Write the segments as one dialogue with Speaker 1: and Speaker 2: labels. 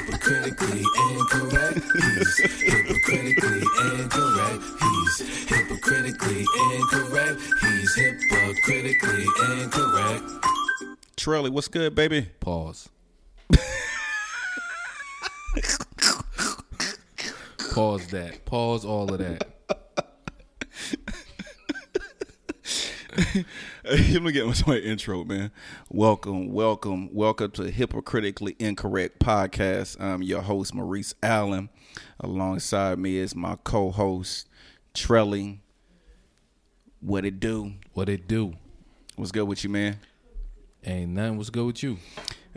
Speaker 1: hypocritically incorrect. He's hypocritically incorrect. He's hypocritically incorrect. He's hypocritically incorrect.
Speaker 2: Trelly, what's good, baby?
Speaker 3: Pause. Pause that. Pause all of that.
Speaker 2: Let me get into my intro, man. Welcome, welcome, welcome to Hypocritically Incorrect Podcast. I'm your host, Maurice Allen. Alongside me is my co host, Trelly. What it do?
Speaker 3: What it do?
Speaker 2: What's good with you, man?
Speaker 3: Ain't nothing. What's good with you?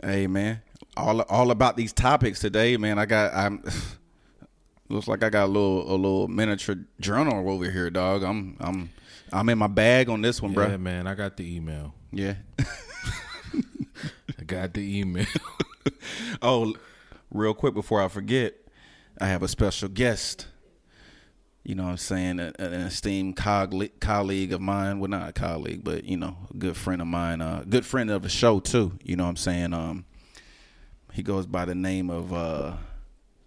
Speaker 2: Hey, man. All all about these topics today, man. I got, I'm. Looks like I got a little a little miniature journal over here, dog. I'm I'm I'm in my bag on this one, bruh.
Speaker 3: Yeah, man. I got the email.
Speaker 2: Yeah.
Speaker 3: I got the email.
Speaker 2: Oh, real quick before I forget, I have a special guest. You know what I'm saying? a- An esteemed cog- colleague of mine. Well, not a colleague, but, you know, a good friend of mine. Uh, good friend of the show, too. You know what I'm saying? Um, he goes by the name of uh,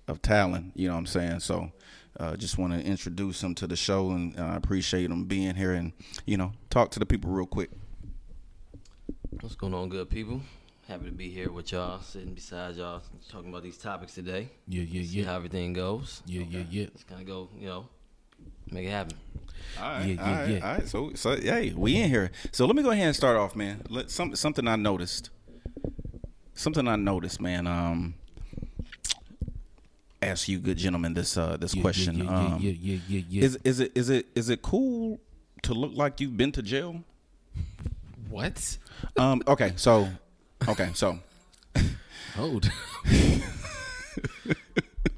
Speaker 2: of Talon. You know what I'm saying? So uh, just want to introduce him to the show, and uh, I appreciate him being here and, you know, talk to the people real quick.
Speaker 4: What's going on, good people? Happy to be here with y'all, sitting beside y'all, talking about these topics today.
Speaker 3: Yeah, yeah,
Speaker 4: See
Speaker 3: yeah.
Speaker 4: how everything goes.
Speaker 3: Yeah, yeah, yeah.
Speaker 4: Just kind of go, you know, make it happen.
Speaker 2: All right,
Speaker 3: Yeah, yeah,
Speaker 2: all right,
Speaker 3: yeah.
Speaker 2: All right. So, so hey, we in here. So let me go ahead and start off, man. Let some something I noticed. Something I noticed, man. Um, ask you, good gentlemen, this uh this
Speaker 3: Yeah,
Speaker 2: question.
Speaker 3: Yeah, yeah,
Speaker 2: um,
Speaker 3: yeah, yeah, yeah, yeah.
Speaker 2: is is it is it is it cool to look like you've been to jail?
Speaker 3: what?
Speaker 2: Um, okay, so, okay, so.
Speaker 3: Hold.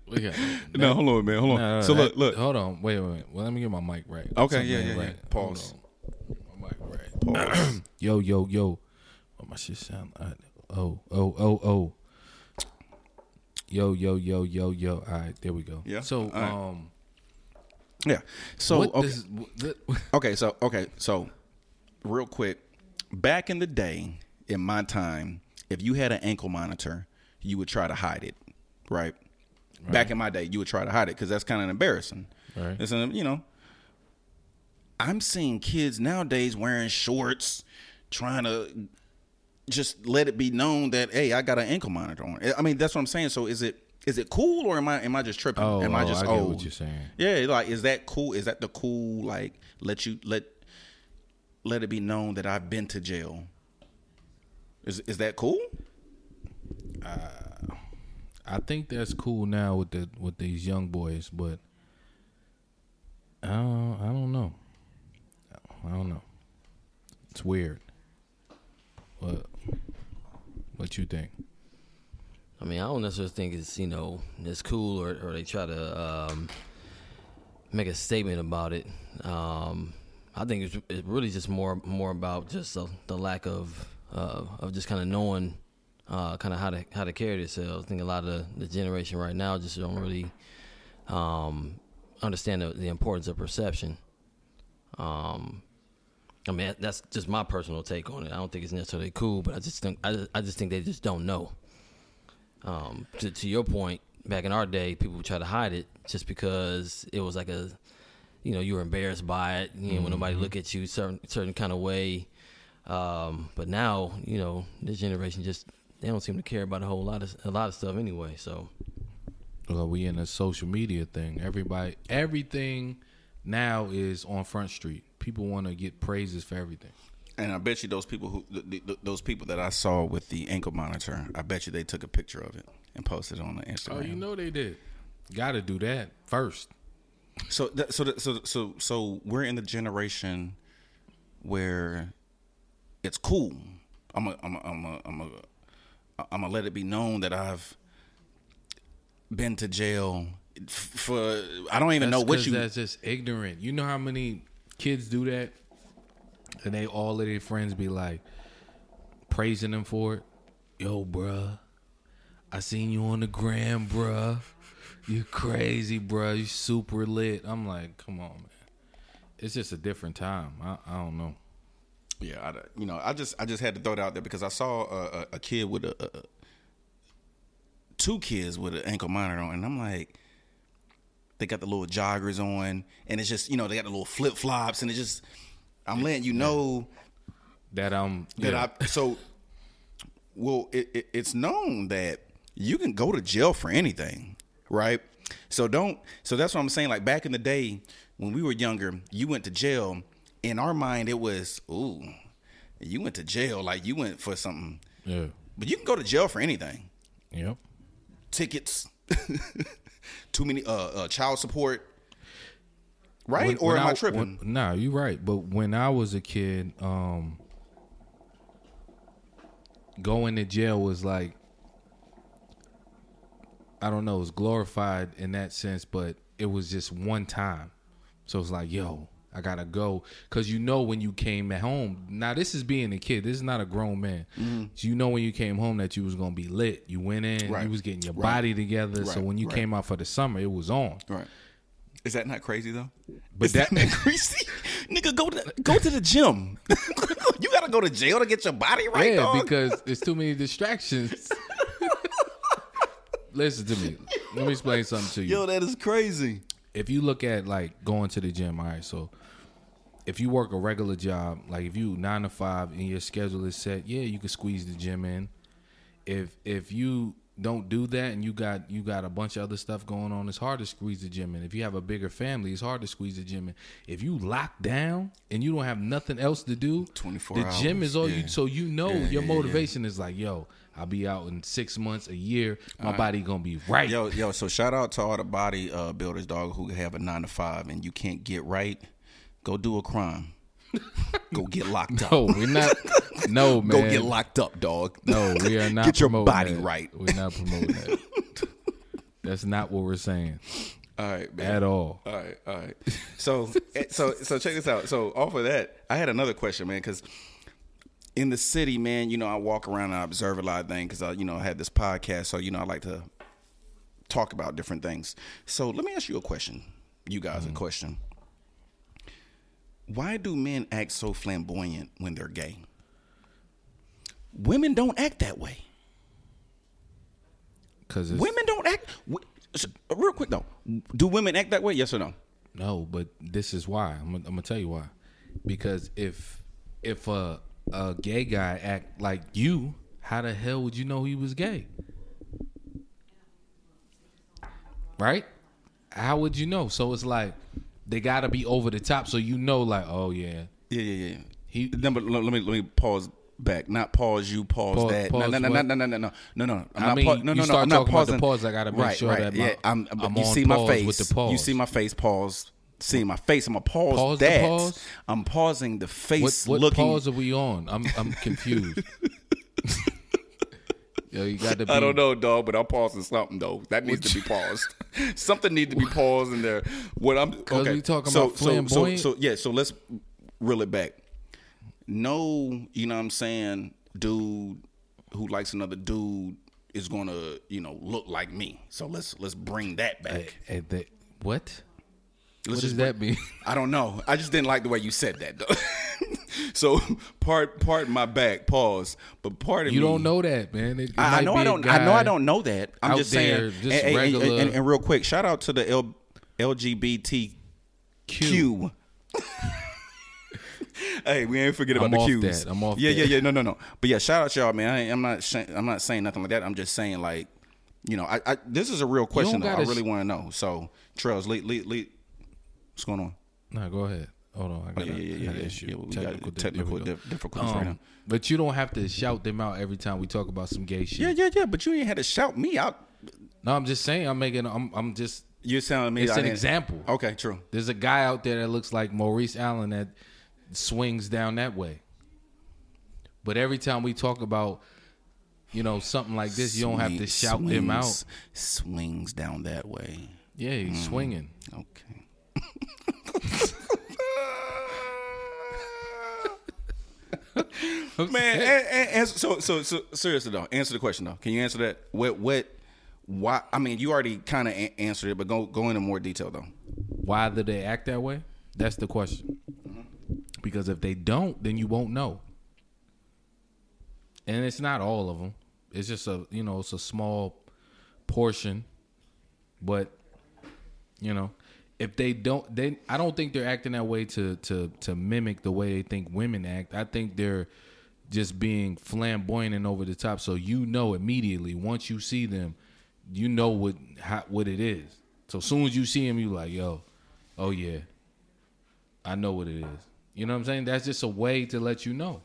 Speaker 3: we got.
Speaker 2: No, hold on, man. Hold on.
Speaker 3: No, no,
Speaker 2: so
Speaker 3: that-
Speaker 2: look, look.
Speaker 3: Hold on. Wait, wait, wait. Well, let me get my mic right.
Speaker 2: Okay,
Speaker 3: Something
Speaker 2: yeah, yeah,
Speaker 3: ain't
Speaker 2: yeah.
Speaker 3: right.
Speaker 2: Pause.
Speaker 3: Hold on. My mic right.
Speaker 2: Pause.
Speaker 3: Yo, yo, yo. What my shit sound like? Oh, oh, oh, oh. Yo, yo, yo, yo, yo. All right, there we go.
Speaker 2: Yeah,
Speaker 3: So,
Speaker 2: all right.
Speaker 3: um,
Speaker 2: yeah. So
Speaker 3: what
Speaker 2: okay.
Speaker 3: does what, the-
Speaker 2: Okay, so okay, so real quick, back in the day, in my time, if you had an ankle monitor, you would try to hide it, right? Back in my day, you would try to hide it because that's kind of embarrassing.
Speaker 3: Right.
Speaker 2: It's an, you know, I'm seeing kids nowadays wearing shorts, trying to just let it be known that hey, I got an ankle monitor on. I mean, that's what I'm saying. So is it is it cool or am I am I just tripping?
Speaker 3: Oh,
Speaker 2: am
Speaker 3: oh,
Speaker 2: just
Speaker 3: I get what
Speaker 2: old?
Speaker 3: you're saying.
Speaker 2: Yeah, like is that cool? Is that the cool like let you let let it be known that I've been to jail? Is is that cool?
Speaker 3: I think that's cool now with the with these young boys, but I don't, I don't know. I don't know. It's weird. What what you think?
Speaker 4: I mean, I don't necessarily think it's, you know, it's cool or, or they try to um, make a statement about it. Um, I think it's, it's really just more more about just the, the lack of uh, of just kind of knowing uh, kind of how to how to carry themselves. I think a lot of the generation right now just don't really um, understand the, the importance of perception. Um, I mean, that's just my personal take on it. I don't think it's necessarily cool, but I just think I just, I just think they just don't know um, to, to your point, back in our day, people would try to hide it just because it was like a, you know, you were embarrassed by it. You know, when nobody look at you certain certain kind of way. Um, but now, you know, this generation just they don't seem to care about a whole lot of a lot of stuff anyway. So
Speaker 3: Well, we in a social media thing. Everybody, everything now is on Front Street. People want to get praises for everything.
Speaker 2: And I bet you those people who th- th- th- those people that I saw with the ankle monitor, I bet you they took a picture of it and posted it on the Instagram.
Speaker 3: Oh, you know they did. Got to do that first.
Speaker 2: So that, so that, so so so we're in the generation where it's cool. I'm a, I'm a, I'm a, I'm a, I'm gonna let it be known that I've been to jail f- for I don't even know
Speaker 3: That's
Speaker 2: what
Speaker 3: 'cause
Speaker 2: you.
Speaker 3: That's just ignorant. You know how many kids do that, and they all of their friends be like praising them for it. Yo, bruh, I seen you on the gram, bruh. You crazy, bruh. You super lit. I'm like, come on, man. It's just a different time. I, I don't know.
Speaker 2: Yeah, I, don't- you know, I just I just had to throw it out there because I saw a, a, a kid with a, a, a two kids with an ankle monitor on, and I'm like, they got the little joggers on, and it's just you know they got the little flip flops, and it's just I'm letting you know
Speaker 3: That um
Speaker 2: that
Speaker 3: yeah.
Speaker 2: I so well it, it, it's known that you can go to jail for anything, right? So don't so that's what I'm saying. Like back in the day when we were younger, you went to jail. In our mind, it was ooh, you went to jail like you went for something,
Speaker 3: yeah.
Speaker 2: but you can go to jail for anything
Speaker 3: Yep.
Speaker 2: tickets, too many uh, uh child support. Right?
Speaker 3: When-
Speaker 2: or
Speaker 3: when
Speaker 2: am I,
Speaker 3: I-
Speaker 2: tripping?
Speaker 3: when- nah, you're right. But when I was a kid, um, going to jail was like, I don't know, it was glorified in that sense, but it was just one time. So it's like, yo, I gotta go, cause you know when you came at home. Now this is being a kid. This is not a grown man.
Speaker 2: Mm-hmm.
Speaker 3: So you know when you came home that you was gonna be lit. You went in.
Speaker 2: Right.
Speaker 3: You was getting your
Speaker 2: Right.
Speaker 3: body together. So
Speaker 2: Right.
Speaker 3: when you
Speaker 2: Right.
Speaker 3: came out for the summer, it was on.
Speaker 2: Right. Is that not crazy though?
Speaker 3: But
Speaker 2: Is that,
Speaker 3: that-
Speaker 2: not crazy, nigga, go to go to the gym. you gotta go to jail to get your body right,
Speaker 3: yeah,
Speaker 2: dog.
Speaker 3: because there's too many distractions. Listen to me. Let me explain something to you.
Speaker 2: Yo, that is crazy.
Speaker 3: if you look at like going to the gym, all right, so if you work a regular job, like if you nine to five and your schedule is set, yeah, you can squeeze the gym in. If if you don't do that and you got you got a bunch of other stuff going on, it's hard to squeeze the gym in. If you have a bigger family, it's hard to squeeze the gym in. If you lock down and you don't have nothing else to do,
Speaker 2: 24
Speaker 3: the gym
Speaker 2: hours,
Speaker 3: is all
Speaker 2: yeah.
Speaker 3: you so you know your
Speaker 2: yeah, yeah.
Speaker 3: motivation is like, yo, I'll be out in six months, a year, my body gonna be right.
Speaker 2: Yo, yo, so shout out to all the body uh, builders, dog, who have a nine to five and you can't get right. Go do a crime. go get locked up.
Speaker 3: No, we're not. No, man.
Speaker 2: go get locked up, dog.
Speaker 3: No, we are not.
Speaker 2: Get your
Speaker 3: promoting
Speaker 2: body
Speaker 3: that.
Speaker 2: right.
Speaker 3: We're not promoting that. That's not what we're saying
Speaker 2: All right, man.
Speaker 3: at all.
Speaker 2: All right, all right. So, eh, so, so check this out. So, off of that, I had another question, man, because in the city, man, you know, I walk around and I observe a lot of things because I, you know, I had this podcast, so you know, I like to talk about different things. So, let me ask you a question, you guys, a question. Why do men act so flamboyant when they're gay? Women don't act that way.
Speaker 3: Because it's
Speaker 2: Women don't act. w- s- Real quick though, do women act that way? Yes or no?
Speaker 3: no, but this is why. I'm, gonna- I'm gonna tell you why. Because if if a a gay guy act like you, how the hell would you know he was gay? Right? How would you know? So it's like they gotta be over the top, so you know, like, oh yeah,
Speaker 2: Yeah, yeah, yeah.
Speaker 3: He-
Speaker 2: no, but let, let me let me pause back. Not pause you, pause,
Speaker 3: Pause-
Speaker 2: that.
Speaker 3: pause
Speaker 2: no, no, no,
Speaker 3: what?
Speaker 2: no, no, no, no, no, no. I'm
Speaker 3: I
Speaker 2: not
Speaker 3: mean,
Speaker 2: pa- no,
Speaker 3: you
Speaker 2: no, no.
Speaker 3: start
Speaker 2: I'm not
Speaker 3: talking about the
Speaker 2: pausing.
Speaker 3: pause, I gotta make
Speaker 2: right,
Speaker 3: sure
Speaker 2: right,
Speaker 3: that my-
Speaker 2: yeah. I'm, but
Speaker 3: I'm
Speaker 2: you
Speaker 3: on
Speaker 2: see my
Speaker 3: pause
Speaker 2: face
Speaker 3: with the
Speaker 2: You
Speaker 3: pause.
Speaker 2: see my face pause. See my face. I'm gonna pause,
Speaker 3: Pause the
Speaker 2: that.
Speaker 3: pause?
Speaker 2: I'm pausing the
Speaker 3: What,
Speaker 2: face
Speaker 3: what
Speaker 2: looking.
Speaker 3: pause are we on? I'm I'm confused. Yo, you got to be.
Speaker 2: I don't know, dog, but I'm pausing something though. That needs to be paused. something needs to be paused in there. What I'm okay.
Speaker 3: we talking about
Speaker 2: So,
Speaker 3: flamboyant?
Speaker 2: so, so yeah, so let's reel it back. No, you know what I'm saying, dude who likes another dude is gonna, you know, look like me. So let's let's bring that back.
Speaker 3: Eh, that- what? what
Speaker 2: Let's just
Speaker 3: does that mean?
Speaker 2: I don't know. I just didn't like the way you said that though. so part part my back, pause. But part of
Speaker 3: You
Speaker 2: me,
Speaker 3: don't know that, man. It- it
Speaker 2: I, I
Speaker 3: might
Speaker 2: know
Speaker 3: be
Speaker 2: I
Speaker 3: a
Speaker 2: don't. I know I
Speaker 3: guy-
Speaker 2: don't know that. I'm
Speaker 3: out
Speaker 2: just
Speaker 3: there,
Speaker 2: saying.
Speaker 3: just
Speaker 2: and, and- and-
Speaker 3: regular-
Speaker 2: and- and real quick, shout out to the L, LGBTQ. hey, we ain't forget about
Speaker 3: I'm
Speaker 2: the
Speaker 3: off
Speaker 2: Qs.
Speaker 3: that. I'm off
Speaker 2: Yeah,
Speaker 3: that.
Speaker 2: yeah, yeah. No, no, no. But yeah, shout out to y'all, man. I ain't, I'm not. sha- I'm not saying nothing like that. I'm just saying like, you know, I. I this is a real question. Though. I
Speaker 3: gotta
Speaker 2: really
Speaker 3: sh-
Speaker 2: want to know. So, Trails, lead, lead, lead. What's going on?
Speaker 3: No, go ahead. Hold on. I got
Speaker 2: Yeah, yeah, yeah,
Speaker 3: an
Speaker 2: yeah.
Speaker 3: issue.
Speaker 2: yeah we got
Speaker 3: technical di-
Speaker 2: technical
Speaker 3: there we go.
Speaker 2: dif- difficulties right now.
Speaker 3: Um, But you don't have to shout them out every time we talk about some gay shit.
Speaker 2: Yeah, yeah, yeah. But you ain't had to shout me out.
Speaker 3: No, I'm just saying. I'm making. I'm. I'm just.
Speaker 2: You're telling me
Speaker 3: It's
Speaker 2: I
Speaker 3: an
Speaker 2: didn't-
Speaker 3: example.
Speaker 2: Okay, true.
Speaker 3: There's a guy out there that looks like Maurice Allen that swings down that way. But every time we talk about, you know, something like this, you don't have to
Speaker 2: Swings-
Speaker 3: shout him out.
Speaker 2: swings- Mm. Swings down that way.
Speaker 3: Yeah, he's swinging.
Speaker 2: Okay. Man, and, and- and so, so so seriously though, answer the question though. Can you answer that? What what? Why? I mean, you already kind of a- answered it, but go go into more detail though.
Speaker 3: Why do they act that way? That's the question. Because if they don't, then you won't know. And it's not all of them. It's just a you know, it's a small portion, but you know, if they don't, they I don't think they're acting that way to to to mimic the way they think women act. I think they're just being flamboyant and over the top, so you know immediately once you see them, you know what how, what it is. So as soon as you see them, you like, yo, oh yeah, I know what it is. You know what I'm saying? That's just a way to let you know.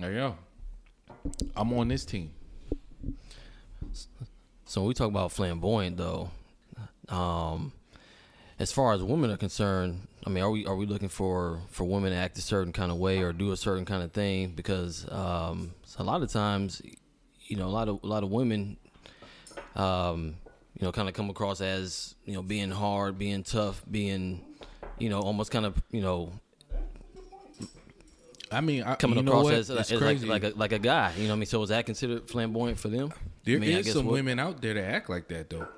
Speaker 3: Like, yo, I'm on this team.
Speaker 4: So when we talk about flamboyant though, um, as far as women are concerned, I mean, are we are we looking for for women to act a certain kind of way or do a certain kind of thing? Because um, so a lot of times, you know, a lot of a lot of women, um, you know, kind of come across as you know being hard, being tough, being, you know, almost kind of you know
Speaker 3: I mean, I,
Speaker 4: coming
Speaker 3: you know
Speaker 4: across
Speaker 3: what?
Speaker 4: as, uh,
Speaker 3: It's
Speaker 4: as like
Speaker 3: crazy.
Speaker 4: like a, like a guy. You know what I mean? So is that considered flamboyant for them?
Speaker 3: There
Speaker 4: I
Speaker 3: is
Speaker 4: mean, I guess
Speaker 3: some
Speaker 4: what-
Speaker 3: women out there that act like that though.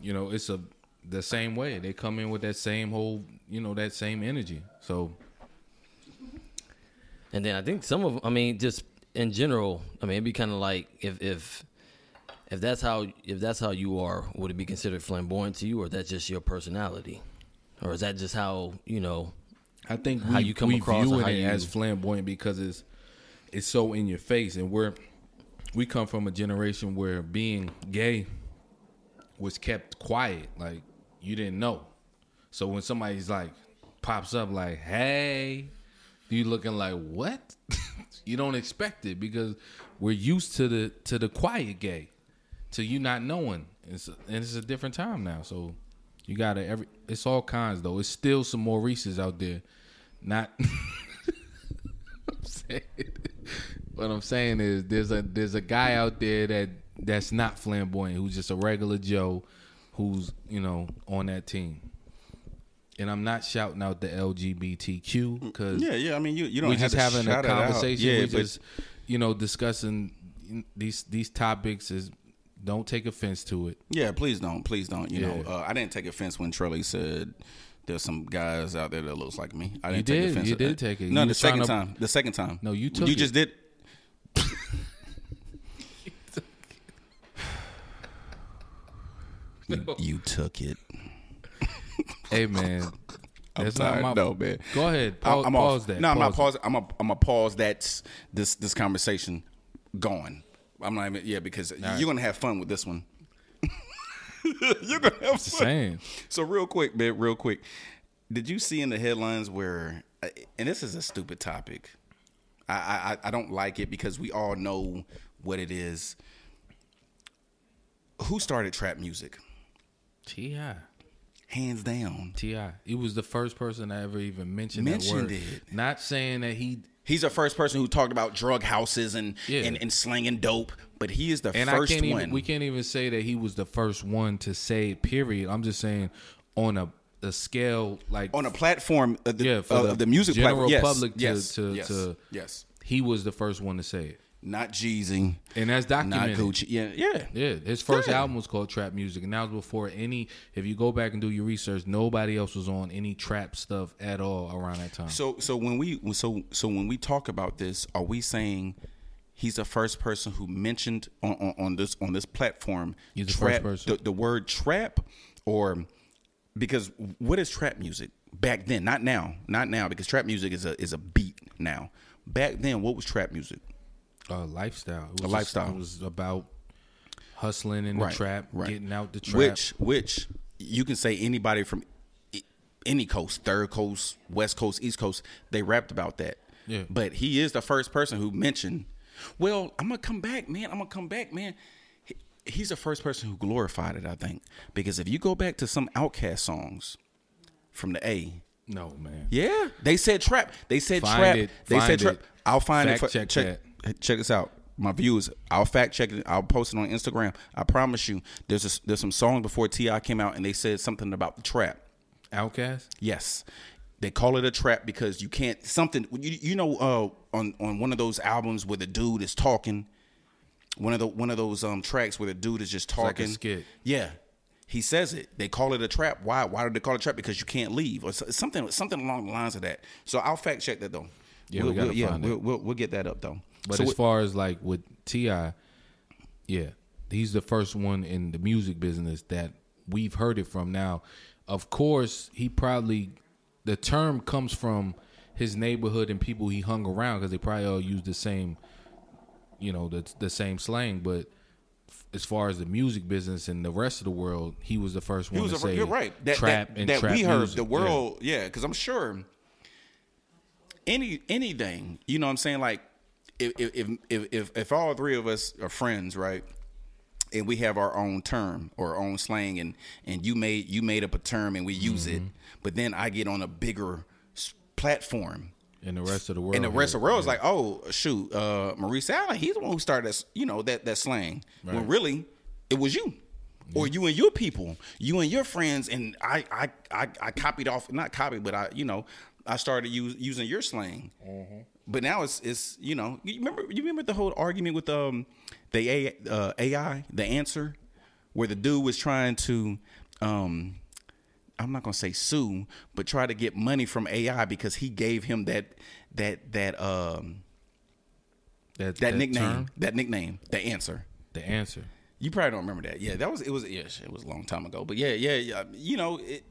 Speaker 3: You know, it's a the same way. They come in with that same whole, you know, that same energy. So
Speaker 4: And then I think some of, I mean, just in general, I mean, it'd be kind of like if if if that's how if that's how you are, would it be considered flamboyant to you, or that's just your personality, or is that just how you know?
Speaker 3: I think
Speaker 4: How
Speaker 3: we,
Speaker 4: you come
Speaker 3: we
Speaker 4: across
Speaker 3: view
Speaker 4: and how
Speaker 3: it
Speaker 4: you-
Speaker 3: as flamboyant because it's it's so in your face, and we're we come from a generation where being gay was kept quiet, like you didn't know. So when somebody's like pops up, like hey, you looking like what? you don't expect it because we're used to the to the quiet gay, to you not knowing. It's and it's a different time now, so you gotta every. It's all kinds though. It's still some Maurices out there, not. I'm saying- what I'm saying is there's a there's a guy out there that that's not flamboyant who's just a regular Joe, who's you know on that team. And I'm not shouting out the LGBTQ because
Speaker 2: Yeah, yeah. I mean, you you don't
Speaker 3: we
Speaker 2: have
Speaker 3: just
Speaker 2: to
Speaker 3: having a
Speaker 2: shout it out.
Speaker 3: conversation.
Speaker 2: Yeah,
Speaker 3: we
Speaker 2: but
Speaker 3: just you know discussing these these topics is don't take offense to it.
Speaker 2: yeah, please don't, please don't. You know,
Speaker 3: Yeah.
Speaker 2: uh, I didn't take offense when Trelly said there's some guys out there that looks like me. I didn't
Speaker 3: did.
Speaker 2: take offense.
Speaker 3: You
Speaker 2: at that.
Speaker 3: did take it.
Speaker 2: No,
Speaker 3: You
Speaker 2: the
Speaker 3: was trying to-
Speaker 2: second time. The second time.
Speaker 3: No, you took
Speaker 2: You
Speaker 3: it.
Speaker 2: just did. You, you took it.
Speaker 3: Hey man,
Speaker 2: I'm
Speaker 3: that's
Speaker 2: sorry.
Speaker 3: not my
Speaker 2: no, man.
Speaker 3: Go ahead.
Speaker 2: I'm-
Speaker 3: Pause,
Speaker 2: I'm
Speaker 3: pause
Speaker 2: off.
Speaker 3: that.
Speaker 2: No, I'm not
Speaker 3: it.
Speaker 2: pausing. I'm a, I'm a pause. That's this this conversation gone. I'm not even. Yeah, because you're gonna have fun with this one. you're gonna have fun.
Speaker 3: Saying
Speaker 2: So real quick, man. Real quick. Did you see in the headlines where? uh, And this is a stupid topic. I I, I- I don't like it because we all know what it is. Who started trap music?
Speaker 3: Ti
Speaker 2: Hands down.
Speaker 3: Ti. He was the first person I ever even mentioned.
Speaker 2: Mentioned
Speaker 3: that word.
Speaker 2: it.
Speaker 3: Not saying that he.
Speaker 2: He's the first person who talked about drug houses and
Speaker 3: Yeah.
Speaker 2: and, and slinging dope, but he is the
Speaker 3: And
Speaker 2: first
Speaker 3: I can't
Speaker 2: one.
Speaker 3: even. We can't even say that he was the first one to say it. Period. I'm just saying on a a scale like
Speaker 2: on a platform of the,
Speaker 3: yeah for
Speaker 2: of
Speaker 3: the,
Speaker 2: the, music
Speaker 3: general
Speaker 2: platform. Yes,
Speaker 3: public to
Speaker 2: yes,
Speaker 3: to,
Speaker 2: yes,
Speaker 3: to
Speaker 2: yes.
Speaker 3: he was the first one to say it,
Speaker 2: Not Jeezy,
Speaker 3: and that's
Speaker 2: not
Speaker 3: documented.
Speaker 2: Gucci. Yeah, yeah.
Speaker 3: Yeah, his first
Speaker 2: Yeah.
Speaker 3: album was called Trap Music, and that was before any. If you go back and do your research, nobody else was on any trap stuff at all around that time.
Speaker 2: So so when we so so when we talk about this, are we saying he's the first person who mentioned on on, on this on this platform
Speaker 3: He's the first
Speaker 2: trap
Speaker 3: person.
Speaker 2: The, the word trap or because what is trap music back then? Not now, not now because trap music is a is a beat now. Back then, what was trap music?
Speaker 3: uh, lifestyle. It was
Speaker 2: lifestyle.
Speaker 3: It was about hustling in the trap, getting out the trap.
Speaker 2: Which, which you can say anybody from i- any coast, third coast, west coast, east coast, they rapped about that.
Speaker 3: Yeah.
Speaker 2: But he is the first person who mentioned. Well, I'm gonna come back, man. I'm gonna come back, man. He- He's the first person who glorified it, I think, because if you go back to some Outcast songs from the A,
Speaker 3: no man.
Speaker 2: yeah, they said trap. They said
Speaker 3: Find
Speaker 2: trap.
Speaker 3: it.
Speaker 2: They
Speaker 3: Find
Speaker 2: said trap.
Speaker 3: it.
Speaker 2: I'll find
Speaker 3: Fact
Speaker 2: it. For,
Speaker 3: check
Speaker 2: check this out. My viewers, I'll fact check it. I'll post it on Instagram. I promise you. There's a, there's some song before Ti came out, and they said something about the trap.
Speaker 3: Outcast.
Speaker 2: Yes, they call it a trap because you can't something. You, you know, uh, on on one of those albums where the dude is talking, one of the one of those um tracks where the dude is just
Speaker 3: like a
Speaker 2: talking.
Speaker 3: skit.
Speaker 2: Yeah, he says it. They call it a trap. Why? Why do they call it a trap? Because you can't leave or so- something something along the lines of that. So I'll fact check that though.
Speaker 3: Yeah, we
Speaker 2: we'll,
Speaker 3: gotta
Speaker 2: we'll- yeah,
Speaker 3: find it.
Speaker 2: we'll, we'll we'll get that up though.
Speaker 3: But
Speaker 2: so
Speaker 3: as
Speaker 2: what-
Speaker 3: far as like with Ti, yeah, he's the first one in the music business that we've heard it from. Now, of course, he probably the term comes from his neighborhood and people he hung around because they probably all used the same, you know, the the same slang. But f- as far as the music business and the rest of the world, he was the first
Speaker 2: He
Speaker 3: one
Speaker 2: was
Speaker 3: to
Speaker 2: a,
Speaker 3: say
Speaker 2: you're right. That,
Speaker 3: trap
Speaker 2: that,
Speaker 3: and
Speaker 2: that
Speaker 3: trap
Speaker 2: we heard
Speaker 3: music.
Speaker 2: the
Speaker 3: Yeah.
Speaker 2: world, yeah, because I'm sure any anything, you know what I'm saying? Like if if, if if if if all three of us are friends, right? And we have our own term or our own slang and and you made you made up a term and we use
Speaker 3: Mm-hmm.
Speaker 2: it, but then I get on a bigger s- platform.
Speaker 3: And the rest of the world.
Speaker 2: And the rest of
Speaker 3: yeah.
Speaker 2: the world is like, oh shoot, uh, Maurice Allen, he's the one who started that, you know, that that slang. When really, it was you, or you and your people, you and your friends, and I, I, I, I copied off, not copied, but I, you know, I started use, using your slang. But now it's it's you know, you remember you remember the whole argument with um the A, uh, AI, the answer, where the dude was trying to um I'm not gonna say sue, but try to get money from AI because he gave him that that that um that, nickname
Speaker 3: term,
Speaker 2: that nickname the answer.
Speaker 3: the answer.
Speaker 2: You probably don't remember that. Yeah, that was it was yeah shit, it was a long time ago. But yeah yeah yeah you know it.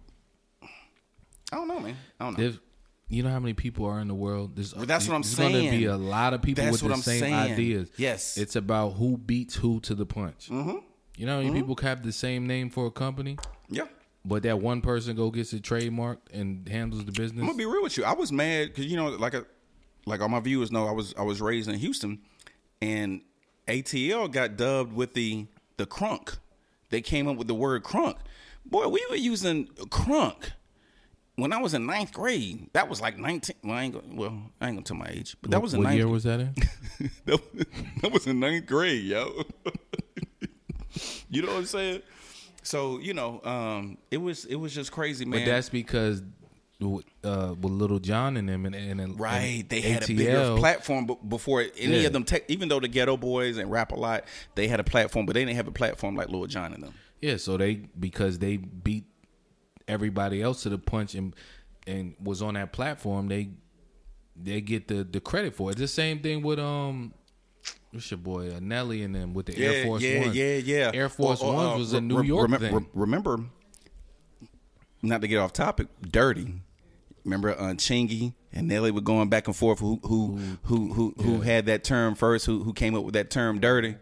Speaker 2: I don't know man. I don't know.
Speaker 3: There's, you know how many people are in the world. There's,
Speaker 2: that's what I'm
Speaker 3: there's
Speaker 2: saying.
Speaker 3: Gonna be a lot of people
Speaker 2: That's
Speaker 3: with
Speaker 2: what
Speaker 3: the
Speaker 2: I'm
Speaker 3: same
Speaker 2: saying.
Speaker 3: ideas.
Speaker 2: Yes.
Speaker 3: it's about who beats who to the punch. Mm-hmm. You know, how many people have the same name for a company,
Speaker 2: yeah.
Speaker 3: but that one person go gets it trademarked and handles the business.
Speaker 2: I'm gonna be real with you. I was mad because you know like a like all my viewers know I was I was raised in Houston, and ATL got dubbed with the the crunk. They came up with the word crunk. Boy, we were using crunk. when I was in ninth grade, that was like nineteen. Well, I ain't gonna, well, I ain't gonna tell my age, but that was in
Speaker 3: what
Speaker 2: ninth.
Speaker 3: year was that in?
Speaker 2: that, was, that was in ninth grade, yo. you know what I'm saying? So you know, um, it was it was just crazy, man.
Speaker 3: but that's because w- uh, with Little John and them and, and, and
Speaker 2: right. They
Speaker 3: and
Speaker 2: had a bigger
Speaker 3: ATL,
Speaker 2: platform b- before any
Speaker 3: Yeah.
Speaker 2: of them. Tech, even though the Ghetto Boys and Rap a Lot, they had a platform, but they didn't have a platform like Lil Jon and them.
Speaker 3: Yeah, so they because they beat everybody else to the punch and and was on that platform, they they get the the credit for it. It's the same thing with um what's your boy uh, Nelly and them with the Air Force
Speaker 2: yeah,
Speaker 3: One.
Speaker 2: Yeah, yeah, Oh,
Speaker 3: Air Force
Speaker 2: One
Speaker 3: Ones was a New York thing.
Speaker 2: remember, not to get off topic, dirty. Remember, uh, Chingy and Nelly were going back and forth. Who who who who, who had that term first? Who who came up with that term, dirty?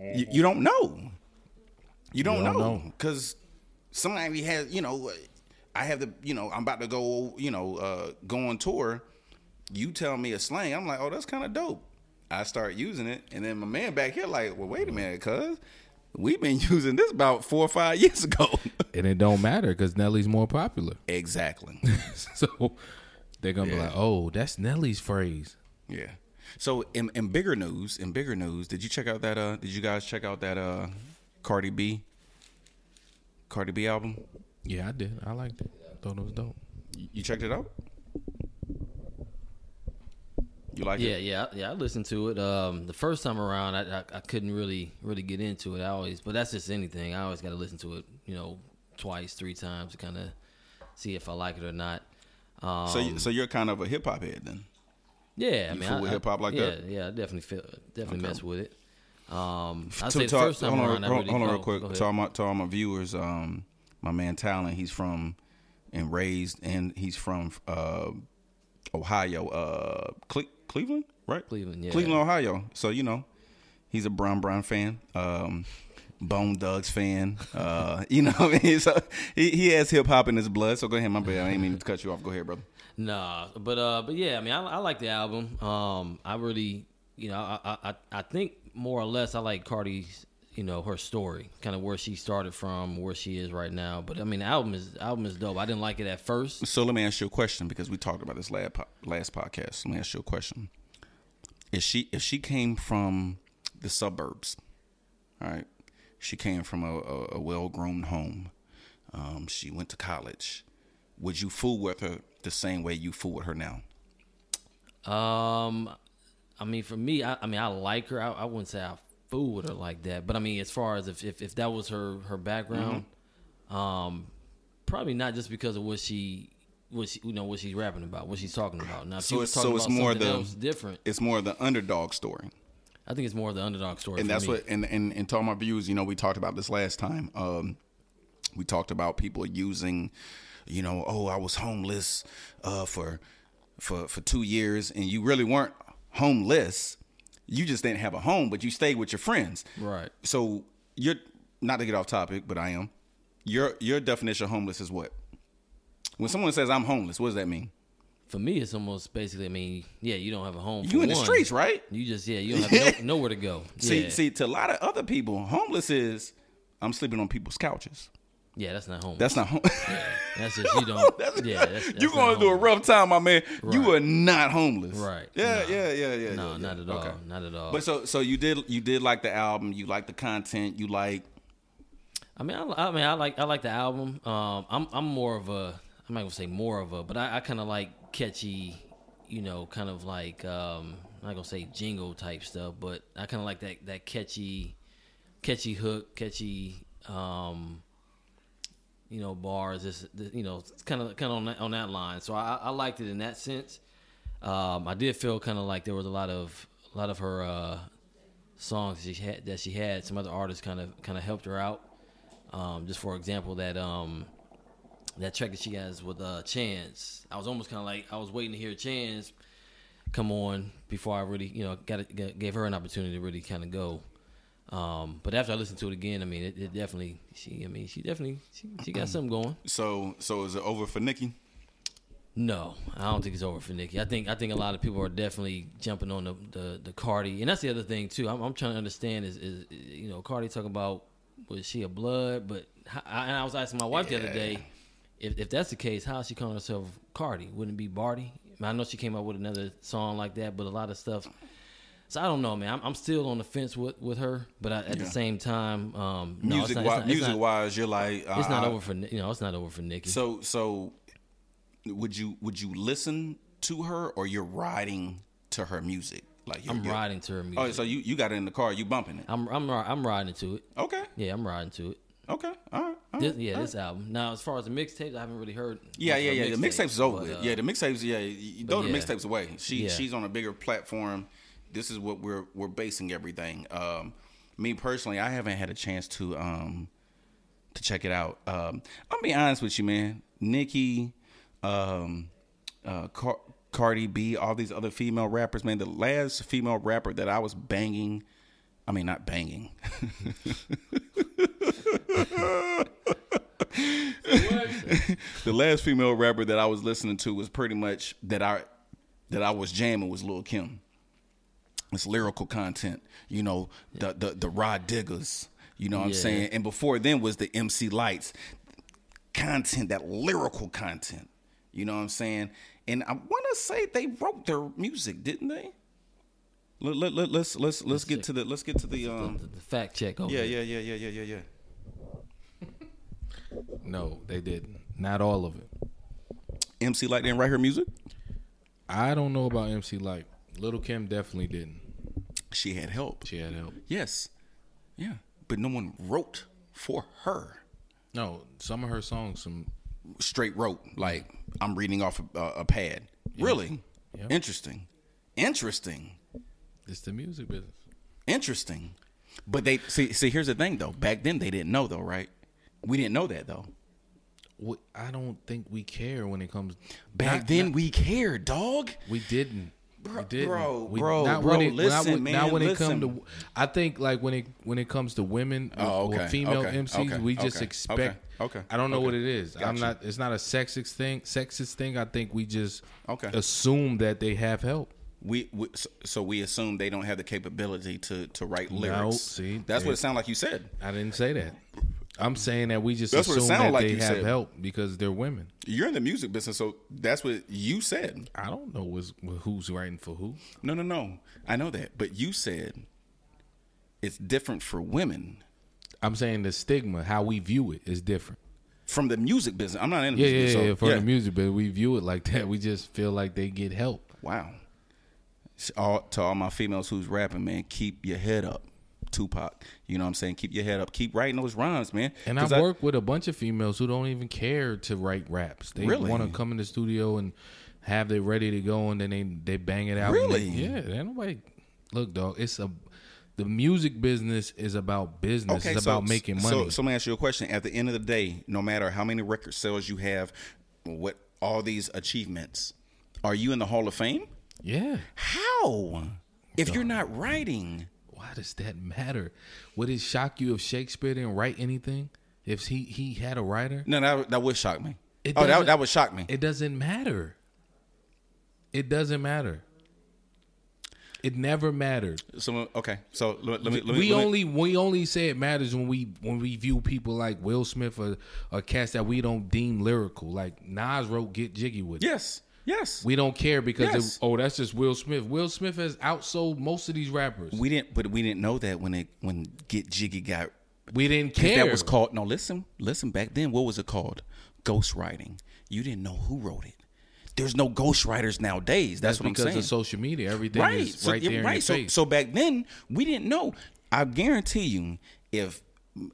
Speaker 2: You, you don't know. You don't,
Speaker 3: don't
Speaker 2: know
Speaker 3: know.
Speaker 2: because somebody has you know. I have the you know I'm about to go you know uh, go on tour. You tell me a slang, I'm like, oh, that's kind of dope. I start using it, and then my man back here like, well, wait a minute, cuz we've been using this about four or five years ago.
Speaker 3: And it don't matter because Nelly's more popular.
Speaker 2: exactly.
Speaker 3: so they're gonna be like, Oh, that's Nelly's phrase.
Speaker 2: yeah. So in, in bigger news, in bigger news, did you check out that? uh Did you guys check out that uh Cardi B? Cardi B album.
Speaker 3: Yeah, I did. I liked it. Thought it was dope.
Speaker 2: You you checked it out? You like
Speaker 4: Yeah,
Speaker 2: it?
Speaker 4: yeah, yeah. I listened to it. Um, the first time around, I, I I couldn't really really get into it. I always, but that's just anything. I always got to listen to it, you know, twice, three times to kind of see if I like it or not. Um,
Speaker 2: So, you, so you're kind of a hip hop head then.
Speaker 4: yeah, I
Speaker 2: you
Speaker 4: mean,
Speaker 2: fool
Speaker 4: I-
Speaker 2: with
Speaker 4: I-
Speaker 2: hip-hop like
Speaker 4: yeah,
Speaker 2: that?
Speaker 4: Yeah, I definitely feel, definitely mess with it. Um, I
Speaker 2: To-
Speaker 4: say the
Speaker 2: to-
Speaker 4: first time
Speaker 2: hold on,
Speaker 4: around, I
Speaker 2: hold-
Speaker 4: really
Speaker 2: hold on
Speaker 4: oh,
Speaker 2: real quick.
Speaker 4: go
Speaker 2: To all
Speaker 4: ahead.
Speaker 2: my to all my viewers, um, my man Talon, he's from and raised, and he's from uh, Ohio, uh, Cle- Cleveland, right?
Speaker 4: Cleveland, yeah.
Speaker 2: Cleveland, Ohio. So you know, he's a Brown Brown fan, um, Bone Thugs fan. Uh, you know, what I mean, so he, he has hip hop in his blood. So go ahead, my bad. I ain't mean to cut you off. Go ahead, brother.
Speaker 4: Nah, but uh, but yeah, I mean, I, I like the album. Um, I really, you know, I, I I- I think more or less I like Cardi's, you know, her story, kind of where she started from, where she is right now. But I mean, the album is the album is dope. I didn't like it at first.
Speaker 2: So let me ask you a question because we talked about this last po- last podcast. Let me ask you a question: If she if she came from the suburbs, all right, she came from a, a, a well groomed home. Um, she went to college. Would you fool with her the same way you fool with her now?
Speaker 4: Um, I mean, for me, I, I mean, I like her. I, I wouldn't say I fool with her like that, but I mean, as far as if if, if that was her her background,
Speaker 2: Mm-hmm.
Speaker 4: um, probably not just because of what she what she you know what she's rapping about, what she's talking about. Now, if she
Speaker 2: So
Speaker 4: was
Speaker 2: it's-
Speaker 4: talking
Speaker 2: so
Speaker 4: about
Speaker 2: it's more
Speaker 4: something
Speaker 2: the-
Speaker 4: else different.
Speaker 2: It's more of the underdog story.
Speaker 4: I think it's more of the underdog story.
Speaker 2: and
Speaker 4: for
Speaker 2: that's
Speaker 4: me.
Speaker 2: what and, and and talking about views you know we talked about this last time um we talked about people using you know oh i was homeless uh for for for two years and you really weren't homeless you just didn't have a home but you stayed with your friends
Speaker 4: Right.
Speaker 2: so you're not to get off topic but i am your your definition of homeless is what when someone says i'm homeless what does that mean
Speaker 4: for me it's almost basically. I mean, yeah, you don't have a home.
Speaker 2: you
Speaker 4: for
Speaker 2: in the
Speaker 4: one.
Speaker 2: streets right
Speaker 4: You just yeah, you don't have no, nowhere to go.
Speaker 2: see
Speaker 4: yeah.
Speaker 2: see to a lot of other people homeless is i'm sleeping on people's couches
Speaker 4: yeah, that's not home.
Speaker 2: that's not home
Speaker 4: That's just you don't. yeah, that's, that's
Speaker 2: you going
Speaker 4: not
Speaker 2: through a
Speaker 4: homeless.
Speaker 2: rough time, my man. You
Speaker 4: Right.
Speaker 2: are not homeless.
Speaker 4: Right.
Speaker 2: Yeah,
Speaker 4: Nah.
Speaker 2: yeah, yeah, yeah.
Speaker 4: No,
Speaker 2: yeah,
Speaker 4: not
Speaker 2: yeah.
Speaker 4: at all. Oh.
Speaker 2: Okay.
Speaker 4: Not at all.
Speaker 2: But so so you did you did like the album, you like the content, you like
Speaker 4: I mean, I, I mean, I like I like the album. Um, I'm I'm more of a I'm not gonna say more of a, but I, I kind of like catchy, you know, kind of like um, I'm not gonna say jingle type stuff, but I kind of like that that catchy, catchy hook, catchy, um, you know, bars. This, this you know, kind of kind of on that, on that line. So I, I liked it in that sense. Um, I did feel kind of like there was a lot of a lot of her uh, songs she had that she had. Some other artists kind of kind of helped her out. Um, just for example, that um, that track that she has with uh, Chance, I was almost kind of like I was waiting to hear Chance come on before I really, you know, got it, g- gave her an opportunity to really kind of go. Um, but after I listened to it again, I mean, it, it definitely she, I mean, she definitely she, she got something going.
Speaker 2: so so is it over for Nikki?
Speaker 4: No, I don't think it's over for Nikki. I think I think a lot of people are definitely jumping on the the, the Cardi, and that's the other thing too. I'm, I'm trying to understand is, is you know Cardi talk about was she a blood, but how, I, and I was asking my wife the other day if if that's the case, how is she calling herself Cardi? Wouldn't it be Barty? I, mean, I know she came out with another song like that, but a lot of stuff. So I don't know, man. I'm, I'm still on the fence with, with her, but I, at the same time, um, no, it's
Speaker 2: music
Speaker 4: not,
Speaker 2: wise
Speaker 4: it's not, it's
Speaker 2: music
Speaker 4: not,
Speaker 2: wise, you're like uh,
Speaker 4: it's not
Speaker 2: uh,
Speaker 4: over for Ni- you know, it's not over for Nikki.
Speaker 2: So so would you would you listen to her or you're riding to her music? Like you're,
Speaker 4: I'm
Speaker 2: you're-
Speaker 4: riding to her music.
Speaker 2: Oh, so you you got it in the car, you bumping it.
Speaker 4: I'm I'm ri- I'm riding to it.
Speaker 2: Okay.
Speaker 4: Yeah, I'm riding to it.
Speaker 2: Okay. All right.
Speaker 3: Mm,
Speaker 2: all
Speaker 4: This,
Speaker 2: right,
Speaker 4: yeah,
Speaker 2: all
Speaker 4: this album. Now, as far as the mixtapes, I haven't really heard.
Speaker 2: Yeah,
Speaker 4: much
Speaker 2: yeah,
Speaker 4: of
Speaker 2: yeah. The mixtapes is over.
Speaker 4: but,
Speaker 2: with.
Speaker 4: uh,
Speaker 2: yeah, the mixtapes. Yeah, you throw the
Speaker 4: yeah.
Speaker 2: mixtapes away. She
Speaker 4: Yeah.
Speaker 2: she's on a bigger platform. This is what we're we're basing everything. Um, me personally, I haven't had a chance to um to check it out. Um, I'll be honest with you, man. Nikki, um, uh, Car- Cardi B, all these other female rappers, man. The last female rapper that I was banging, I mean, not banging. the last female rapper that I was listening to was pretty much that I that I was jamming was Lil Kim. It's lyrical content, you know, the the the Rod Diggers, you know what I'm
Speaker 4: Yeah.
Speaker 2: saying? And before then was the MC Lights. Content, that lyrical content. You know what I'm saying? And I wanna say they wrote their music, didn't they? Let, let, let, let's let's let's get to the let's get to the
Speaker 4: uh, the,
Speaker 2: um
Speaker 4: the fact check. Over
Speaker 2: yeah
Speaker 4: it.
Speaker 2: yeah yeah yeah yeah yeah yeah
Speaker 3: No, they didn't. Not all of it.
Speaker 2: MC Light didn't write her music
Speaker 3: I don't know about MC Light. Little Kim definitely didn't.
Speaker 2: she had help
Speaker 3: She had help.
Speaker 2: Yes. Yeah. But no one wrote for her.
Speaker 3: No, some of her songs, some
Speaker 2: Straight wrote. Like, I'm reading off a, a pad. Really?
Speaker 3: Yeah.
Speaker 2: Interesting. Interesting.
Speaker 3: it's the music business.
Speaker 2: Interesting. But they see see here's the thing though. Back then they didn't know though, right? We didn't know that though.
Speaker 3: We, I don't think we care when it comes.
Speaker 2: Back
Speaker 3: not-
Speaker 2: then
Speaker 3: not-
Speaker 2: we cared, dog.
Speaker 3: we didn't.
Speaker 2: Bro-
Speaker 3: we didn't.
Speaker 2: bro,
Speaker 3: we,
Speaker 2: bro,
Speaker 3: not
Speaker 2: bro,
Speaker 3: When it, not
Speaker 2: listen,
Speaker 3: when- not
Speaker 2: man,
Speaker 3: when it comes
Speaker 2: listen.
Speaker 3: to, I think like when it when it comes to women uh, or-
Speaker 2: Oh, okay,
Speaker 3: or female
Speaker 2: okay,
Speaker 3: MCs,
Speaker 2: okay,
Speaker 3: we just
Speaker 2: okay,
Speaker 3: expect.
Speaker 2: okay, okay,
Speaker 3: I don't know
Speaker 2: okay.
Speaker 3: what it is. I'm
Speaker 2: Gotcha.
Speaker 3: not. It's not a sexist thing. Sexist thing. I think we just
Speaker 2: Okay.
Speaker 3: assume that they have help.
Speaker 2: We, we so- so we assume they don't have the capability to to write lyrics.
Speaker 3: see,
Speaker 2: that's what
Speaker 3: they-
Speaker 2: it sounded like you said.
Speaker 3: I didn't say that. I'm saying that we just
Speaker 2: That's what it
Speaker 3: assume
Speaker 2: sound
Speaker 3: that
Speaker 2: like
Speaker 3: they
Speaker 2: you
Speaker 3: have
Speaker 2: said.
Speaker 3: help because they're women.
Speaker 2: You're in the music business, so that's what you said.
Speaker 3: I don't know what's, who's writing for who.
Speaker 2: No, no, no. I know that. But you said it's different for women
Speaker 3: I'm saying the stigma, how we view it, is different.
Speaker 2: from the music business. I'm not in the
Speaker 3: Yeah,
Speaker 2: music
Speaker 3: yeah,
Speaker 2: business.
Speaker 3: yeah.
Speaker 2: so-
Speaker 3: For the music, but we view it like that. We just feel like they get help.
Speaker 2: Wow. S- All, to all my females who's rapping, man, keep your head up. Tupac. You know what I'm saying? Keep your head up. Keep writing those rhymes, man.
Speaker 3: And
Speaker 2: 'Cause
Speaker 3: I work with a bunch of females who don't even care to write raps. They
Speaker 2: Really?
Speaker 3: want to come in the studio and have they ready to go, and then they they bang it out.
Speaker 2: Really?
Speaker 3: And they- yeah. Ain't nobody. Look, dog. It's a the music business is about business. it's about making money.
Speaker 2: So, so let me ask you a question. At the end of the day, no matter how many record sales you have, what all these achievements, are you in the Hall of Fame?
Speaker 3: yeah.
Speaker 2: How? If you're not writing,
Speaker 3: Why does that matter? Would it shock you if Shakespeare didn't write anything? If he he had a writer?
Speaker 2: no, that, that would shock me.
Speaker 3: It
Speaker 2: oh, that,
Speaker 3: doesn't-
Speaker 2: that would shock me.
Speaker 3: It doesn't matter. It doesn't matter. It never mattered.
Speaker 2: So okay, so let, let me. Let me
Speaker 3: we
Speaker 2: let me-
Speaker 3: only we only say it matters when we when we view people like Will Smith or or cats that we don't deem lyrical. Like Nas wrote "Get Jiggy with." It.
Speaker 2: yes, yes.
Speaker 3: We don't care because
Speaker 2: Yes.
Speaker 3: it- oh, that's just Will Smith. Will Smith has outsold most of these rappers.
Speaker 2: We didn't, but we didn't know that when it when Get Jiggy got
Speaker 3: We didn't
Speaker 2: Because
Speaker 3: care.
Speaker 2: That was called. No, listen, listen. Back then, what was it called? Ghostwriting. You didn't know who wrote it. There's no ghostwriters nowadays. That's, what I'm
Speaker 3: because
Speaker 2: saying.
Speaker 3: of social media. Everything
Speaker 2: right.
Speaker 3: is
Speaker 2: so,
Speaker 3: right
Speaker 2: yeah,
Speaker 3: there in your
Speaker 2: right. So,
Speaker 3: face.
Speaker 2: so back then, we didn't know. I guarantee you, if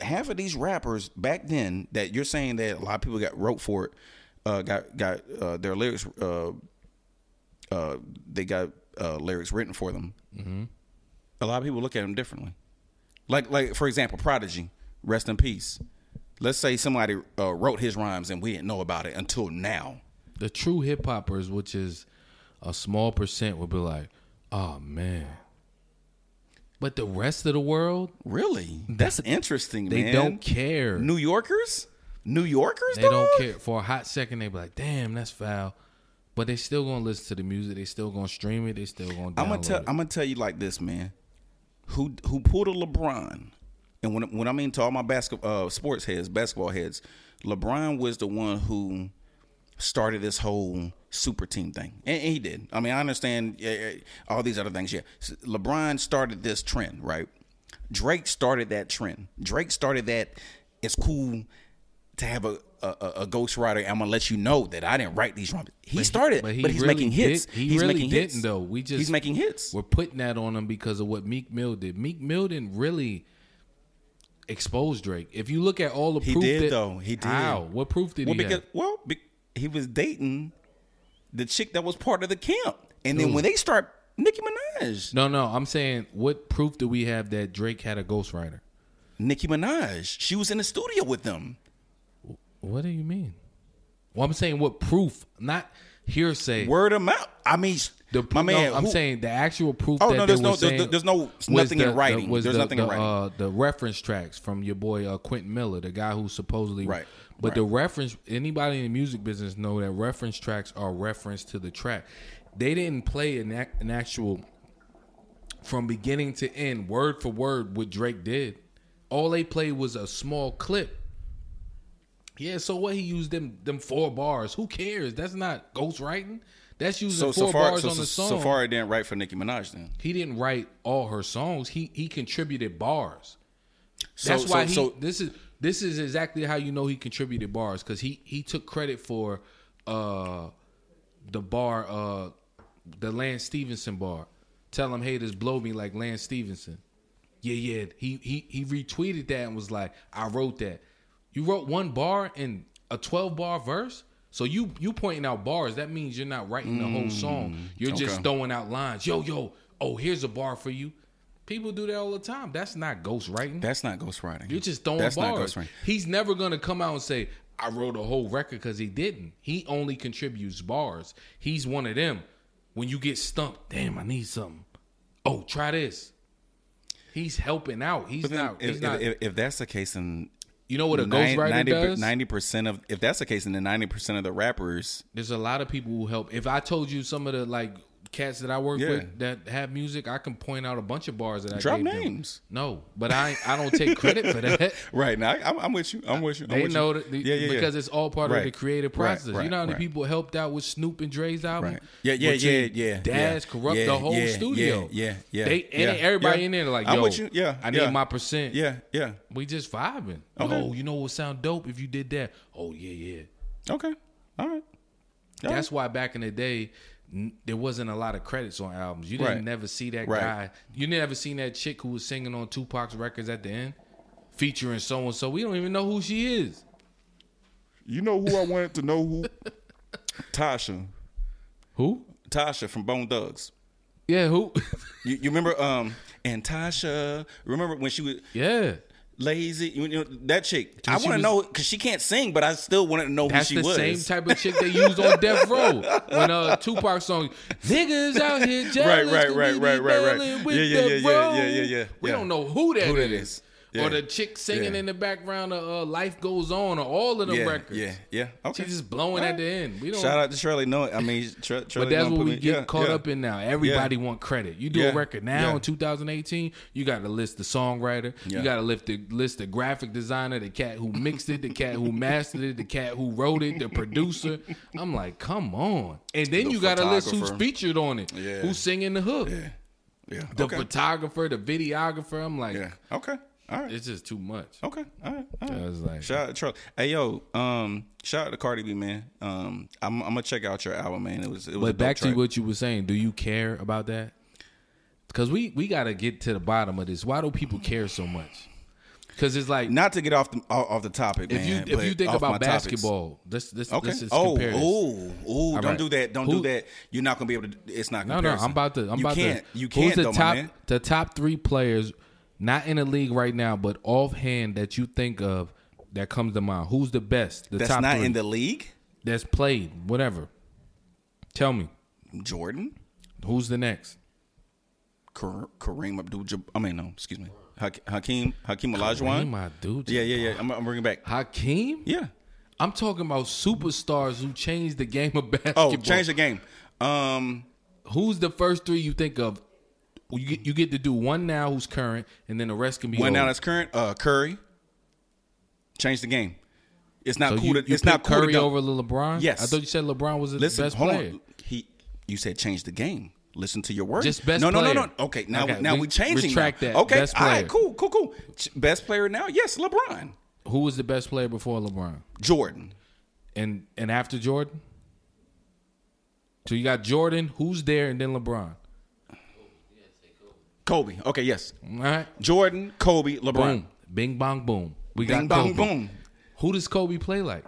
Speaker 2: half of these rappers back then that you're saying that a lot of people got wrote for it, uh, got got uh, their lyrics, uh, uh, they got uh, lyrics written for them.
Speaker 3: Mm-hmm.
Speaker 2: A lot of people look at them differently. Like like for example, Prodigy, rest in peace. Let's say somebody uh, wrote his rhymes and we didn't know about it until now.
Speaker 3: the true hip hoppers, which is a small percent, would be like, "Oh man," but the rest of the world,
Speaker 2: Really, that's interesting.
Speaker 3: they
Speaker 2: man.
Speaker 3: don't care.
Speaker 2: New Yorkers, New Yorkers.
Speaker 3: They don't
Speaker 2: dog?
Speaker 3: care. For a hot second, they be like, "Damn, that's foul," but they still gonna listen to the music. They still gonna stream it. They still gonna. Download
Speaker 2: I'm gonna tell.
Speaker 3: it.
Speaker 2: I'm gonna tell you like this, man. Who who pulled a LeBron? And when when I mean to all my basketball uh, sports heads, basketball heads, LeBron was the one who started this whole super team thing, and, and he did. I mean, I understand yeah, yeah, all these other things. Yeah, S- LeBron started this trend, right? Drake started that trend. Drake started that. It's cool to have a a, a- a ghostwriter. I'm gonna let you know that I didn't write these rhymes. He started, but,
Speaker 3: but he
Speaker 2: he's
Speaker 3: really
Speaker 2: making hits.
Speaker 3: did- he
Speaker 2: he's
Speaker 3: really
Speaker 2: making hits.
Speaker 3: didn't, though. We just-
Speaker 2: he's making hits.
Speaker 3: We're putting that on him because of what Meek Mill did. Meek Mill didn't really expose Drake. If you look at all the
Speaker 2: He
Speaker 3: proof
Speaker 2: did,
Speaker 3: that,
Speaker 2: though. He did.
Speaker 3: How? What proof did
Speaker 2: Well,
Speaker 3: he have?
Speaker 2: because well, be, he was dating the chick that was part of the camp, and then when they start Nicki Minaj,
Speaker 3: No, no. I'm saying, what proof do we have that Drake had a ghostwriter?
Speaker 2: Nicki Minaj, she was in the studio with them.
Speaker 3: What do you mean? Well, I'm saying, what proof? Not hearsay.
Speaker 2: Word of mouth. I mean,
Speaker 3: The no,
Speaker 2: my man.
Speaker 3: I'm
Speaker 2: who-
Speaker 3: saying the actual proof.
Speaker 2: Oh,
Speaker 3: that
Speaker 2: no,
Speaker 3: they
Speaker 2: there's
Speaker 3: were
Speaker 2: no- there's-
Speaker 3: saying
Speaker 2: there's no-
Speaker 3: was
Speaker 2: nothing in
Speaker 3: the- the-
Speaker 2: writing.
Speaker 3: was
Speaker 2: There's
Speaker 3: the-
Speaker 2: nothing in
Speaker 3: the,
Speaker 2: writing.
Speaker 3: Uh, the reference tracks from your boy uh, Quentin Miller, the guy who supposedly
Speaker 2: Right,
Speaker 3: But the reference, anybody in the music business know that reference tracks are reference to the track. They didn't play an, ac- an actual from beginning to end, word for word, what Drake did. All they played was a small clip. Yeah, so what he used them them four bars. Who cares? That's not ghostwriting. That's using
Speaker 2: So
Speaker 3: four
Speaker 2: Safari,
Speaker 3: bars
Speaker 2: so,
Speaker 3: on the
Speaker 2: so,
Speaker 3: song
Speaker 2: Safari didn't write for Nicki Minaj then.
Speaker 3: he didn't write all her songs. He he contributed bars.
Speaker 2: So,
Speaker 3: That's why
Speaker 2: so,
Speaker 3: he.
Speaker 2: so
Speaker 3: this is this is exactly how you know he contributed bars because he he took credit for uh the bar uh the Lance Stevenson bar. Tell him haters blow me like Lance Stevenson. Yeah, yeah. He he he retweeted that and was like, I wrote that. You wrote one bar in a twelve bar verse. So you you pointing out bars, that means you're not writing the whole
Speaker 2: Mm,
Speaker 3: song. You're just throwing out lines. Yo, yo, oh, here's a bar for you. People do that all the time. That's not ghostwriting.
Speaker 2: that's not ghostwriting.
Speaker 3: You're just throwing
Speaker 2: that's not
Speaker 3: bars.
Speaker 2: ghostwriting.
Speaker 3: He's never gonna come out and say, "I wrote a whole record" because he didn't. He only contributes bars. He's one of them. When you get stumped, damn, I need something. Oh, try this. He's helping out. He's
Speaker 2: But then
Speaker 3: not.
Speaker 2: if,
Speaker 3: he's not.
Speaker 2: if, if, if that's the case, then
Speaker 3: you know what a
Speaker 2: nine-
Speaker 3: ghostwriter
Speaker 2: 90
Speaker 3: does?
Speaker 2: Ninety percent of if that's the case, then the ninety percent of the rappers
Speaker 3: There's a lot of people who help. If I told you some of the like cats that I work
Speaker 2: Yeah.
Speaker 3: with that have music, I can point out a bunch of bars that I
Speaker 2: drop
Speaker 3: gave them.
Speaker 2: names.
Speaker 3: No, but I I don't take credit for that.
Speaker 2: Right now, I, I'm, I'm with you. I'm with you. I'm
Speaker 3: Uh, They
Speaker 2: with
Speaker 3: know
Speaker 2: you.
Speaker 3: that the, because it's all part
Speaker 2: Right.
Speaker 3: of the creative
Speaker 2: Right,
Speaker 3: process. you
Speaker 2: right,
Speaker 3: know how many
Speaker 2: right.
Speaker 3: people helped out with Snoop and Dre's album?
Speaker 2: Right. Yeah, yeah,
Speaker 3: Between
Speaker 2: yeah, yeah,
Speaker 3: Daz
Speaker 2: yeah,
Speaker 3: corrupt
Speaker 2: yeah,
Speaker 3: the whole
Speaker 2: yeah,
Speaker 3: studio.
Speaker 2: yeah, yeah, yeah,
Speaker 3: They and
Speaker 2: yeah,
Speaker 3: everybody
Speaker 2: yeah.
Speaker 3: in there like, yo,
Speaker 2: I'm with you, yeah,
Speaker 3: I need
Speaker 2: yeah.
Speaker 3: my percent.
Speaker 2: Yeah, yeah.
Speaker 3: we just vibing.
Speaker 2: Okay.
Speaker 3: Oh, you know what would sound dope if you did that? Oh yeah, yeah.
Speaker 2: Okay. All right.
Speaker 3: That's why back in the day. n- There wasn't a lot of credits on albums. You didn't
Speaker 2: Right.
Speaker 3: never see that
Speaker 2: Right.
Speaker 3: guy. You never seen that chick who was singing on Tupac's records at the end, featuring so and so. We don't even know who she is.
Speaker 2: You know who I wanted to know who? Tasha.
Speaker 3: Who?
Speaker 2: Tasha from Bone Thugs.
Speaker 3: Yeah, who?
Speaker 2: You, you remember? Um, and Tasha. Remember when she was
Speaker 3: Yeah.
Speaker 2: lazy? You know, that chick. I
Speaker 3: she
Speaker 2: want to
Speaker 3: was-
Speaker 2: know because she can't sing, but I still wanted to know who
Speaker 3: That's
Speaker 2: she
Speaker 3: the
Speaker 2: was.
Speaker 3: same type of chick they used on Death Row when uh Tupac song "Niggas out here jealous,
Speaker 2: right, right,
Speaker 3: community
Speaker 2: right, right, right.
Speaker 3: battling with
Speaker 2: Yeah, yeah,
Speaker 3: the
Speaker 2: yeah, yeah, yeah,
Speaker 3: road."
Speaker 2: yeah, yeah,
Speaker 3: We
Speaker 2: yeah.
Speaker 3: don't know who that is,
Speaker 2: Who that is. Yeah.
Speaker 3: or the chick singing
Speaker 2: Yeah.
Speaker 3: in the background of uh, "Life Goes On" or all of them
Speaker 2: yeah,
Speaker 3: records.
Speaker 2: yeah, yeah. Okay.
Speaker 3: She's just blowing at the end. We don't.
Speaker 2: Shout out to Shirley. No, I mean, Tr- Shirley
Speaker 3: But that's
Speaker 2: Noah
Speaker 3: what
Speaker 2: put
Speaker 3: we
Speaker 2: me-
Speaker 3: get
Speaker 2: yeah,
Speaker 3: caught
Speaker 2: yeah.
Speaker 3: up in now. Everybody want credit. You do a
Speaker 2: Yeah.
Speaker 3: record now
Speaker 2: Yeah.
Speaker 3: in 2018, you got to list the songwriter,
Speaker 2: Yeah.
Speaker 3: you got to list the list the graphic designer, the cat who mixed it, the cat who mastered it, the cat who wrote it, the producer. I'm like, come on. And then
Speaker 2: The
Speaker 3: you got to list who's
Speaker 2: photographer.
Speaker 3: featured on it,
Speaker 2: Yeah.
Speaker 3: who's singing the hook,
Speaker 2: Yeah.
Speaker 3: the
Speaker 2: okay.
Speaker 3: photographer, the videographer. I'm like,
Speaker 2: yeah. Okay. All right.
Speaker 3: it's just too much.
Speaker 2: Okay. All right. All right.
Speaker 3: I was like,
Speaker 2: Shout out to Charlie. Hey yo, um, shout out to Cardi B, man. Um, I'm, I'm gonna check out your album, man. It was it was. a
Speaker 3: But
Speaker 2: dope
Speaker 3: back to
Speaker 2: track.
Speaker 3: what you were saying, do you care about that? Because we we got to get to the bottom of this. Why do people care so much? Because it's like
Speaker 2: Not to get off the off off the topic,
Speaker 3: if you
Speaker 2: man.
Speaker 3: if
Speaker 2: but
Speaker 3: you think
Speaker 2: off my
Speaker 3: about
Speaker 2: topics.
Speaker 3: basketball, this this
Speaker 2: okay.
Speaker 3: this is
Speaker 2: oh,
Speaker 3: comparison.
Speaker 2: oh, oh, don't
Speaker 3: right.
Speaker 2: do that. Don't
Speaker 3: Who-
Speaker 2: do that. You're not gonna be able to. It's not.
Speaker 3: no, no,
Speaker 2: comparison.
Speaker 3: I'm about to. I'm
Speaker 2: you
Speaker 3: about
Speaker 2: can't,
Speaker 3: to.
Speaker 2: You can't.
Speaker 3: Who's the
Speaker 2: though, my
Speaker 3: top
Speaker 2: man.
Speaker 3: the top three players, not in the league right now, but offhand that you think of that comes to mind? Who's the best? The
Speaker 2: That's
Speaker 3: top
Speaker 2: not
Speaker 3: three
Speaker 2: in the league.
Speaker 3: that's played. Whatever. Tell me,
Speaker 2: Jordan,
Speaker 3: who's the next?
Speaker 2: Kar- Kareem Abdul. I mean, no, excuse me. Hak- Hakeem Hakeem
Speaker 3: Hey,
Speaker 2: Olajuwon.
Speaker 3: my dude.
Speaker 2: Yeah, yeah, yeah. I'm, I'm bringing back.
Speaker 3: Hakeem.
Speaker 2: Yeah.
Speaker 3: I'm talking about superstars who changed the game of basketball.
Speaker 2: Oh, change the game. Um,
Speaker 3: Who's the first three you think of? You get, you get to do one now who's current, and then the rest can be.
Speaker 2: One
Speaker 3: old.
Speaker 2: now that's current, uh, Curry. Change the game. It's not
Speaker 3: So
Speaker 2: cool.
Speaker 3: you,
Speaker 2: to,
Speaker 3: you
Speaker 2: it's not
Speaker 3: pick
Speaker 2: cool
Speaker 3: Curry
Speaker 2: to dunk.
Speaker 3: over LeBron.
Speaker 2: Yes.
Speaker 3: I thought you said LeBron was the
Speaker 2: Listen,
Speaker 3: best
Speaker 2: hold
Speaker 3: player.
Speaker 2: on. He, you said change the game. Listen to your words.
Speaker 3: Just best
Speaker 2: no, No, no,
Speaker 3: player.
Speaker 2: no. Okay, now
Speaker 3: Okay,
Speaker 2: now
Speaker 3: we-
Speaker 2: we, changing.
Speaker 3: retract
Speaker 2: now.
Speaker 3: that.
Speaker 2: Okay,
Speaker 3: Best
Speaker 2: all
Speaker 3: player.
Speaker 2: right, cool, cool, cool. Ch- Best player now. Yes, LeBron,
Speaker 3: Who was the best player before LeBron?
Speaker 2: Jordan,
Speaker 3: And and after Jordan. So you got Jordan, who's there, and then LeBron.
Speaker 2: Kobe. Okay, yes,
Speaker 3: All right,
Speaker 2: Jordan, Kobe, LeBron,
Speaker 3: boom, bing bong boom. We
Speaker 2: Bing,
Speaker 3: got Kobe.
Speaker 2: bong, boom,
Speaker 3: Who does Kobe play like?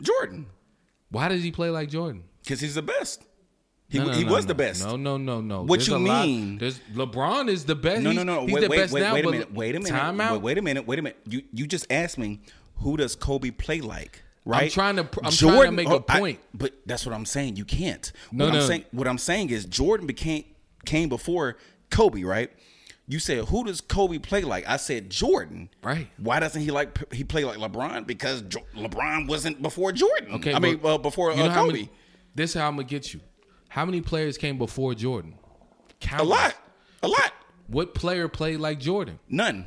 Speaker 2: Jordan,
Speaker 3: Why does he play like Jordan?
Speaker 2: because he's the best. He,
Speaker 3: No, no,
Speaker 2: he
Speaker 3: no,
Speaker 2: was
Speaker 3: no.
Speaker 2: the best.
Speaker 3: No, no, no, no.
Speaker 2: What
Speaker 3: There's
Speaker 2: you
Speaker 3: a lot-
Speaker 2: mean?
Speaker 3: there's LeBron is the best.
Speaker 2: No,
Speaker 3: he's,
Speaker 2: no, no.
Speaker 3: He's
Speaker 2: wait,
Speaker 3: the
Speaker 2: wait,
Speaker 3: best
Speaker 2: wait,
Speaker 3: now.
Speaker 2: wait a
Speaker 3: but
Speaker 2: minute. Wait a minute.
Speaker 3: Time
Speaker 2: Wait,
Speaker 3: out.
Speaker 2: wait a minute. Wait a minute. You you just asked me who does Kobe play like? Right.
Speaker 3: trying to pr- I'm trying to make a
Speaker 2: oh, I-
Speaker 3: point.
Speaker 2: but that's what I'm saying. You can't.
Speaker 3: No,
Speaker 2: what
Speaker 3: no.
Speaker 2: I'm saying what I'm saying is Jordan became came before Kobe, right? You said who does Kobe play like? I said Jordan.
Speaker 3: Right.
Speaker 2: Why doesn't he like he play like LeBron? Because jo- LeBron wasn't before Jordan.
Speaker 3: Okay,
Speaker 2: I
Speaker 3: but
Speaker 2: mean uh, before
Speaker 3: you know
Speaker 2: uh,
Speaker 3: how
Speaker 2: Kobe.
Speaker 3: many- this is how I'm gonna get you. How many players came before Jordan?
Speaker 2: a
Speaker 3: Countless.
Speaker 2: lot. A lot.
Speaker 3: What player played like Jordan?
Speaker 2: None.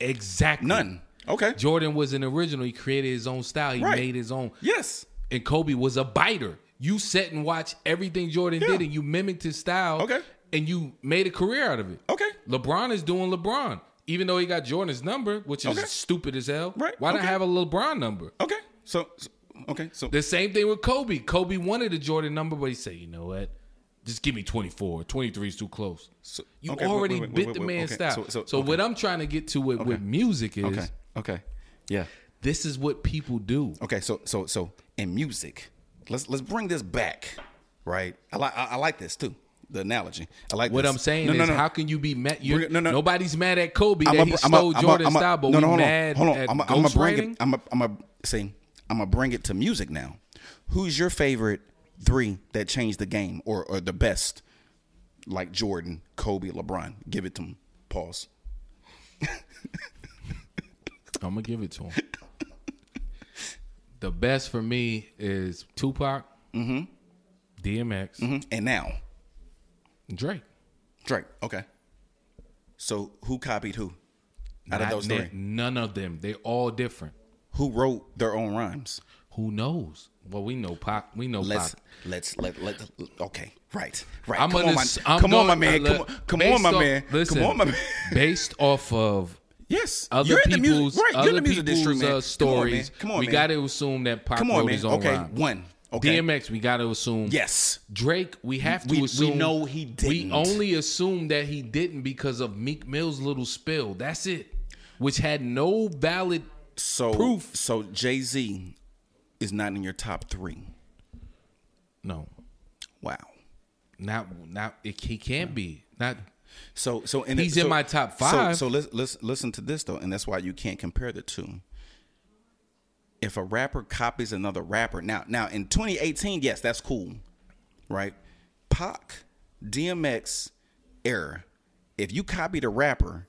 Speaker 3: Exactly.
Speaker 2: None. Okay.
Speaker 3: Jordan was an original. He created his own style. He
Speaker 2: Right.
Speaker 3: made his own.
Speaker 2: Yes.
Speaker 3: And Kobe was a biter. You sat and watched everything Jordan
Speaker 2: Yeah.
Speaker 3: did, and you mimicked his style.
Speaker 2: Okay.
Speaker 3: And you made a career out of it.
Speaker 2: Okay.
Speaker 3: LeBron is doing LeBron, even though he got Jordan's number, which is
Speaker 2: Okay.
Speaker 3: stupid as hell.
Speaker 2: Right,
Speaker 3: Why not
Speaker 2: okay.
Speaker 3: have a LeBron number?
Speaker 2: Okay. So, so okay. So
Speaker 3: The same thing with Kobe. Kobe wanted a Jordan number, but he said, you know what? Just give me 24. 23 is too close.
Speaker 2: So-
Speaker 3: you
Speaker 2: okay, wait,
Speaker 3: already
Speaker 2: wait, wait,
Speaker 3: bit
Speaker 2: wait,
Speaker 3: the
Speaker 2: wait,
Speaker 3: man's
Speaker 2: okay,
Speaker 3: style. So,
Speaker 2: so- so- okay.
Speaker 3: what I'm trying to get to with, with music is
Speaker 2: Okay. Oh, Okay. Yeah.
Speaker 3: this is what people do.
Speaker 2: Okay. So so so in music, let's let's bring this back, right? I like I, I like this too. The analogy. I like
Speaker 3: What
Speaker 2: this.
Speaker 3: I'm saying
Speaker 2: No,
Speaker 3: is,
Speaker 2: no, no.
Speaker 3: how can you be mad? You're,
Speaker 2: Bring it- no, no.
Speaker 3: Nobody's mad at Kobe that
Speaker 2: I'ma-
Speaker 3: he
Speaker 2: I'ma-
Speaker 3: stole
Speaker 2: I'ma-
Speaker 3: Jordan's
Speaker 2: I'ma-
Speaker 3: style, but
Speaker 2: no, no,
Speaker 3: we
Speaker 2: hold
Speaker 3: mad
Speaker 2: on, hold on.
Speaker 3: at
Speaker 2: I'm,
Speaker 3: ghost
Speaker 2: gonna bring
Speaker 3: writing?
Speaker 2: it. I'm gonna I'm gonna see. I'm gonna bring it to music now. Who's your favorite three that changed the game or or the best? Like Jordan, Kobe, LeBron. Give it to them. Pause.
Speaker 3: I'm gonna give it to him. the best for me is Tupac,
Speaker 2: Mm-hmm.
Speaker 3: DMX,
Speaker 2: Mhm. And now, Mm-hmm.
Speaker 3: Drake.
Speaker 2: Drake. Okay. So who copied who? Out of
Speaker 3: Not
Speaker 2: those
Speaker 3: ne-
Speaker 2: three,
Speaker 3: none of them. They all different.
Speaker 2: who wrote their own rhymes?
Speaker 3: Who knows? Well, we know Pac. We know
Speaker 2: Let's
Speaker 3: Pac.
Speaker 2: let's let let okay right right.
Speaker 3: I'm
Speaker 2: come
Speaker 3: gonna
Speaker 2: on, my,
Speaker 3: s- I'm
Speaker 2: come on, my
Speaker 3: going-
Speaker 2: man.
Speaker 3: look,
Speaker 2: Come on, come
Speaker 3: based
Speaker 2: on, my
Speaker 3: off-
Speaker 2: man.
Speaker 3: listen,
Speaker 2: come on, my man.
Speaker 3: based off of
Speaker 2: Yes,
Speaker 3: other
Speaker 2: you're in the
Speaker 3: people's
Speaker 2: music. Right,
Speaker 3: other
Speaker 2: you're in the music
Speaker 3: people's
Speaker 2: industry, man. Come on,
Speaker 3: uh,
Speaker 2: man.
Speaker 3: stories.
Speaker 2: Come on,
Speaker 3: we
Speaker 2: man.
Speaker 3: gotta assume that Pac
Speaker 2: Come
Speaker 3: wrote
Speaker 2: on, man.
Speaker 3: his own
Speaker 2: Okay,
Speaker 3: rhymes.
Speaker 2: one. Okay,
Speaker 3: DMX, we gotta assume.
Speaker 2: yes.
Speaker 3: Drake, we have to
Speaker 2: We- we
Speaker 3: assume.
Speaker 2: know he
Speaker 3: We
Speaker 2: didn't.
Speaker 3: only assume that he didn't because of Meek Mill's little spill. That's it, which had no valid.
Speaker 2: So
Speaker 3: Proof.
Speaker 2: So Jay Z is not in your top three.
Speaker 3: No,
Speaker 2: Wow.
Speaker 3: not not. It, he can't be not.
Speaker 2: So so and
Speaker 3: He's
Speaker 2: it-
Speaker 3: in
Speaker 2: so-
Speaker 3: my top
Speaker 2: so-
Speaker 3: five.
Speaker 2: So, let's let's listen to this though, and that's why you can't compare the two. If a rapper copies another rapper now now in 2018, yes, that's cool, right? Pac, DMX era. If you copied a rapper,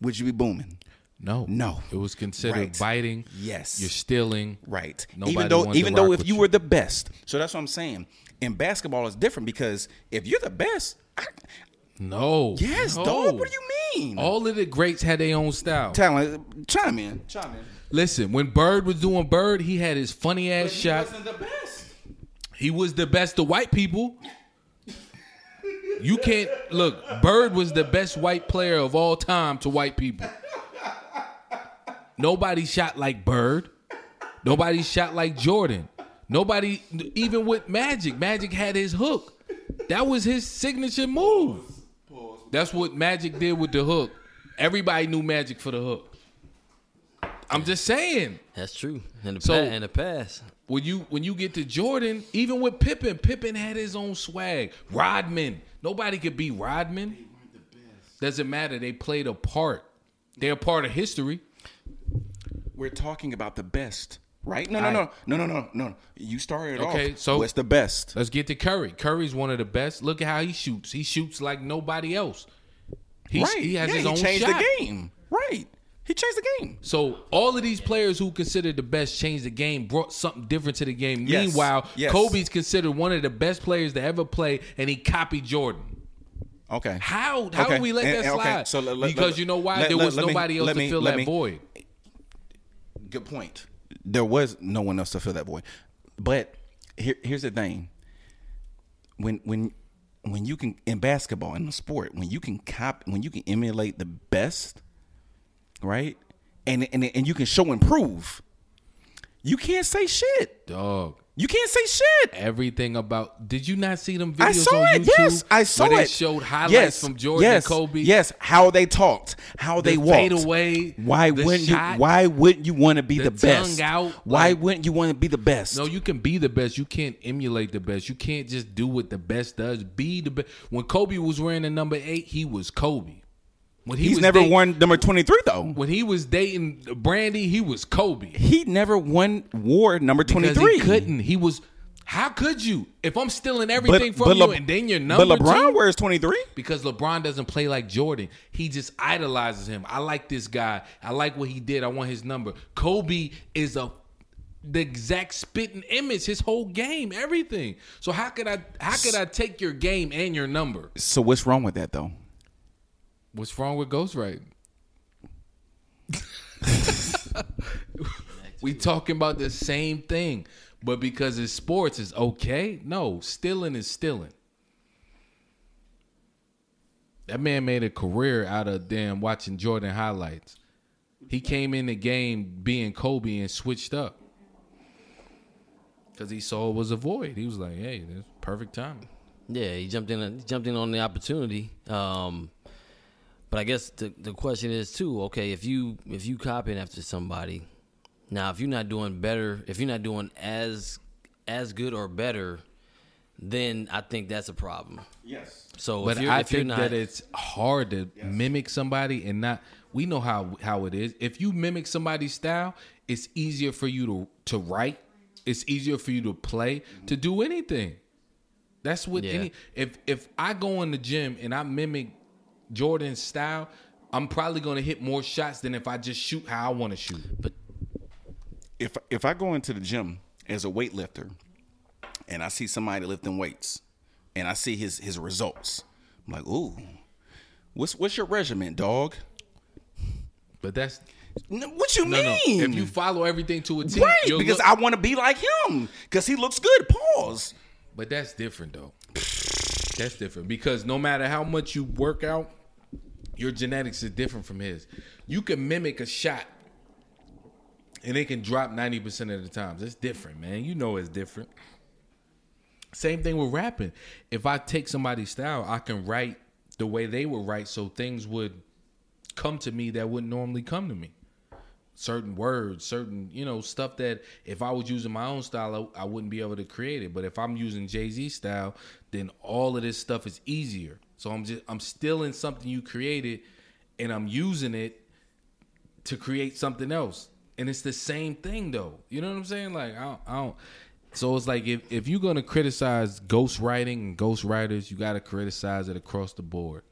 Speaker 2: would you be booming?
Speaker 3: No,
Speaker 2: No.
Speaker 3: It was considered
Speaker 2: Right.
Speaker 3: biting.
Speaker 2: Yes.
Speaker 3: you're stealing.
Speaker 2: Right.
Speaker 3: Nobody
Speaker 2: even though
Speaker 3: wanted to
Speaker 2: even
Speaker 3: rock
Speaker 2: though if
Speaker 3: with
Speaker 2: you
Speaker 3: you.
Speaker 2: were the best. So that's what I'm saying. And basketball is different because if you're the best, I,
Speaker 3: No.
Speaker 2: yes,
Speaker 3: no.
Speaker 2: dog. What do you mean?
Speaker 3: All of the greats had their own style.
Speaker 2: talent. Chime in. Chime in.
Speaker 3: Listen, when Bird was doing Bird, he had his funny ass shot.
Speaker 2: the best.
Speaker 3: He was the best of white people. You can't look. Bird was the best white player of all time to white people. Nobody shot like Bird. Nobody shot like Jordan. Nobody, even with Magic. Magic had his hook. That was his signature move. That's what Magic did with the hook. Everybody knew Magic for the hook. I'm just saying
Speaker 4: That's true. In the
Speaker 3: So-
Speaker 4: pa- in the past,
Speaker 3: when you when you get to Jordan, even with Pippen, Pippen had his own swag. Rodman, nobody could be Rodman. Doesn't matter. They played a part. They're a part of history.
Speaker 2: We're talking about the best, right? No, no, no, no, no, no, no. You started
Speaker 3: Okay,
Speaker 2: off.
Speaker 3: so-
Speaker 2: what's the best?
Speaker 3: Let's get to Curry. Curry's one of the best. Look at how he shoots. He shoots like nobody else. He,
Speaker 2: right.
Speaker 3: he has
Speaker 2: yeah,
Speaker 3: his
Speaker 2: he
Speaker 3: own
Speaker 2: changed
Speaker 3: shot.
Speaker 2: the game. Right. He changed the game.
Speaker 3: So all of these players who considered the best changed the game, brought something different to the game.
Speaker 2: Yes,
Speaker 3: Meanwhile,
Speaker 2: yes.
Speaker 3: Kobe's considered one of the best players to ever play, and he copied Jordan.
Speaker 2: Okay.
Speaker 3: How how
Speaker 2: Okay,
Speaker 3: do we let
Speaker 2: and-
Speaker 3: that
Speaker 2: and- okay,
Speaker 3: slide?
Speaker 2: so let- let-
Speaker 3: because
Speaker 2: let-
Speaker 3: you know why
Speaker 2: let-
Speaker 3: there
Speaker 2: let-
Speaker 3: was
Speaker 2: let me-
Speaker 3: nobody else
Speaker 2: let
Speaker 3: to
Speaker 2: me-
Speaker 3: fill
Speaker 2: let
Speaker 3: that
Speaker 2: me-
Speaker 3: void.
Speaker 2: Good point. There was no one else to fill that void. But here, here's the thing. When when when you can in basketball in the sport, when you can cop when you can emulate the best, right? And and and you can show and prove. You can't say shit.
Speaker 3: Dog,
Speaker 2: You can't say shit.
Speaker 3: everything about. Did you not see them videos
Speaker 2: I saw
Speaker 3: on
Speaker 2: it.
Speaker 3: YouTube?
Speaker 2: Yes, I saw
Speaker 3: where
Speaker 2: it.
Speaker 3: They showed highlights
Speaker 2: Yes,
Speaker 3: from Jordan
Speaker 2: yes,
Speaker 3: and Kobe.
Speaker 2: Yes, how they talked, how they walked.
Speaker 3: fadeaway,
Speaker 2: Why
Speaker 3: the
Speaker 2: wouldn't
Speaker 3: shot,
Speaker 2: you? Why wouldn't you want to be
Speaker 3: the
Speaker 2: the, best?
Speaker 3: tongue out,
Speaker 2: why
Speaker 3: like-
Speaker 2: wouldn't you want to be the best?
Speaker 3: No, you can be the best. You can't emulate the best. You can't just do what the best does. Be the best. When Kobe was wearing the number eight, he was Kobe. When he
Speaker 2: He's
Speaker 3: was
Speaker 2: never
Speaker 3: dat-
Speaker 2: won number twenty three though.
Speaker 3: When he was dating Brandy, he was Kobe.
Speaker 2: He never won war number twenty
Speaker 3: Because
Speaker 2: three.
Speaker 3: he couldn't. He was. How could you? If I'm stealing everything from you and then you're number
Speaker 2: but LeBron
Speaker 3: two,
Speaker 2: wears twenty three.
Speaker 3: because LeBron doesn't play like Jordan. He just idolizes him. I like this guy. I like what he did. I want his number. Kobe is a the exact spitting image. His whole game, everything. So how could I? How could I take your game and your number?
Speaker 2: So what's wrong with that though?
Speaker 3: What's wrong with ghostwriting? we talking about the same thing, but because it's sports, it's okay. No, stealing is stealing. That man made a career out of damn watching Jordan highlights. He came in the game being Kobe and switched up. Cause he saw it was a void. He was like, "Hey, this is perfect timing."
Speaker 4: yeah, he jumped in. He jumped in on the opportunity. Um, but I guess the the question is too. Okay, if you if you copying after somebody, now if you're not doing better, if you're not doing as as good or better, then I think that's a problem.
Speaker 2: Yes.
Speaker 4: So
Speaker 3: But
Speaker 4: if you're,
Speaker 3: I
Speaker 4: if you're
Speaker 3: think
Speaker 4: not,
Speaker 3: that it's hard to mimic somebody and not. We know how how it is. If you mimic somebody's style, it's easier for you to to write. It's easier for you to play to do anything. That's what
Speaker 4: Yeah.
Speaker 3: any. If if I go in the gym and I mimic Jordan's style, I'm probably going to hit more shots than if I just shoot how I want to shoot.
Speaker 2: if if I go into the gym as a weightlifter and I see somebody lifting weights and I see his his results, I'm like, ooh, what's what's your regimen, dog?
Speaker 3: But that's
Speaker 2: N- What you
Speaker 3: no no.
Speaker 2: mean?
Speaker 3: If you follow everything to a T,
Speaker 2: right,
Speaker 3: you'll
Speaker 2: because
Speaker 3: look-
Speaker 2: I want to be like him because he looks good. Pause.
Speaker 3: But that's different though. That's different because no matter how much you work out, your genetics is different from his. You can mimic a shot and it can drop 90% of the times. It's different, man. You know it's different. Same thing with rapping. If I take somebody's style, I can write the way they would write so things would come to me that wouldn't normally come to me certain words, certain you know stuff that if I was using my own style, I, I wouldn't be able to create it. But if I'm using Jay Z style, then all of this stuff is easier. So I'm just I'm stealing something you created and I'm using it to create something else. And it's the same thing though. You know what I'm saying? Like I don't, I don't so it's like if, if you're gonna criticize ghostwriting and ghostwriters, you gotta criticize it across the board.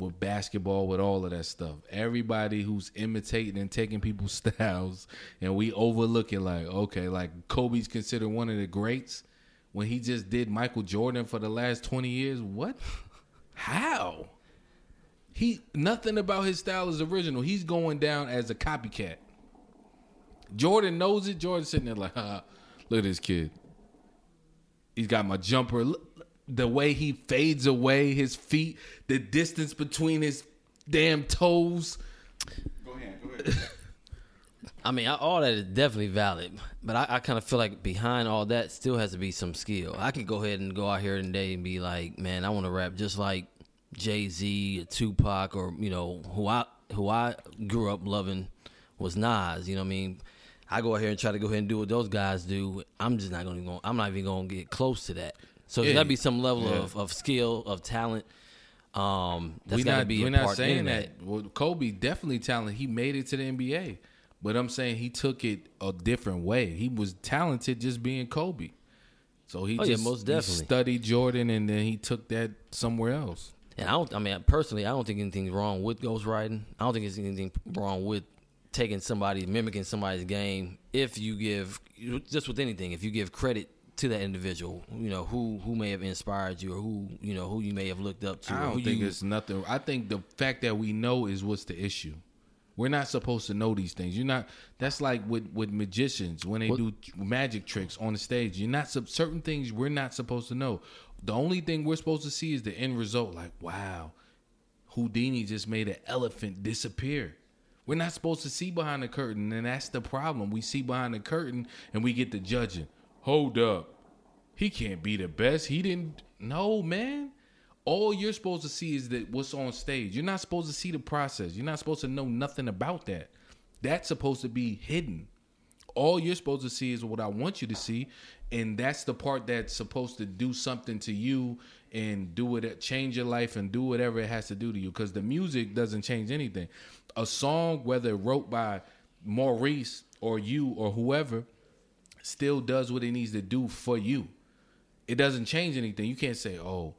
Speaker 3: With basketball, with all of that stuff. Everybody who's imitating and taking people's styles and we overlook it like, okay, like Kobe's considered one of the greats when he just did Michael Jordan for the last twenty years. What? How? He nothing about his style is original. He's going down as a copycat. Jordan knows it. Jordan sitting there like, "Ha, look at this kid. He's got my jumper. Look- The way he fades away his feet, the distance between his damn toes.
Speaker 2: Go ahead. Go ahead.
Speaker 4: I mean, I, all that is definitely valid, but I, I kind of feel like behind all that still has to be some skill. I can go ahead and go out here today and be like, man, I want to rap just like Jay Z, Tupac, or you know who I who I grew up loving was Nas. You know what I mean? I go out here and try to go ahead and do what those guys do. I'm just not gonna go. I'm not even gonna get close to that. So there's
Speaker 3: Yeah.
Speaker 4: got to be some level
Speaker 3: Yeah.
Speaker 4: of, of skill of talent. Um, that's
Speaker 3: we
Speaker 4: got to
Speaker 3: not,
Speaker 4: be
Speaker 3: we're
Speaker 4: a
Speaker 3: not
Speaker 4: part
Speaker 3: saying
Speaker 4: in
Speaker 3: that. Well, Kobe definitely talented. He made it to the NBA, but I'm saying he took it a different way. He was talented just being Kobe. So he
Speaker 4: Oh, yeah,
Speaker 3: just
Speaker 4: most
Speaker 3: he
Speaker 4: definitely.
Speaker 3: studied Jordan, and then he took that somewhere else.
Speaker 4: And I don't. I mean, personally, I don't think anything's wrong with ghostwriting. I don't think there's anything wrong with taking somebody, mimicking somebody's game. If you give, just with anything, if you give credit to that individual, you know who who may have inspired you, or who you know who you may have looked up to.
Speaker 3: I
Speaker 4: or who
Speaker 3: don't think
Speaker 4: you,
Speaker 3: it's nothing. I think the fact that we know is what's the issue. We're not supposed to know these things. You're not. That's like with with magicians when they do magic tricks on the stage. You're not sup- certain things we're not supposed to know. The only thing we're supposed to see is the end result. Like wow, Houdini just made an elephant disappear. We're not supposed to see behind the curtain, and that's the problem. We see behind the curtain, and we get the judging. Hold up, he can't be the best. He didn't. No, man. All you're supposed to see is that what's on stage. You're not supposed to see the process. You're not supposed to know nothing about that. That's supposed to be hidden. All you're supposed to see is what I want you to see, and that's the part that's supposed to do something to you and do it, change your life, and do whatever it has to do to you. Because the music doesn't change anything. A song, whether wrote by Maurice or you or whoever, still does what it needs to do for you. It doesn't change anything. You can't say, "Oh,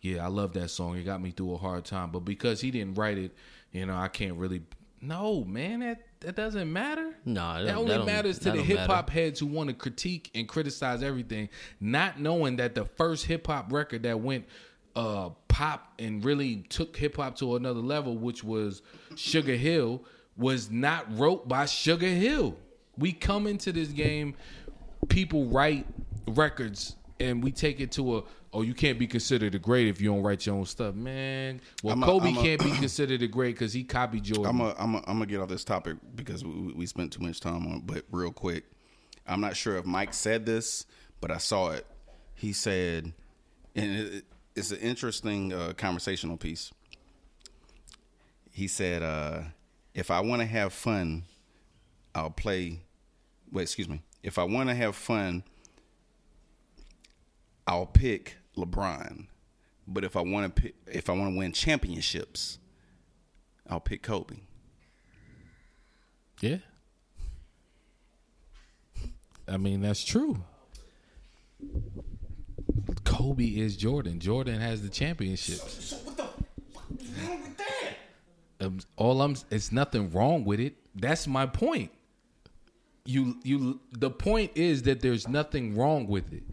Speaker 3: yeah, I love that song. It got me through a hard time." But because he didn't write it, you know, I can't really. No, man, that that doesn't matter.
Speaker 4: Nah, that
Speaker 3: that
Speaker 4: don't-
Speaker 3: only
Speaker 4: that don't-
Speaker 3: matters to
Speaker 4: that
Speaker 3: the
Speaker 4: don't
Speaker 3: hip
Speaker 4: matter.
Speaker 3: hop heads who want to critique and criticize everything, not knowing that the first hip hop record that went uh pop and really took hip hop to another level, which was Sugar Hill, was not wrote by Sugar Hill. We come into this game, people write records and we take it to a oh you can't be considered a great if you don't write your own stuff, man. Well,
Speaker 2: I'm a-
Speaker 3: Kobe
Speaker 2: I'm a-
Speaker 3: can't be considered a great because he copied Jordan.
Speaker 2: I'm a, I'm a, I'm gonna get off this topic because we, we spent too much time on. it, But real quick, I'm not sure if Mike said this, but I saw it. He said, and it, it's an interesting uh, conversational piece. He said, uh, "If I want to have fun, I'll play." Wait, excuse me. If I want to have fun, I'll pick LeBron. But if I want to, if I want to win championships, I'll pick Kobe.
Speaker 3: Yeah. I mean, that's true. Kobe is Jordan. Jordan has the championships. Um, all I'm it's nothing wrong with it. That's my point. You you the point is that there's nothing wrong with it.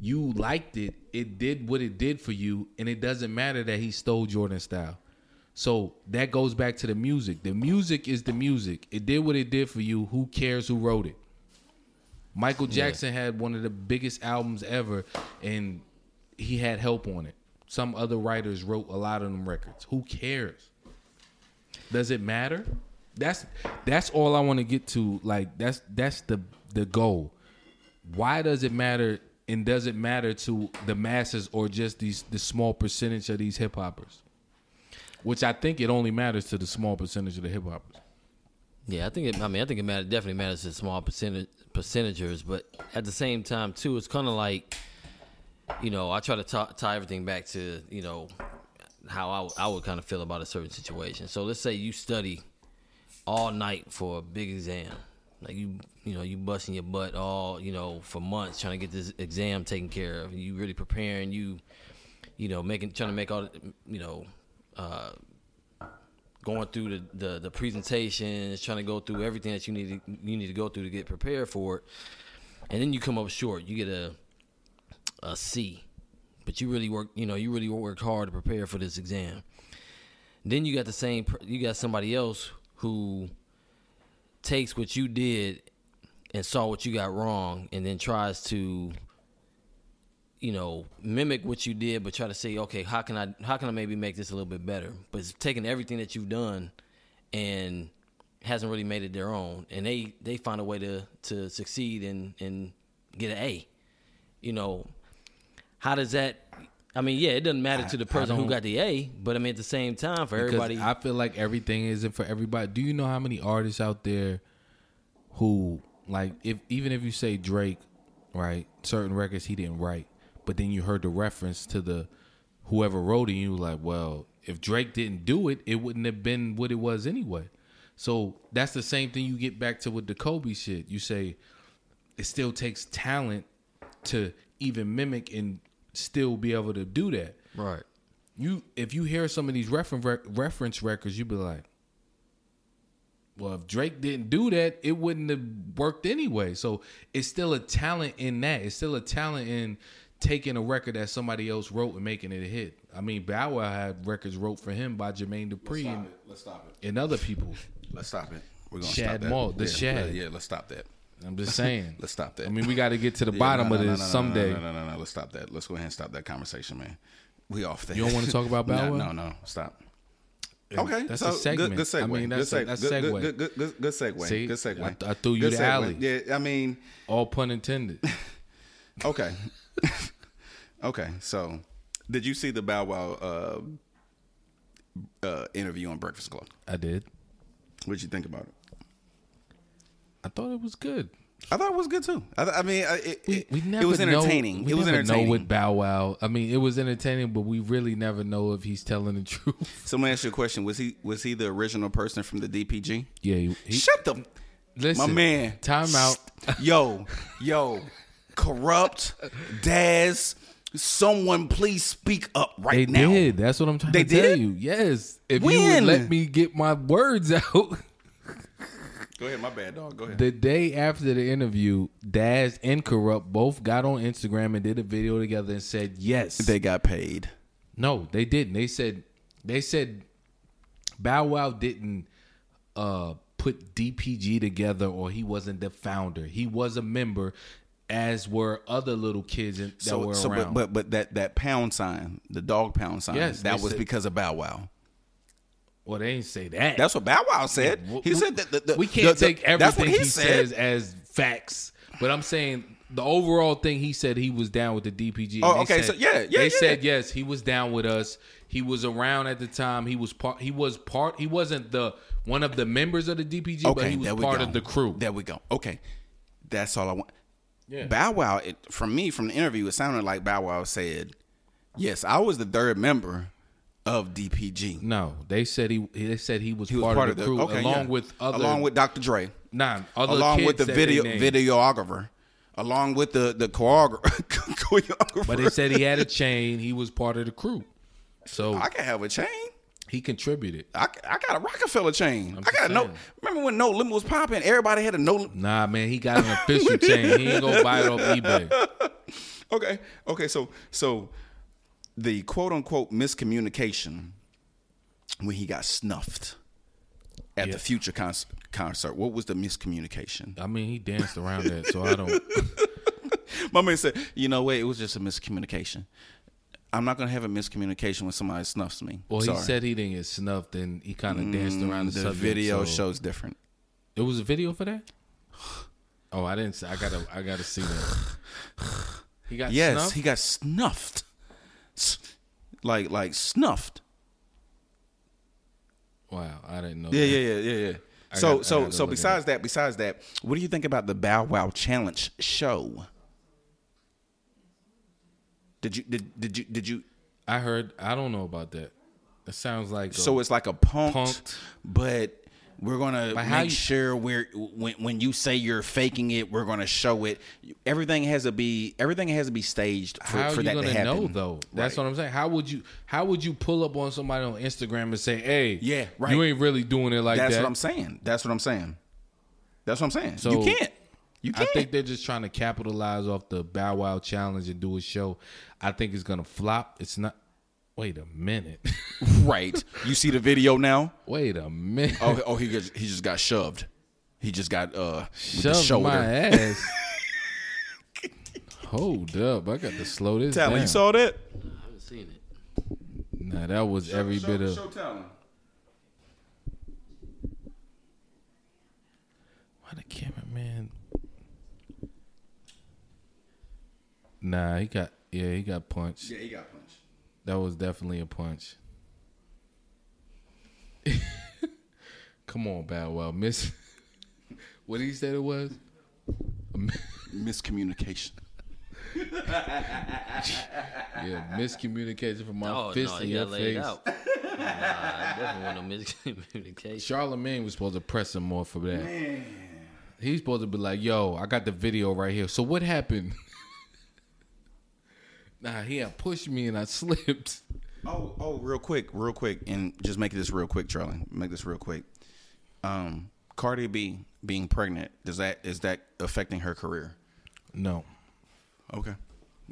Speaker 3: You liked it. It did what it did for you and it doesn't matter that he stole Jordan style. So that goes back to the music. The music is the music. It did what it did for you. Who cares who wrote it? Michael Jackson had one of the biggest albums ever, and he had help on it. Some other writers wrote a lot of them records. Who cares? Does it matter? That's that's all I want to get to. Like that's that's the the goal. Why does it matter? And does it matter to the masses or just these the small percentage of these hip hoppers? Which I think it only matters to the small percentage of the hip hoppers.
Speaker 4: Yeah, I think it. I mean, I think it matter, definitely matters to small percentage percentagers, but at the same time too, it's kind of like, you know, I try to t- tie everything back to you know, how I would- I would kind of feel about a certain situation. So let's say you study all night for a big exam. Like you, you know, you busting your butt all, you know, for months trying to get this exam taken care of. You really preparing. You, you know, making trying to make all, the, you know, uh, going through the, the the presentations, trying to go through everything that you need to, you need to go through to get prepared for it. And then you come up short. You get a a C, but you really work. You know, you really worked hard to prepare for this exam. Then you got the same. per- You got somebody else who takes what you did and saw what you got wrong, and then tries to, you know, mimic what you did, but try to say, okay, how can I? How can I maybe make this a little bit better? But it's taking everything that you've done and hasn't really made it their own, and they they find a way to to succeed and and get an A. You know, how does that I mean, yeah, it doesn't matter to the person who got the A, but I mean at the same time for
Speaker 3: Because
Speaker 4: everybody
Speaker 3: I feel like everything isn't for everybody. Do you know how many artists out there who like if even if you say Drake, right, certain records he didn't write, but then you heard the reference to the whoever wrote it, and you were like, well, if Drake didn't do it, it wouldn't have been what it was anyway. So that's the same thing you get back to with the Kobe shit. You say it still takes talent to even mimic and still be able to do that
Speaker 4: Right.
Speaker 3: you if you hear some of these reference rec- reference records, you'd be like, "Well, if Drake didn't do that, it wouldn't have worked anyway." So it's still a talent in that. It's still a talent in taking a record that somebody else wrote and making it a hit. I mean, Bow Wow had records wrote for him by Jermaine Dupri and,
Speaker 2: Let's stop it.
Speaker 3: and other people.
Speaker 2: Let's stop it. We're gonna
Speaker 3: Shad
Speaker 2: stop that.
Speaker 3: Moore, the
Speaker 2: yeah,
Speaker 3: Shad.
Speaker 2: Yeah, let's stop that.
Speaker 3: I'm just saying.
Speaker 2: Let's stop that.
Speaker 3: I mean, we got to get to the
Speaker 2: Yeah,
Speaker 3: bottom
Speaker 2: no,
Speaker 3: of
Speaker 2: no, no,
Speaker 3: this
Speaker 2: no, no,
Speaker 3: someday.
Speaker 2: No, no, no, no, no. Let's stop that. Let's go ahead and stop that conversation, man. We off that.
Speaker 3: You don't wanna talk about Bow
Speaker 2: no,
Speaker 3: Wow?
Speaker 2: no, no. Stop. Okay,
Speaker 3: that's
Speaker 2: so
Speaker 3: a segment.
Speaker 2: Good, good segue.
Speaker 3: I mean, that's
Speaker 2: good
Speaker 3: a- that's
Speaker 2: good,
Speaker 3: segue.
Speaker 2: Good, good, good, good segue.
Speaker 3: See?
Speaker 2: good segue.
Speaker 3: I- I threw you
Speaker 2: Good
Speaker 3: the
Speaker 2: segue.
Speaker 3: alley.
Speaker 2: Yeah, I mean,
Speaker 3: All pun intended.
Speaker 2: okay, okay. So, did you see the Bow Wow uh, uh, interview on Breakfast Club?
Speaker 3: I did.
Speaker 2: What would you think about it?
Speaker 3: I thought it was good.
Speaker 2: I thought it was good too. I, th- I mean, I, it,
Speaker 3: we, we
Speaker 2: it-
Speaker 3: never
Speaker 2: it was entertaining.
Speaker 3: Know, we
Speaker 2: it was
Speaker 3: never
Speaker 2: entertaining.
Speaker 3: Know with Bow Wow, I mean, it was entertaining, but we really never know if he's telling the truth.
Speaker 2: so, let me ask you a question: Was he was he the original person from the DPG?
Speaker 3: yeah, he, he-
Speaker 2: Shut the
Speaker 3: listen,
Speaker 2: my man.
Speaker 3: Time out.
Speaker 2: yo, yo, corrupt, Daz. Someone please speak up
Speaker 3: They
Speaker 2: right now.
Speaker 3: did. That's what I'm trying
Speaker 2: They
Speaker 3: to tell
Speaker 2: did?
Speaker 3: you. Yes, if you would
Speaker 2: When?
Speaker 3: let me get my words out,
Speaker 2: Go ahead, my bad dog. Go ahead.
Speaker 3: the day after the interview, Daz and Corrupt both got on Instagram and did a video together and said yes.
Speaker 2: They got paid.
Speaker 3: No, they didn't. They said they said Bow Wow didn't uh put DPG together or he wasn't the founder. He was a member as were other little kids in, that
Speaker 2: So,
Speaker 3: were
Speaker 2: so but,
Speaker 3: around.
Speaker 2: but but that that pound sign, the dog pound sign,
Speaker 3: Yes,
Speaker 2: that
Speaker 3: they
Speaker 2: was
Speaker 3: said-
Speaker 2: because of Bow Wow.
Speaker 3: well, they didn't say that.
Speaker 2: That's what Bow Wow said.
Speaker 3: W-
Speaker 2: He
Speaker 3: we-
Speaker 2: said that the, the,
Speaker 3: we can't
Speaker 2: the- the-
Speaker 3: take everything he,
Speaker 2: said.
Speaker 3: says as facts. But I'm saying the overall thing he said he was down with the DPG. and
Speaker 2: Oh,
Speaker 3: they
Speaker 2: okay,
Speaker 3: said-
Speaker 2: so yeah, yeah,
Speaker 3: They
Speaker 2: yeah.
Speaker 3: said yes, he was down with us. He was around at the time. He was part. He was part. He wasn't the one of the members of the DPG, but he was
Speaker 2: there we
Speaker 3: part
Speaker 2: go.
Speaker 3: of the crew.
Speaker 2: There we go. Okay, that's all I want.
Speaker 3: Yeah.
Speaker 2: Bow Wow, it, from me, from the interview, it sounded like Bow Wow said, "Yes, I was the third member of DPG.
Speaker 3: no, they said he. They said he was,
Speaker 2: He was
Speaker 3: part, of the, crew,
Speaker 2: okay,
Speaker 3: along
Speaker 2: yeah.
Speaker 3: with other,
Speaker 2: along with Dr. Dre,
Speaker 3: nah, other
Speaker 2: along
Speaker 3: kids
Speaker 2: with the
Speaker 3: that
Speaker 2: video
Speaker 3: they named.
Speaker 2: videographer, along with the the choreogra- choreographer.
Speaker 3: But they said he had a chain. He was part of the crew, so
Speaker 2: I can have a chain.
Speaker 3: he contributed.
Speaker 2: I, ca- I got a Rockefeller chain. I
Speaker 3: just
Speaker 2: got a no.
Speaker 3: saying.
Speaker 2: Remember when No Limit was popping? Everybody had a No Limit.
Speaker 3: Nah, man, he got an official chain. He ain't gonna buy it off eBay.
Speaker 2: Okay, okay. So so the quote unquote miscommunication when he got snuffed at the Future cons- concert. What was the miscommunication?
Speaker 3: I mean, he danced around that, so I don't.
Speaker 2: My man said, "You know what? It was just a miscommunication. I'm not gonna have a miscommunication when somebody snuffs me."
Speaker 3: Well,
Speaker 2: Sorry. Mm,
Speaker 3: he said he didn't get snuffed, and he kind of danced around the,
Speaker 2: the
Speaker 3: subject,
Speaker 2: video
Speaker 3: so-
Speaker 2: shows different.
Speaker 3: It was a video for that. Oh, I didn't. See, I gotta. I gotta see that. He got
Speaker 2: Yes,
Speaker 3: snuffed?
Speaker 2: he got snuffed, S- like like snuffed.
Speaker 3: Wow, I didn't know.
Speaker 2: Yeah,
Speaker 3: that.
Speaker 2: yeah, yeah, yeah, yeah.
Speaker 3: I
Speaker 2: So,
Speaker 3: got- I
Speaker 2: so,
Speaker 3: gotta
Speaker 2: so
Speaker 3: look it
Speaker 2: besides that, besides that, what do you think about the Bow Wow Challenge show? Did you did did you did you
Speaker 3: I heard. I don't know about that. It sounds like
Speaker 2: So it's like a punked,
Speaker 3: Punked.
Speaker 2: but we're gonna
Speaker 3: But
Speaker 2: make
Speaker 3: how you-
Speaker 2: sure we're when when you say you're faking it, we're gonna show it. Everything has to be everything has to be staged for,
Speaker 3: how
Speaker 2: for
Speaker 3: you
Speaker 2: that
Speaker 3: gonna
Speaker 2: to happen.
Speaker 3: know though? That's what I'm saying. How would you how would you pull up on somebody on Instagram and say, "Hey,
Speaker 2: Yeah, right.
Speaker 3: you ain't really doing it like
Speaker 2: That's
Speaker 3: that."
Speaker 2: what I'm saying. That's what I'm saying. That's what I'm saying.
Speaker 3: So-
Speaker 2: you can't. You
Speaker 3: I
Speaker 2: can't.
Speaker 3: think they're just trying to capitalize off the Bow Wow challenge and do a show. I think it's gonna flop. It's not. Wait a minute.
Speaker 2: right. You see the video now.
Speaker 3: Wait a minute.
Speaker 2: Oh, oh, he gets, he just got shoved. He just got uh with the
Speaker 3: Shove
Speaker 2: shoulder.
Speaker 3: my ass. Hold up, I got to slow this down.
Speaker 2: that?
Speaker 4: I haven't seen it.
Speaker 3: nah, that was every bit of.
Speaker 2: Talon.
Speaker 3: Why the cameraman? Nah, he got yeah, he got punched.
Speaker 2: Yeah, he got punched.
Speaker 3: That was definitely a punch. Come on, Bow Wow, miss. what did he said it was?
Speaker 2: Miscommunication.
Speaker 3: Yeah, miscommunication from my
Speaker 4: Oh
Speaker 3: fist
Speaker 4: no,
Speaker 3: to
Speaker 4: you
Speaker 3: your
Speaker 4: got laid
Speaker 3: face.
Speaker 4: out. Nah, I definitely want no miscommunication.
Speaker 3: Charlemagne was supposed to press him more for that. He's supposed to be like, "Yo, I got the video right here." So what happened? nah, he had pushed me and I slipped.
Speaker 2: Oh, oh, real quick, real quick, and just make this real quick, Charlie. Make this real quick. Um, Cardi B being pregnant does that is that affecting her career?
Speaker 3: No,
Speaker 2: Okay,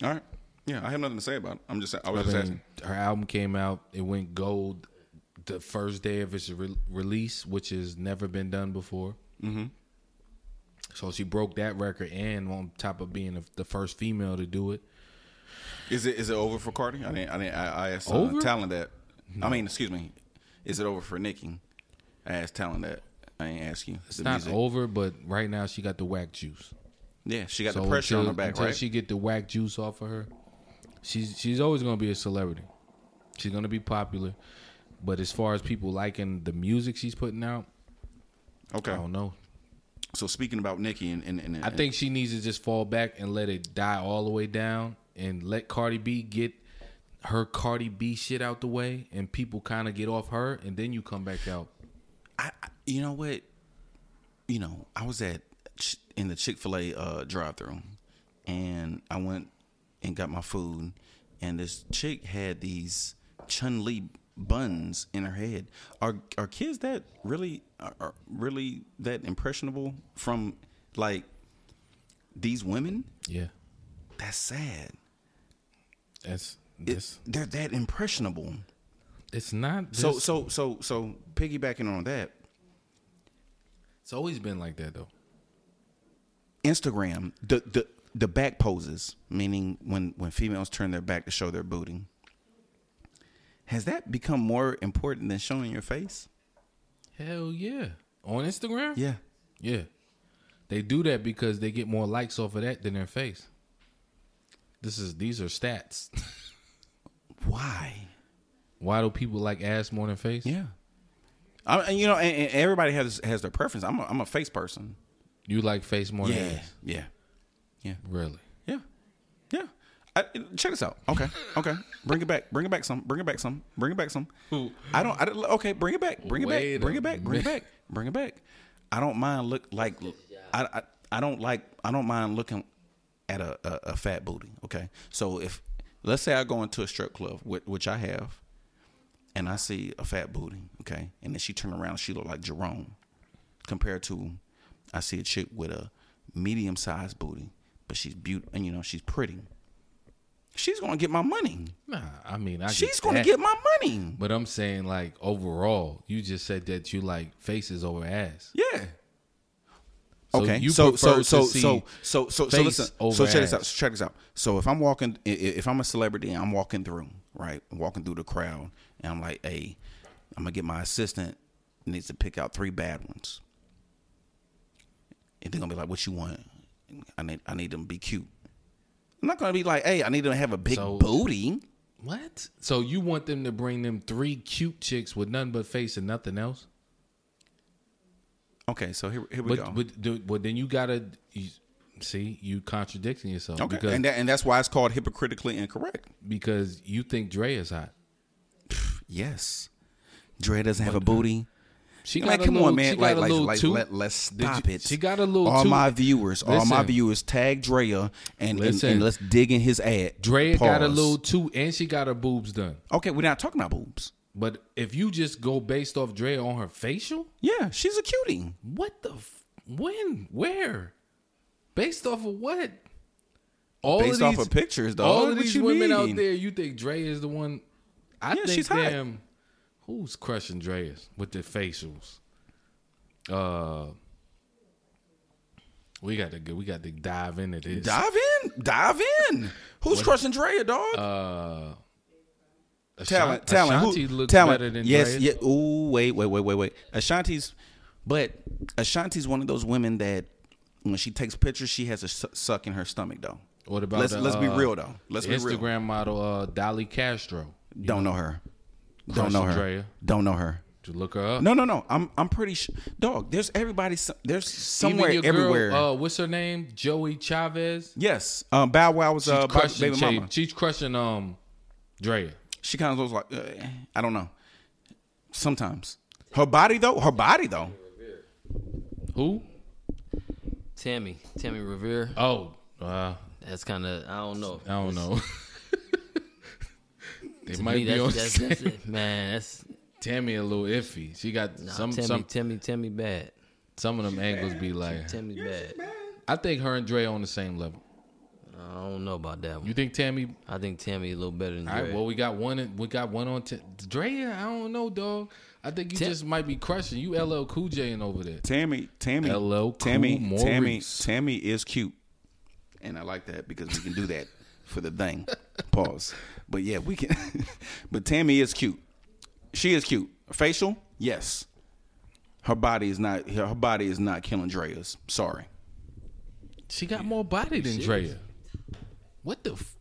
Speaker 2: all right. Yeah, I have nothing to say about it. I'm just I was
Speaker 3: I
Speaker 2: just
Speaker 3: mean,
Speaker 2: asking.
Speaker 3: her album came out. It went gold the first day of its re- release, which has never been done before. Mm-hmm. So she broke that record, and on top of being the- the first female to do it,
Speaker 2: Is it is it over for Cardi? I didn't I didn't I, I asked uh,
Speaker 3: Over?
Speaker 2: Talon that. I mean, excuse me. Is it over for Nicki? I asked Talon that. I ain't ask you.
Speaker 3: it's not over. But right now, she got the whack juice.
Speaker 2: Yeah, she got
Speaker 3: So
Speaker 2: the pressure on
Speaker 3: until-
Speaker 2: her back,
Speaker 3: until
Speaker 2: right?
Speaker 3: she get the whack juice off of her, she's she's always gonna be a celebrity. She's gonna be popular, but as far as people liking the music she's putting out,
Speaker 2: okay.
Speaker 3: I don't know.
Speaker 2: So speaking about Nicki and and, and,
Speaker 3: I think she needs to just fall back and let it die all the way down, and let Cardi B get her Cardi B shit out the way, and people kind of get off her, and then you come back out.
Speaker 2: I, I- you know what, you know, I was at Ch- in the Chick Fil A uh, drive-through, and I went and got my food, and this chick had these Chun Li buns in her head. Are are kids that really are, are really that impressionable from like these women?
Speaker 3: Yeah,
Speaker 2: That's sad.
Speaker 3: that's this.
Speaker 2: It's, they're that impressionable.
Speaker 3: It's not.
Speaker 2: So
Speaker 3: this-
Speaker 2: so so so piggybacking on that,
Speaker 3: it's always been like that though.
Speaker 2: Instagram, the the the back poses, meaning when when females turn their back to show their booty, has that become more important than showing your face?
Speaker 3: Hell yeah, on Instagram.
Speaker 2: Yeah.
Speaker 3: Yeah. They do that because they get more likes off of that than their face. This is these are stats.
Speaker 2: Why?
Speaker 3: Why do people like ass more than face?
Speaker 2: Yeah. I, and, you know, and, and everybody has has their preference. I'm a, I'm a face person.
Speaker 3: You like face more than ass.
Speaker 2: Yeah.
Speaker 3: Really?
Speaker 2: Yeah. Yeah. I, check this out. Okay. Okay. Bring it back. Bring it back some. Bring it back some. Bring it back some. I don't. I don't okay. Bring it back. Bring it
Speaker 3: Wait
Speaker 2: back. Bring
Speaker 3: a
Speaker 2: it back. Bring it
Speaker 3: minute.
Speaker 2: back. Bring it back. I don't mind look like. I, I I don't like. I don't mind looking at a, a a fat booty. Okay. So if let's say I go into a strip club, which, which I have, and I see a fat booty. Okay. And then she turn around. She look like Jerome compared to I see a chick with a medium sized booty, but she's beautiful and you know she's pretty. She's gonna get my money.
Speaker 3: Nah, I mean I get
Speaker 2: She's gonna
Speaker 3: that.
Speaker 2: get my money.
Speaker 3: But I'm saying like overall, you just said that you like faces over ass.
Speaker 2: Yeah.
Speaker 3: So
Speaker 2: okay.
Speaker 3: you
Speaker 2: so,
Speaker 3: prefer
Speaker 2: so,
Speaker 3: to
Speaker 2: so,
Speaker 3: see
Speaker 2: so, so, so, so,
Speaker 3: face
Speaker 2: listen. So
Speaker 3: over
Speaker 2: check
Speaker 3: ass.
Speaker 2: this out. So check this out. So if I'm walking, i- i- if I'm a celebrity and I'm walking through, right, walking through the crowd, and I'm like, hey, I'm gonna get my assistant needs to pick out three bad ones, and they're gonna be like, what you want? I need, I need them to be cute. I'm not gonna be like, hey, I need them to have a big
Speaker 3: So-
Speaker 2: booty.
Speaker 3: What? So you want them to bring them three cute chicks with nothing but face and nothing else?
Speaker 2: Okay, so here, here we go.
Speaker 3: But but, do- but then you gotta you, see you contradicting yourself
Speaker 2: okay,
Speaker 3: because
Speaker 2: and that, and that's why it's called hypocritically incorrect.
Speaker 3: because you think Dre is hot.
Speaker 2: Yes. Dre doesn't have a booty.
Speaker 3: She
Speaker 2: like,
Speaker 3: got a
Speaker 2: come
Speaker 3: little-
Speaker 2: on, man!
Speaker 3: she
Speaker 2: Like,
Speaker 3: got a
Speaker 2: like,
Speaker 3: little
Speaker 2: like,
Speaker 3: toot.
Speaker 2: let, let's
Speaker 3: Did
Speaker 2: stop
Speaker 3: you-
Speaker 2: it.
Speaker 3: she got a little
Speaker 2: All
Speaker 3: toot.
Speaker 2: my viewers, all my
Speaker 3: Listen.
Speaker 2: viewers, tag Drea and, and,
Speaker 3: Listen.
Speaker 2: and let's dig in his ad.
Speaker 3: Drea got a
Speaker 2: Pause.
Speaker 3: little too, and she got her boobs done.
Speaker 2: Okay, we're not talking about boobs.
Speaker 3: But if you just go based off Drea on her facial,
Speaker 2: Yeah, she's a cutie.
Speaker 3: what the, f- when, where, based off of what? All
Speaker 2: Based off of pictures, dog.
Speaker 3: All of
Speaker 2: What
Speaker 3: these
Speaker 2: you
Speaker 3: women
Speaker 2: mean?
Speaker 3: out there, you think Dre is the one? I think
Speaker 2: she's hot.
Speaker 3: damn, who's crushing Dre's with the facials? Uh, we got to go. We got to dive into this.
Speaker 2: Dive in, dive in. Who's crushing Drea, dog?
Speaker 3: Ashan-
Speaker 2: talent, talent, who-
Speaker 3: Uh, Ashanti looks
Speaker 2: talent.
Speaker 3: better than
Speaker 2: yes,
Speaker 3: Dre.
Speaker 2: yeah. Ooh, wait, wait, wait, wait, wait. Ashanti's, but Ashanti's one of those women that when she takes pictures, she has a su- suck in her stomach, though.
Speaker 3: What about
Speaker 2: let's
Speaker 3: the,
Speaker 2: let's be
Speaker 3: uh,
Speaker 2: real though. Let's be real.
Speaker 3: Instagram model uh, Dolly Castro.
Speaker 2: Don't know her. Don't know her.
Speaker 3: Drea.
Speaker 2: Don't know her.
Speaker 3: Did you look her up?
Speaker 2: No, no, no. I'm I'm pretty sure. Dog, there's everybody. s- There's
Speaker 3: Even
Speaker 2: somewhere
Speaker 3: your girl,
Speaker 2: everywhere.
Speaker 3: uh, what's her name? Joey Chavez.
Speaker 2: yes. Um, Bow Wow was uh, Bow-
Speaker 3: crushing
Speaker 2: baby
Speaker 3: Cha-
Speaker 2: mama.
Speaker 3: She's crushing um, Drea.
Speaker 2: She kind of looks like uh, I don't know. Sometimes her body though. Her body though.
Speaker 3: Who?
Speaker 4: Tammy, Tammy Revere.
Speaker 3: Oh, uh,
Speaker 4: That's kind of I don't know.
Speaker 3: I don't know. they
Speaker 4: To
Speaker 3: might
Speaker 4: me,
Speaker 3: be on
Speaker 4: that's, that's, that's it. man. That's
Speaker 3: Tammy a little iffy. She got
Speaker 4: nah,
Speaker 3: some
Speaker 4: Tammy,
Speaker 3: some
Speaker 4: Tammy, Tammy bad.
Speaker 3: some of them angles be like.
Speaker 4: Tammy bad.
Speaker 3: I think her and Dre on the same level.
Speaker 4: I don't know about that one.
Speaker 3: You think Tammy?
Speaker 4: I think Tammy a little better than
Speaker 3: All
Speaker 4: Dre.
Speaker 3: right. Well, we got one. in- We got one on t- Dre. I don't know, dog. I think you
Speaker 4: Tam-
Speaker 3: just might be crushing. You LL Cool J in over there.
Speaker 2: Tammy, Tammy,
Speaker 3: LL Cool
Speaker 2: Tammy, Tammy,
Speaker 3: Maurice.
Speaker 2: Tammy is cute, and I like that because we can do that for the thing. Pause. But yeah, we can. but Tammy is cute. She is cute. Facial, yes. Her body is not. Her body is not killing Drea's. Sorry.
Speaker 3: She got more body than Drea. What the? F-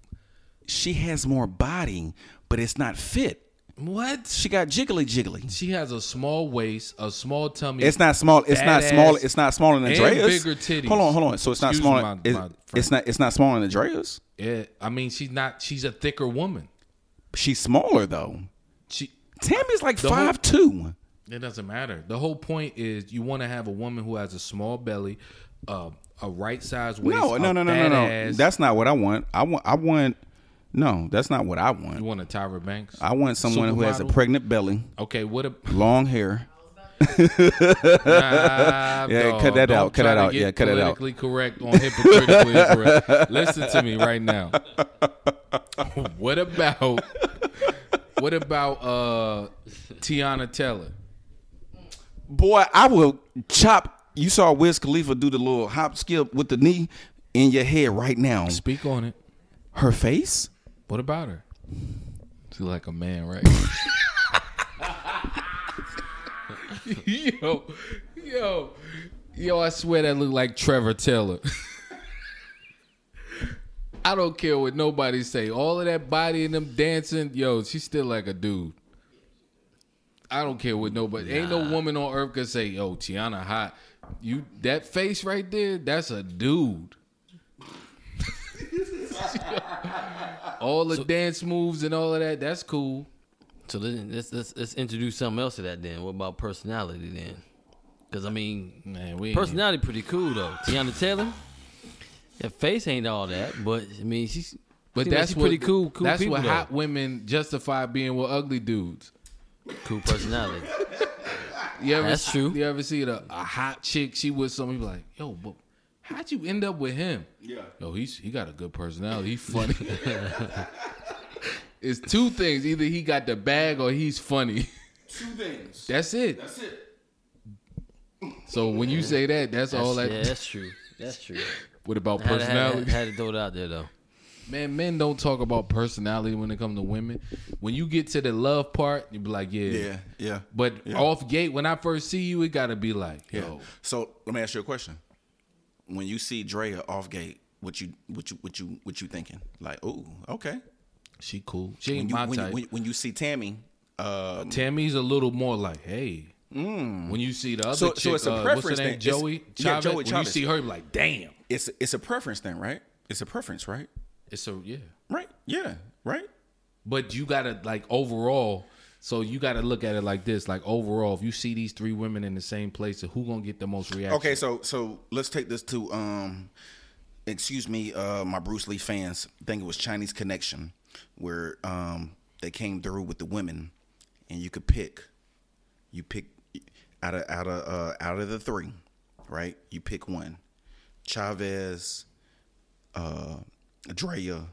Speaker 2: She has more body, but it's not fit.
Speaker 3: what?
Speaker 2: She got jiggly jiggly.
Speaker 3: She has a small waist, a small tummy.
Speaker 2: It's not small. It's not
Speaker 3: Fat
Speaker 2: small.
Speaker 3: ass
Speaker 2: It's not smaller than
Speaker 3: and
Speaker 2: Drea's.
Speaker 3: bigger titties.
Speaker 2: Hold on, hold on. So it's not
Speaker 3: Excuse
Speaker 2: smaller.
Speaker 3: my-
Speaker 2: it's,
Speaker 3: my
Speaker 2: it's
Speaker 3: friend.
Speaker 2: not. It's not smaller than Drea's.
Speaker 3: Yeah, I mean, she's not. She's a thicker woman.
Speaker 2: She's smaller though.
Speaker 3: She.
Speaker 2: Tammy's like
Speaker 3: The whole-
Speaker 2: five two.
Speaker 3: It doesn't matter. The whole point is you want to have a woman who has a small belly, uh, a right size waist.
Speaker 2: No,
Speaker 3: a
Speaker 2: no, no, no, no,
Speaker 3: fat
Speaker 2: no.
Speaker 3: ass.
Speaker 2: That's not what I want. I want. I want. No, that's not what I
Speaker 3: you
Speaker 2: want.
Speaker 3: want a Tyra Banks.
Speaker 2: I want someone who has a
Speaker 3: Supermodel?
Speaker 2: pregnant belly,
Speaker 3: okay, what a
Speaker 2: long hair.
Speaker 3: yeah.
Speaker 2: Yeah, cut that out, cut that out. Yeah, cut that out.
Speaker 3: Politically correct on hypocritically correct. Listen to me right now. what about what about uh Tiana Teller?
Speaker 2: Boy, I will chop. You saw Wiz Khalifa do the little hop skip with the knee in your head right now.
Speaker 3: Speak on it.
Speaker 2: Her face.
Speaker 3: What about her? She like a man, right? yo, yo, yo! I swear that look like Trevor Taylor. I don't care what nobody say. All of that body and them dancing, yo, she's still like a dude. I don't care what nobody. Ain't no woman on earth could say, "Yo, Tiana hot." You that face right there, that's a dude. all the dance moves and all of that, that's cool.
Speaker 4: So then, let's, let's let's introduce something else to that. Then what about personality then? Because I mean,
Speaker 3: Man, we ain't-
Speaker 4: personality pretty cool though. Tiana Taylor, her face ain't all that, but I mean she's
Speaker 3: But
Speaker 4: seems like
Speaker 3: that's
Speaker 4: she's
Speaker 3: what,
Speaker 4: pretty cool. Cool
Speaker 3: that's
Speaker 4: people
Speaker 3: what
Speaker 4: though.
Speaker 3: hot women justify being with ugly dudes.
Speaker 4: cool personality.
Speaker 3: You ever,
Speaker 4: That's true.
Speaker 3: You ever see the, a hot chick? She with someone. You be like, yo, but how'd you end up with him? Yeah. Yo, he's he got a good personality. He's funny. it's two things. Either he got the bag or he's funny.
Speaker 2: Two things.
Speaker 3: That's it.
Speaker 2: That's it.
Speaker 3: So when you say that, that's, all that.
Speaker 4: yeah, that's true. That's true.
Speaker 3: What about
Speaker 4: Had, to- had,
Speaker 3: personality?
Speaker 4: had, had to throw it out there though.
Speaker 3: Man, men don't talk about personality when it comes to women. When you get to the love part, you be like, yeah.
Speaker 2: Yeah, yeah.
Speaker 3: But
Speaker 2: Yeah.
Speaker 3: off gate, when I first see you, it gotta be like,
Speaker 2: Yeah.
Speaker 3: yo,
Speaker 2: So let me ask you a question. When you see Drea off gate, what you what you what you what you thinking? Like, ooh, okay.
Speaker 3: she cool. She
Speaker 2: When
Speaker 3: ain't
Speaker 2: you
Speaker 3: my
Speaker 2: when you,
Speaker 3: type.
Speaker 2: when, when you see Tammy, uh,
Speaker 3: Tammy's a little more like, hey. When you see the other
Speaker 2: Mm. So- so
Speaker 3: chick,
Speaker 2: it's a
Speaker 3: uh,
Speaker 2: preference
Speaker 3: what's her name,
Speaker 2: thing. It's-
Speaker 3: Joey
Speaker 2: yeah,
Speaker 3: Chavez.
Speaker 2: Joey
Speaker 3: when
Speaker 2: Chavez.
Speaker 3: you see her, you be like, damn.
Speaker 2: it's it's a preference thing, right? It's a preference, right?
Speaker 3: It's a yeah.
Speaker 2: Right? Yeah. Right?
Speaker 3: But you gotta like overall, So you got to look at it like this: like overall, if you see these three women in the same place, who gonna get the most reaction?
Speaker 2: Okay, so so let's take this to um excuse me, uh my Bruce Lee fans. I think it was Chinese Connection where um they came through with the women and you could pick you pick out of out of uh out of the three, right? You pick one. Chavez, uh Drea,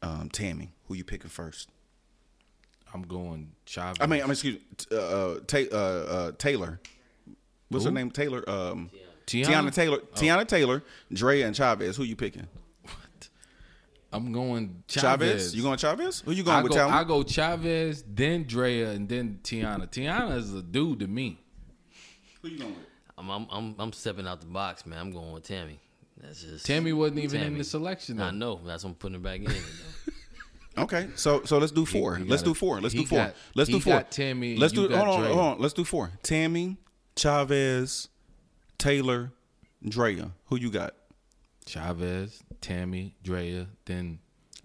Speaker 2: um Tammy, who you picking first?
Speaker 3: I'm going Chavez.
Speaker 2: I mean, I mean, excuse me, t- uh, uh, ta- uh, uh, Taylor. What's her name? Taylor. Um,
Speaker 3: Tiana. Oh.
Speaker 2: Tiana. Taylor. Tiana Taylor. Drea and Chavez. Who you picking?
Speaker 3: I'm going Chavez.
Speaker 2: Chavez. You going Chavez? Who you going
Speaker 3: I
Speaker 2: with?
Speaker 3: go,
Speaker 2: Talon?
Speaker 3: I go Chavez, then Drea, and then Tiana. Tiana is a dude to me.
Speaker 2: Who you going with?
Speaker 4: I'm, I'm I'm I'm stepping out the box, man. I'm going with Tammy. That's just
Speaker 3: Tammy wasn't even in
Speaker 4: Tammy.
Speaker 3: the selection. Though.
Speaker 4: I know. That's why I'm putting it back in. though.
Speaker 2: Okay, so so let's do four.
Speaker 3: he
Speaker 2: let's
Speaker 3: got
Speaker 2: do
Speaker 3: a-
Speaker 2: four. Let's
Speaker 3: he
Speaker 2: do four.
Speaker 3: got-
Speaker 2: let's
Speaker 3: he
Speaker 2: do four.
Speaker 3: got Tammy,
Speaker 2: Let's
Speaker 3: you
Speaker 2: do.
Speaker 3: got
Speaker 2: hold on,
Speaker 3: Drea.
Speaker 2: hold on. Let's do four. Tammy, Chavez, Taylor, Drea. Who you got?
Speaker 3: Chavez, Tammy, Drea, then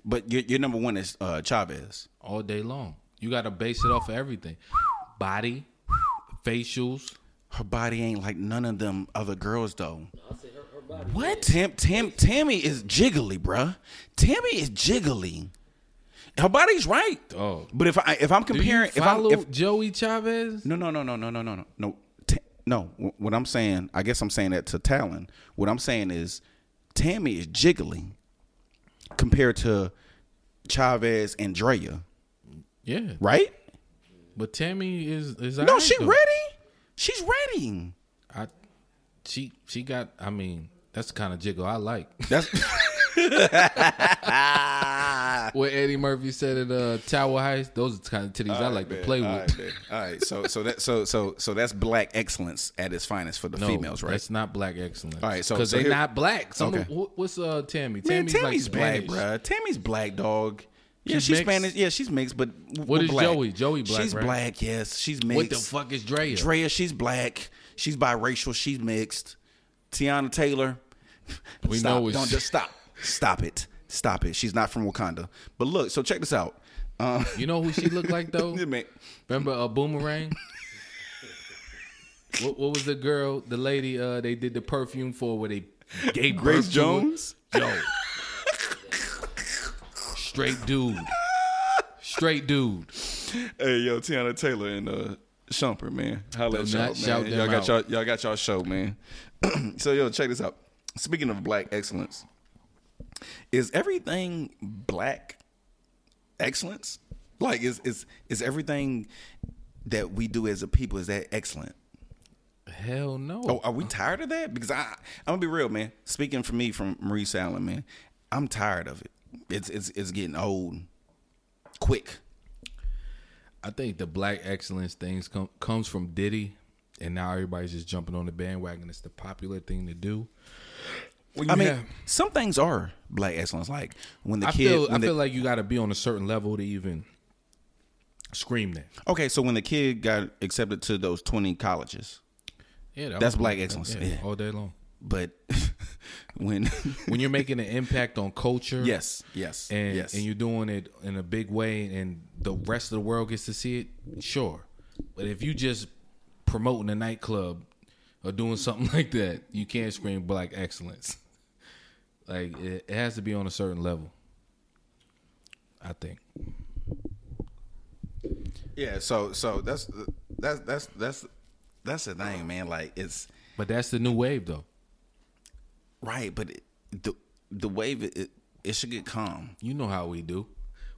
Speaker 2: But your, your number one is uh, Chavez.
Speaker 3: all day long. You got to base it off of everything body, facials.
Speaker 2: Her body ain't like none of them other girls though. What? Tam, Tam, Tammy is jiggly, bruh. Tammy is jiggly. Her body's right.
Speaker 3: Oh.
Speaker 2: But if I if I'm
Speaker 3: Do you
Speaker 2: comparing, if I'm
Speaker 3: follow
Speaker 2: if,
Speaker 3: Joey Chavez?
Speaker 2: no no no no no no no no no Ta- no. wh- What I'm saying, I guess I'm saying that to Talon. What I'm saying is, Tammy is jiggly compared to Chavez and Drea,
Speaker 3: Yeah.
Speaker 2: right?
Speaker 3: But Tammy is is
Speaker 2: No,
Speaker 3: alright,
Speaker 2: she
Speaker 3: though.
Speaker 2: ready. She's ready.
Speaker 3: I, she she got. I mean, that's the kind of jiggle I like.
Speaker 2: That's
Speaker 3: what Eddie Murphy said at uh, Tower Heist. Those are the kind of titties I like to play with.
Speaker 2: All right, man. All right. So so that so so so that's black excellence at its finest for the
Speaker 3: No,
Speaker 2: females, right?
Speaker 3: That's not black excellence.
Speaker 2: All right, so-
Speaker 3: because
Speaker 2: so
Speaker 3: they're
Speaker 2: here-
Speaker 3: not black. Some
Speaker 2: Okay.
Speaker 3: of- wh- what's uh Tammy?
Speaker 2: Man,
Speaker 3: Tammy's,
Speaker 2: Tammy's
Speaker 3: like
Speaker 2: black,
Speaker 3: Spanish.
Speaker 2: bruh. Tammy's black, dog. Yeah,
Speaker 3: She's
Speaker 2: she's,
Speaker 3: mixed.
Speaker 2: Spanish. Yeah, she's mixed, but w-
Speaker 3: What
Speaker 2: we're
Speaker 3: is
Speaker 2: black.
Speaker 3: Joey? Joey black,
Speaker 2: She's
Speaker 3: right?
Speaker 2: black. Yes, she's mixed.
Speaker 3: What the fuck is Drea?
Speaker 2: Drea, she's black. She's biracial. She's mixed. Tiana Taylor.
Speaker 3: We
Speaker 2: Stop.
Speaker 3: know it's-
Speaker 2: Don't just stop. Stop it. Stop it. She's not from Wakanda. But look, so check this out. Um,
Speaker 3: You know who she looked like though?
Speaker 2: man,
Speaker 3: Remember uh, Boomerang? what, what was the girl? The lady? Uh, they did the perfume for where they gave
Speaker 2: Grace
Speaker 3: birth to her?
Speaker 2: Jones.
Speaker 3: Yo. Straight dude. Straight dude.
Speaker 2: Hey, yo, Tiana Taylor and uh, Shumper, man. Holla at
Speaker 3: Do
Speaker 2: y'all,
Speaker 3: not
Speaker 2: man.
Speaker 3: shout them
Speaker 2: y'all got
Speaker 3: out.
Speaker 2: y'all, y'all got y'all show, man. so, yo, check this out. Speaking of black excellence, is everything black excellence? Like, is is is everything that we do as a people is that excellent?
Speaker 3: Hell no.
Speaker 2: Oh, are we tired of that? Because I, I'm gonna be real, man. Speaking for me, from Maurice Allen, man, I'm tired of it. It's it's it's getting old, quick.
Speaker 3: I think the black excellence things com- comes from Diddy, and now everybody's just jumping on the bandwagon. It's the popular thing to do. When
Speaker 2: I
Speaker 3: you
Speaker 2: mean,
Speaker 3: have-
Speaker 2: some things are black excellence. Like when the
Speaker 3: I
Speaker 2: kid,
Speaker 3: feel
Speaker 2: when
Speaker 3: I
Speaker 2: the-
Speaker 3: feel like you got to be on a certain level to even scream that.
Speaker 2: okay, so when the kid got accepted to those twenty colleges,
Speaker 3: Yeah, that
Speaker 2: That's
Speaker 3: was-
Speaker 2: black excellence, yeah.
Speaker 3: all day long.
Speaker 2: but when
Speaker 3: When you're making an impact on culture,
Speaker 2: yes, yes,
Speaker 3: and
Speaker 2: yes,
Speaker 3: and you're doing it in a big way, and the rest of the world gets to see it, sure. But if you just promoting a nightclub or doing something like that, you can't scream black excellence. Like it, it has to be on a certain level. I think.
Speaker 2: yeah. So so that's that's that's that's that's the thing, man. Like it's
Speaker 3: But that's the new wave, though.
Speaker 2: right, but it, the the wave it, it should get calm.
Speaker 3: You know how we do.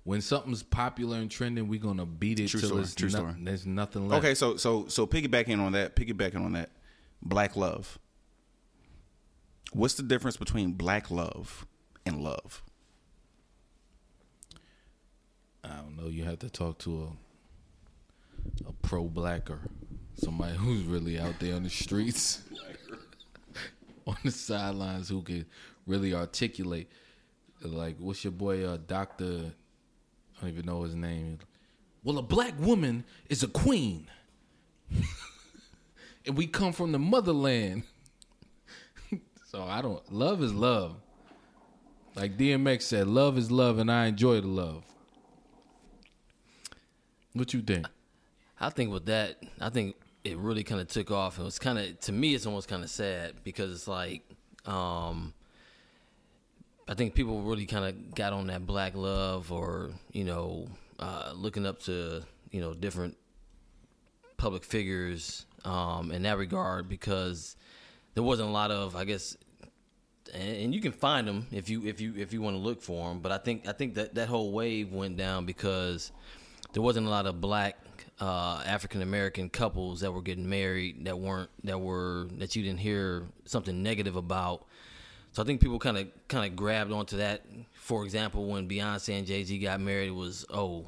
Speaker 3: When something's popular and trending, we're gonna beat it
Speaker 2: True
Speaker 3: till
Speaker 2: story,
Speaker 3: it's
Speaker 2: true
Speaker 3: no-
Speaker 2: story.
Speaker 3: there's nothing left.
Speaker 2: Okay, so so so piggybacking on that, piggybacking on that, black love. What's the difference between black love and love?
Speaker 3: I don't know. You have to talk to a a pro blacker, somebody who's really out there on the streets, on the sidelines, who can really articulate. Like, what's your boy, uh, Doctor? I don't even know his name. Well, a black woman is a queen, and we come from the motherland. so I don't. Love is love. Like DMX said, love is love, and I enjoy the love. What you think?
Speaker 4: I think with that, I think it really kind of took off. It was kind of to me, it's almost kind of sad because it's like, um, I think people really kind of got on that black love, or you know, uh, looking up to you know different public figures um, in that regard because there wasn't a lot of, I guess, and, and you can find them if you if you if you want to look for them. But I think I think that that whole wave went down because there wasn't a lot of black uh, African American couples that were getting married that weren't that were that you didn't hear something negative about. So I think people kind of kind of grabbed onto that. For example, when Beyonce and Jay Z got married, it was oh,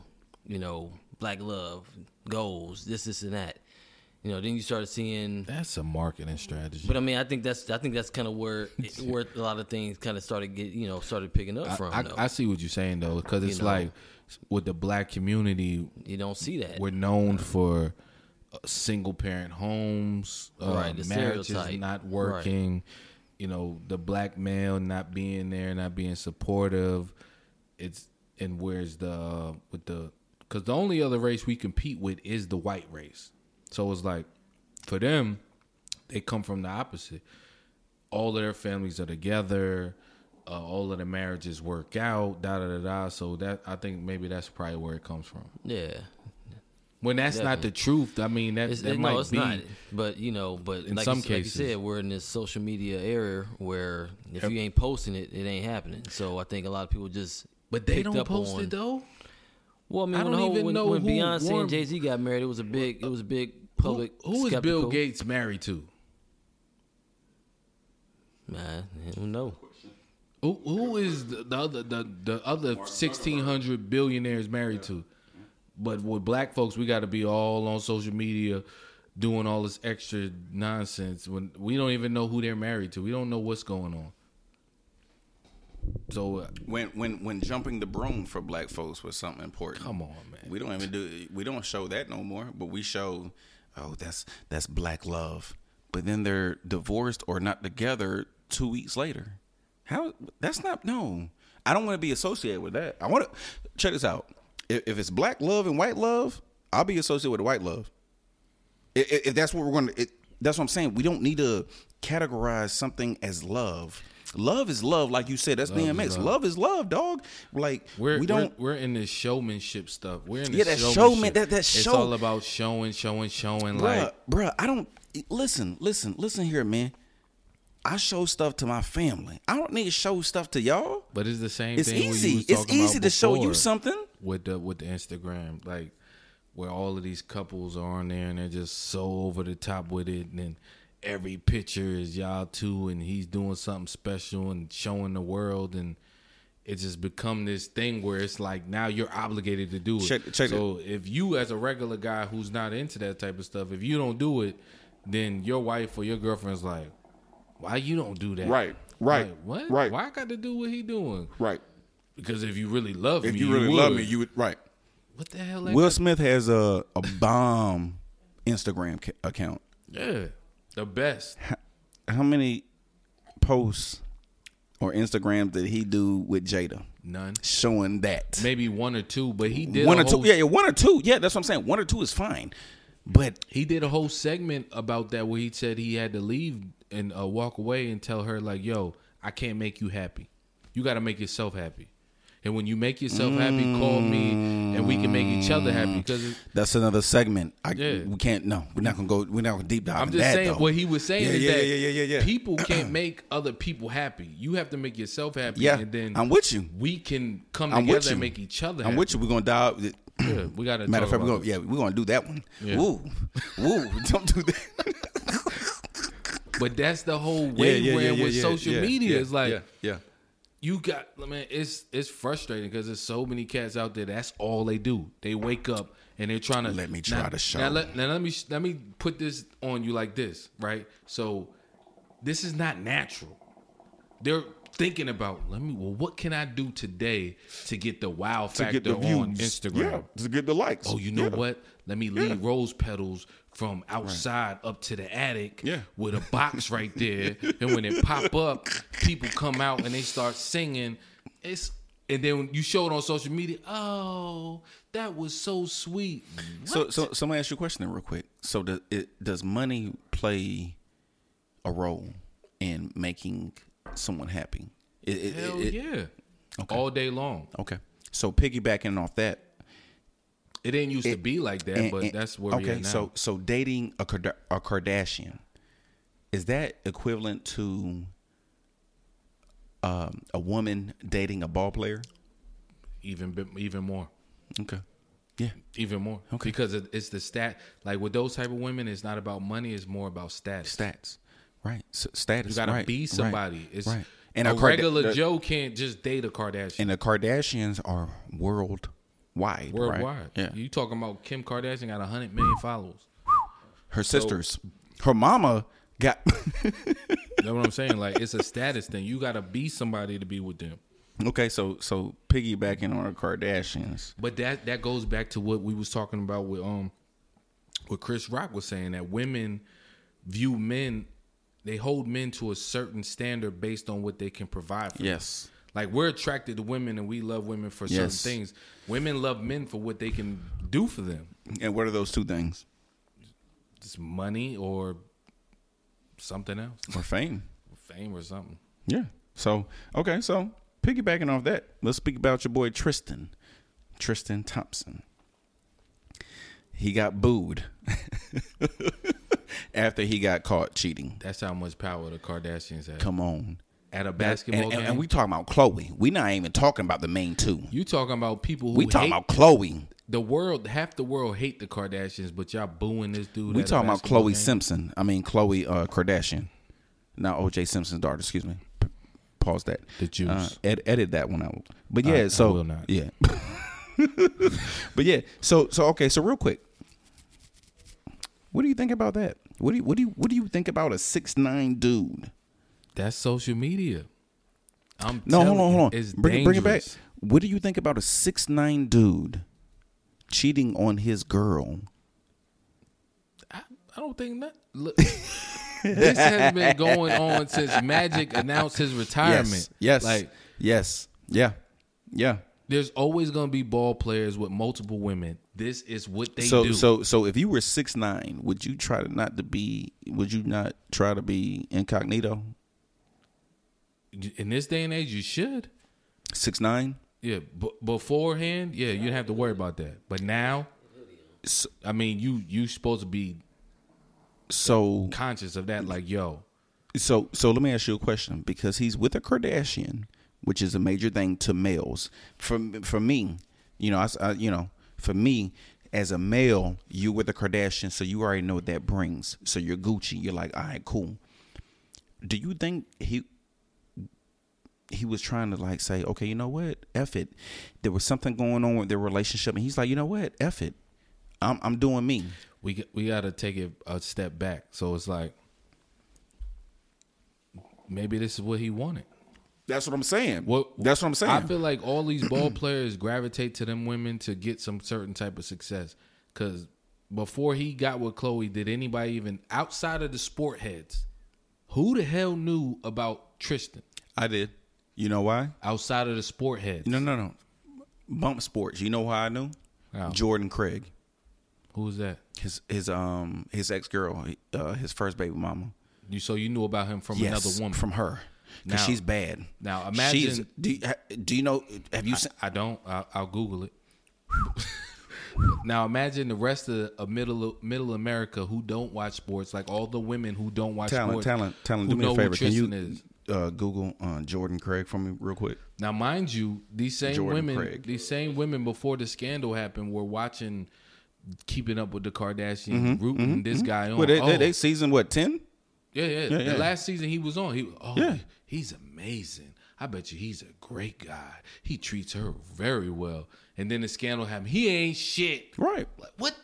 Speaker 4: you know, black love, goals, this, this, and that. You know, then you started seeing
Speaker 3: That's a marketing strategy.
Speaker 4: but I mean, I think that's I think that's kind of where it, where a lot of things kind of started get you know started picking up
Speaker 3: I,
Speaker 4: from.
Speaker 3: I-
Speaker 4: though.
Speaker 3: I see what you're saying though, because it's
Speaker 4: know.
Speaker 3: like with the black community,
Speaker 4: you don't see that.
Speaker 3: we're known for uh, single parent homes, uh,
Speaker 4: Right, the
Speaker 3: marriages
Speaker 4: stereotype.
Speaker 3: not
Speaker 4: Right.
Speaker 3: working, you know, the black male not being there, not being supportive. It's and where's the uh, with the because the only other race we compete with is the white race. So it's like for them, they come from the opposite. All of their families are together. Uh, all of the marriages work out, da da da da. So that I think maybe that's probably where it comes from.
Speaker 4: yeah,
Speaker 3: When that's not the truth, I mean that,
Speaker 4: it's,
Speaker 3: that
Speaker 4: it-
Speaker 3: might
Speaker 4: no, it's
Speaker 3: be.
Speaker 4: not. But you know, but
Speaker 3: in
Speaker 4: like
Speaker 3: some
Speaker 4: you, like you
Speaker 3: cases.
Speaker 4: said, we're in this social media era where if you ain't posting it, it ain't happening. So I think a lot of people just
Speaker 3: But they
Speaker 4: picked
Speaker 3: don't
Speaker 4: up
Speaker 3: post
Speaker 4: on-
Speaker 3: it though.
Speaker 4: Well, I mean,
Speaker 3: I don't
Speaker 4: when, the whole,
Speaker 3: even
Speaker 4: when,
Speaker 3: know
Speaker 4: when
Speaker 3: who
Speaker 4: Beyonce
Speaker 3: Warren-
Speaker 4: and Jay Z got married, it was a big it was a big public.
Speaker 3: Who is Bill
Speaker 4: skeptical-
Speaker 3: Gates married to?
Speaker 4: Man, who know?
Speaker 3: Who, who is the, the other the, the other sixteen hundred billionaires married to? But with black folks, we got to be all on social media doing all this extra nonsense when we don't even know who they're married to. We don't know what's going on. So uh,
Speaker 2: When when when jumping the broom for black folks was something important.
Speaker 3: come on, man.
Speaker 2: We don't even do we don't show that no more, but we show oh that's that's black love. But then they're divorced or not together 2 weeks later. How that's not no. I don't want to be associated with that. I want to check this out. If, if it's black love and white love, I'll be associated with white love. I- i- if that's what we're going to that's what i'm saying we don't need to categorize something as love love is love like you said that's dmx love. is love dog like
Speaker 3: We're,
Speaker 2: we don't
Speaker 3: we're, we're in this showmanship stuff. We're in this
Speaker 2: Yeah, that showman-
Speaker 3: showmanship.
Speaker 2: that- that
Speaker 3: It's
Speaker 2: show-
Speaker 3: all about showing, showing, showing.
Speaker 2: bruh,
Speaker 3: Like
Speaker 2: bruh, i don't listen listen listen here man i show stuff to my family i don't need to show stuff to y'all
Speaker 3: But it's the same
Speaker 2: it's
Speaker 3: thing.
Speaker 2: easy
Speaker 3: We
Speaker 2: it's easy to show you
Speaker 3: something
Speaker 2: something
Speaker 3: with the with the Instagram, like where all of these couples are on there and they're just so over the top with it, and then every picture is y'all two, and he's doing something special and showing the world, and it just become this thing where it's like now you're obligated to do it.
Speaker 2: Check- check
Speaker 3: so if you as a regular guy who's not into that type of stuff, if you don't do it, then your wife or your girlfriend's like, "Why you don't do that?"
Speaker 2: Right, right,
Speaker 3: Like, what?
Speaker 2: right.
Speaker 3: Why I got to do what he doing?
Speaker 2: right
Speaker 3: Because if you really love
Speaker 2: if
Speaker 3: me,
Speaker 2: you, really love
Speaker 3: would.
Speaker 2: me you would right
Speaker 3: What the hell? that
Speaker 2: will smith has a, a bomb instagram ca- account
Speaker 3: Yeah, the best.
Speaker 2: how many posts or Instagrams did he do with Jada
Speaker 3: None.
Speaker 2: showing that?
Speaker 3: Maybe one or two, but he did
Speaker 2: one
Speaker 3: a
Speaker 2: or two,
Speaker 3: whole-
Speaker 2: yeah, yeah, one or two, yeah. That's what I'm saying. One or two is fine, but
Speaker 3: He did a whole segment about that where he said he had to leave and uh, walk away and tell her like, "Yo, I can't make you happy. You got to make yourself happy." And when you make yourself happy, call me, and we can make each other happy. Because
Speaker 2: that's another segment. I,
Speaker 3: Yeah.
Speaker 2: we can't. No, we're not gonna go. We're not gonna deep dive.
Speaker 3: I'm
Speaker 2: in
Speaker 3: just
Speaker 2: that,
Speaker 3: saying
Speaker 2: though.
Speaker 3: what he was saying
Speaker 2: Yeah,
Speaker 3: is
Speaker 2: yeah,
Speaker 3: that
Speaker 2: yeah, yeah, yeah, yeah.
Speaker 3: people can't make other people happy. You have to make yourself happy,
Speaker 2: Yeah,
Speaker 3: and then
Speaker 2: I'm with you.
Speaker 3: we can come
Speaker 2: I'm with
Speaker 3: together and
Speaker 2: you.
Speaker 3: make each other.
Speaker 2: I'm with you. We're gonna dive.
Speaker 3: happy. Yeah, we got to
Speaker 2: Matter of fact,
Speaker 3: about
Speaker 2: we're gonna,
Speaker 3: this.
Speaker 2: yeah, we're gonna do that one.
Speaker 3: Yeah.
Speaker 2: Woo, woo! Don't do that.
Speaker 3: But that's the whole way we're in with social media. it's like
Speaker 2: yeah, yeah.
Speaker 3: you got I mean, it's it's frustrating because there's so many cats out there. That's all they do. They wake up and they're trying to
Speaker 2: Let me try
Speaker 3: now,
Speaker 2: to show.
Speaker 3: Now let, now let me let me put this on you like this, right? So this is not natural. They're thinking about let me. Well, what can I do today to get the wow factor on Instagram?
Speaker 2: to get the likes.
Speaker 3: Oh, you know what? Let me lead rose petals from outside up to the attic
Speaker 2: Yeah.
Speaker 3: with a box right there. and when it pop up, people come out and they start singing. It's and then you show it on social media. Oh, that was so sweet.
Speaker 2: So, so, so let me ask you a question then real quick. So, does it does money play a role in making someone happy? It, it-
Speaker 3: Hell
Speaker 2: it- it-
Speaker 3: yeah, all day long.
Speaker 2: Okay. So piggybacking off that,
Speaker 3: It didn't used to be like that,
Speaker 2: and-
Speaker 3: but
Speaker 2: and-
Speaker 3: that's where we
Speaker 2: okay.
Speaker 3: are now.
Speaker 2: So, so dating a Karda- a Kardashian is that equivalent to um, a woman dating a ball player?
Speaker 3: even bit- even more,
Speaker 2: Okay. Yeah.
Speaker 3: even more. Okay, because it, it's the stat. Like with those type of women, it's not about money. It's more about status.
Speaker 2: Stats. Right. S- status.
Speaker 3: You gotta
Speaker 2: right,
Speaker 3: be
Speaker 2: right,
Speaker 3: somebody. It's
Speaker 2: right.
Speaker 3: and a,
Speaker 2: Karda-
Speaker 3: regular
Speaker 2: the-
Speaker 3: Joe can't just date a Kardashian.
Speaker 2: and the Kardashians are worldwide.
Speaker 3: Worldwide,
Speaker 2: Right? Yeah.
Speaker 3: you talking about Kim Kardashian got hundred million followers?
Speaker 2: Her sisters. her mama got.
Speaker 3: You know what I'm saying? Like it's a status thing. You gotta be somebody to be with them.
Speaker 2: okay. So so piggybacking on the Kardashians.
Speaker 3: But that that goes back to what we was talking about with um what Chris Rock was saying that women view men they hold men to a certain standard based on what they can provide for.
Speaker 2: Yes.
Speaker 3: Like we're attracted to women and we love women for certain
Speaker 2: Yes.
Speaker 3: things. Women love men for what they can do for them.
Speaker 2: And what are those two things?
Speaker 3: Just money or something else.
Speaker 2: Or fame.
Speaker 3: Fame or something.
Speaker 2: Yeah. So okay, so piggybacking off that, let's speak about your boy Tristan, Tristan Thompson. He got booed after he got caught cheating.
Speaker 3: That's how much power the Kardashians have.
Speaker 2: Come on,
Speaker 3: At a
Speaker 2: That's-
Speaker 3: basketball
Speaker 2: and,
Speaker 3: game.
Speaker 2: and, and we talking about Chloe. We not even talking about the main two.
Speaker 3: you talking about people who
Speaker 2: We talking
Speaker 3: hate
Speaker 2: about Chloe.
Speaker 3: the world half the world hate the Kardashians, but y'all booing this dude.
Speaker 2: We
Speaker 3: at a
Speaker 2: talking about
Speaker 3: basketball
Speaker 2: Chloe
Speaker 3: game.
Speaker 2: Simpson. I mean Chloe uh, Kardashian, not OJ Simpson's daughter. Excuse me. P- Pause that.
Speaker 3: The juice.
Speaker 2: Uh, ed- edit that one out. But
Speaker 3: I-
Speaker 2: yeah,
Speaker 3: I
Speaker 2: so
Speaker 3: will not.
Speaker 2: yeah. but yeah, so so okay, so real quick, what do you think about that? What do you what do you what do you think about a six nine dude?
Speaker 3: That's social media. I'm
Speaker 2: No,
Speaker 3: telling
Speaker 2: hold on,
Speaker 3: you,
Speaker 2: hold on.
Speaker 3: It's
Speaker 2: bring, it- bring it back.
Speaker 3: dangerous.
Speaker 2: What do you think about a six nine dude cheating on his girl?
Speaker 3: I don't think that. Look, this has been going on since Magic announced his retirement.
Speaker 2: Yes. yes.
Speaker 3: like
Speaker 2: yes. Yeah. Yeah.
Speaker 3: there's always gonna be ball players with multiple women. This is what they
Speaker 2: so
Speaker 3: do.
Speaker 2: so so if you were six nine, would you try to not to be? Would you not try to be incognito?
Speaker 3: in this day and age, you should.
Speaker 2: Six nine.
Speaker 3: Yeah, b- beforehand, yeah, you didn't have to worry about that. But now,
Speaker 2: So,
Speaker 3: I mean, you you supposed to be
Speaker 2: so
Speaker 3: conscious of that. Like, yo,
Speaker 2: so so let me ask you a question because he's with a Kardashian, which is a major thing to males. For for me, you know, I, s- I- you know, for me as a male, you with a Kardashian, so you already know what that brings. So you're Gucci. You're like, all right, cool. Do you think he? He was trying to like say, okay, you know what, F it. There was something going on with their relationship, and he's like, you know what, F it. I'm I'm doing me.
Speaker 3: we g- we got to take it a step back. So it's like maybe this is what he wanted.
Speaker 2: That's what I'm saying.
Speaker 3: What
Speaker 2: That's what I'm saying.
Speaker 3: I feel like all these ball players gravitate to them women to get some certain type of success. Because before he got with Chloe, did anybody even outside of the sport heads, who the hell knew about Tristan
Speaker 2: I did. You know why?
Speaker 3: outside of the sport heads?
Speaker 2: No, no, no. Bump Sports. You know how I knew?
Speaker 3: How?
Speaker 2: Jordan Craig,
Speaker 3: Who was that?
Speaker 2: his his um his ex girl, uh, his first baby mama.
Speaker 3: You so you knew about him from
Speaker 2: Yes,
Speaker 3: another woman.
Speaker 2: from
Speaker 3: Now-
Speaker 2: her because she's bad.
Speaker 3: now
Speaker 2: She's-
Speaker 3: imagine-
Speaker 2: do you, do you know? Have you seen?
Speaker 3: I don't. I'll, I'll Google it. now imagine the rest of, of middle middle America who don't watch sports, like all the women who don't watch
Speaker 2: Talent,
Speaker 3: sports.
Speaker 2: talent, talent.
Speaker 3: who
Speaker 2: Do me
Speaker 3: know
Speaker 2: a
Speaker 3: who
Speaker 2: favor. Can
Speaker 3: Tristan
Speaker 2: you
Speaker 3: is.
Speaker 2: uh, Google uh, Jordan Craig for me real quick?
Speaker 3: Now, mind you, these same
Speaker 2: Jordan
Speaker 3: women,
Speaker 2: Craig.
Speaker 3: these same women before the scandal happened, were watching Keeping Up with the Kardashians, rooting this guy on.
Speaker 2: Mm-hmm, Well, they,
Speaker 3: Oh,
Speaker 2: they, they season what ten?
Speaker 3: yeah, yeah,
Speaker 2: yeah.
Speaker 3: The last season he was on, he oh,
Speaker 2: Yeah.
Speaker 3: he's amazing. I bet you he's a great guy. He treats her very well. And then the scandal happened. He ain't shit.
Speaker 2: Right.
Speaker 3: Like, what?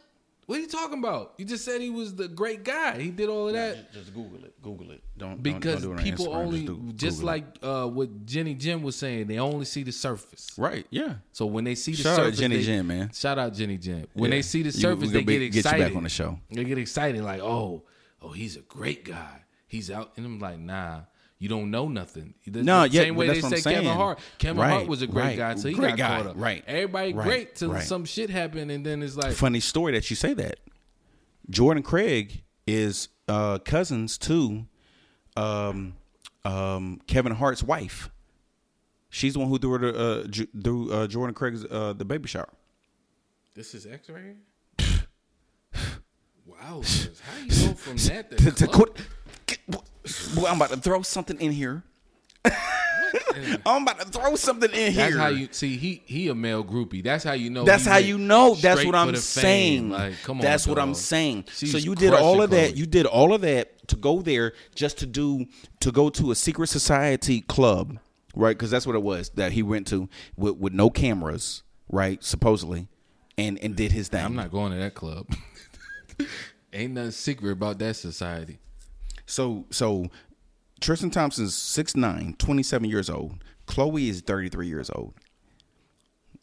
Speaker 3: What are you talking about? You just said he was the great guy. He did all of that
Speaker 2: Just Google it. Google it. Don't
Speaker 3: because
Speaker 2: don't, do
Speaker 3: people only, just, like uh, what Jenny Jim was saying, they only see the surface.
Speaker 2: right. Yeah.
Speaker 3: So when they see the
Speaker 2: Shout out
Speaker 3: surface,
Speaker 2: Jenny
Speaker 3: they-
Speaker 2: Jim, man.
Speaker 3: Shout out Jenny Jim. When
Speaker 2: Yeah.
Speaker 3: they see the
Speaker 2: You- we
Speaker 3: surface,
Speaker 2: gonna
Speaker 3: they
Speaker 2: be-
Speaker 3: get
Speaker 2: get you back
Speaker 3: excited.
Speaker 2: on the show.
Speaker 3: They get excited, like, oh, oh, he's a great guy. He's out, and I'm like, nah. You don't know nothing. The,
Speaker 2: No,
Speaker 3: the
Speaker 2: yeah,
Speaker 3: same way
Speaker 2: but
Speaker 3: they
Speaker 2: that's
Speaker 3: say
Speaker 2: what I'm
Speaker 3: Kevin
Speaker 2: saying.
Speaker 3: Hart. Kevin Hart
Speaker 2: Right,
Speaker 3: was a great
Speaker 2: right.
Speaker 3: guy till he
Speaker 2: Great
Speaker 3: got
Speaker 2: guy,
Speaker 3: caught up.
Speaker 2: right,
Speaker 3: Everybody
Speaker 2: right,
Speaker 3: great till
Speaker 2: right.
Speaker 3: some shit happened, and then it's like
Speaker 2: Funny story that you say that. Jordan Craig is uh, cousins to um, um, Kevin Hart's wife. She's the one who threw her to, uh, Ju- threw uh, Jordan Craig's uh, the baby shower.
Speaker 3: this is X right here. wow, how you go from that to,
Speaker 2: To- to
Speaker 3: club?
Speaker 2: quit- Boy, I'm about to throw something in here. I'm about to throw something in here.
Speaker 3: That's how you see he he a male groupie. That's how Oh, you know.
Speaker 2: That's
Speaker 3: he
Speaker 2: how
Speaker 3: went
Speaker 2: you know. That's
Speaker 3: straight
Speaker 2: what
Speaker 3: for
Speaker 2: I'm
Speaker 3: the fame.
Speaker 2: saying.
Speaker 3: Like, come on,
Speaker 2: That's what I'm
Speaker 3: dog.
Speaker 2: saying.
Speaker 3: She's
Speaker 2: so you did all
Speaker 3: crushing
Speaker 2: of that.
Speaker 3: Chloe.
Speaker 2: You did all of that to go there just to do to go to a secret society club, right? Because that's what it was that he went to with, with no cameras, right? Supposedly, and and did his thing.
Speaker 3: I'm not going to that club. Ain't nothing secret about that society.
Speaker 2: So so Tristan Thompson's 6'9, 27 years old. Chloe is 33 years old.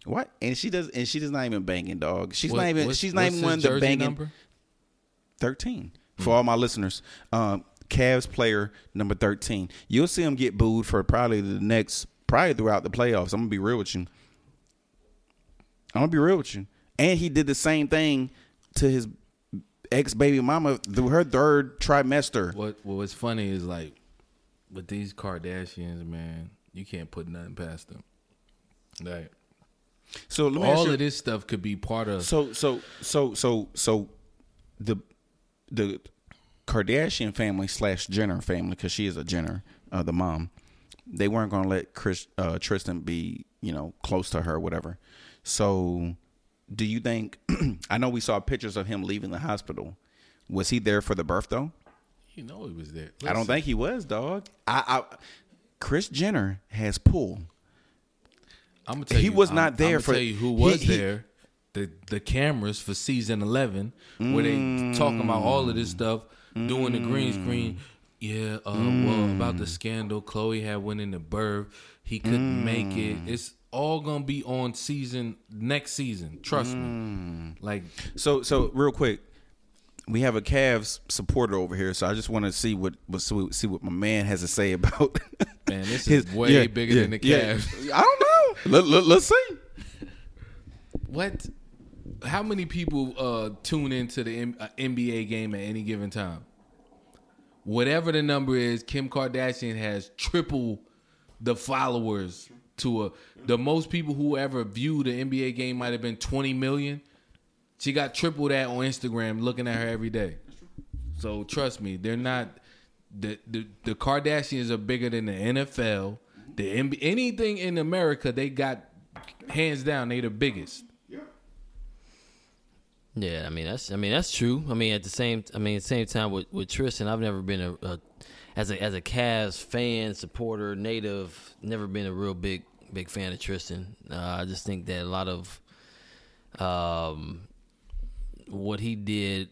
Speaker 2: What? And she does and she does not even banging, dog. She's
Speaker 3: What-
Speaker 2: not even
Speaker 3: what's-
Speaker 2: she's not
Speaker 3: what's his
Speaker 2: even one of the
Speaker 3: jersey
Speaker 2: banging
Speaker 3: number?
Speaker 2: 13
Speaker 3: Hmm.
Speaker 2: for all my listeners. Um, Cavs player number 13. You'll see him get booed for probably the next, probably throughout the playoffs. I'm going to be real with you. I'm going to be real with you. And he did the same thing to his ex baby mama through her third trimester.
Speaker 3: What what was funny is like with these Kardashians, man, you can't put nothing past them. Like
Speaker 2: So let me ask
Speaker 3: all
Speaker 2: you-
Speaker 3: of this stuff could be part of
Speaker 2: So so so so so the the Kardashian family slash Jenner family because she is a Jenner, uh, the mom. They weren't going to let Chris uh, Tristan be you know close to her, whatever. So do you think? I know we saw pictures of him leaving the hospital. Was he there for the birth though?
Speaker 3: you know it was there.
Speaker 2: I don't think he was, dog. I, I Chris Jenner has pull.
Speaker 3: I'm gonna tell
Speaker 2: he
Speaker 3: you,
Speaker 2: was
Speaker 3: I'm-
Speaker 2: not there
Speaker 3: I'ma
Speaker 2: for-
Speaker 3: tell you who
Speaker 2: he-
Speaker 3: was
Speaker 2: he-
Speaker 3: there. The the cameras for season eleven where they talking about all of this stuff, doing the green
Speaker 2: Mm.
Speaker 3: screen. Yeah, uh, well, about the scandal, Chloe had went into birth. He couldn't make it.
Speaker 2: Mm.
Speaker 3: It's all gonna be on season next season. Trust me.
Speaker 2: Mm.
Speaker 3: Like
Speaker 2: So so real quick, we have a Cavs supporter over here, so I just want to see what, what see what my man has to say about.
Speaker 3: Man, this
Speaker 2: his-
Speaker 3: is way
Speaker 2: yeah,
Speaker 3: bigger
Speaker 2: yeah,
Speaker 3: than the
Speaker 2: yeah.
Speaker 3: Cavs.
Speaker 2: I don't know. Let, let, let's see.
Speaker 3: What? How many people uh, tune into the M- uh, NBA game at any given time? Whatever the number is, Kim Kardashian has triple the followers to a. The most people who ever viewed the NBA game might have been twenty million. She got triple that on Instagram, looking at her every day. So trust me, they're not. The, the the Kardashians are bigger than the NFL. The NBA, anything in America, they got hands down. They the biggest.
Speaker 4: Yeah, I mean that's I mean that's true. I mean at the same I mean at the same time with, with Tristan, I've never been a, a as a as a Cavs fan, supporter, native, never been a real big big fan of Tristan. Uh, I just think that a lot of um what he did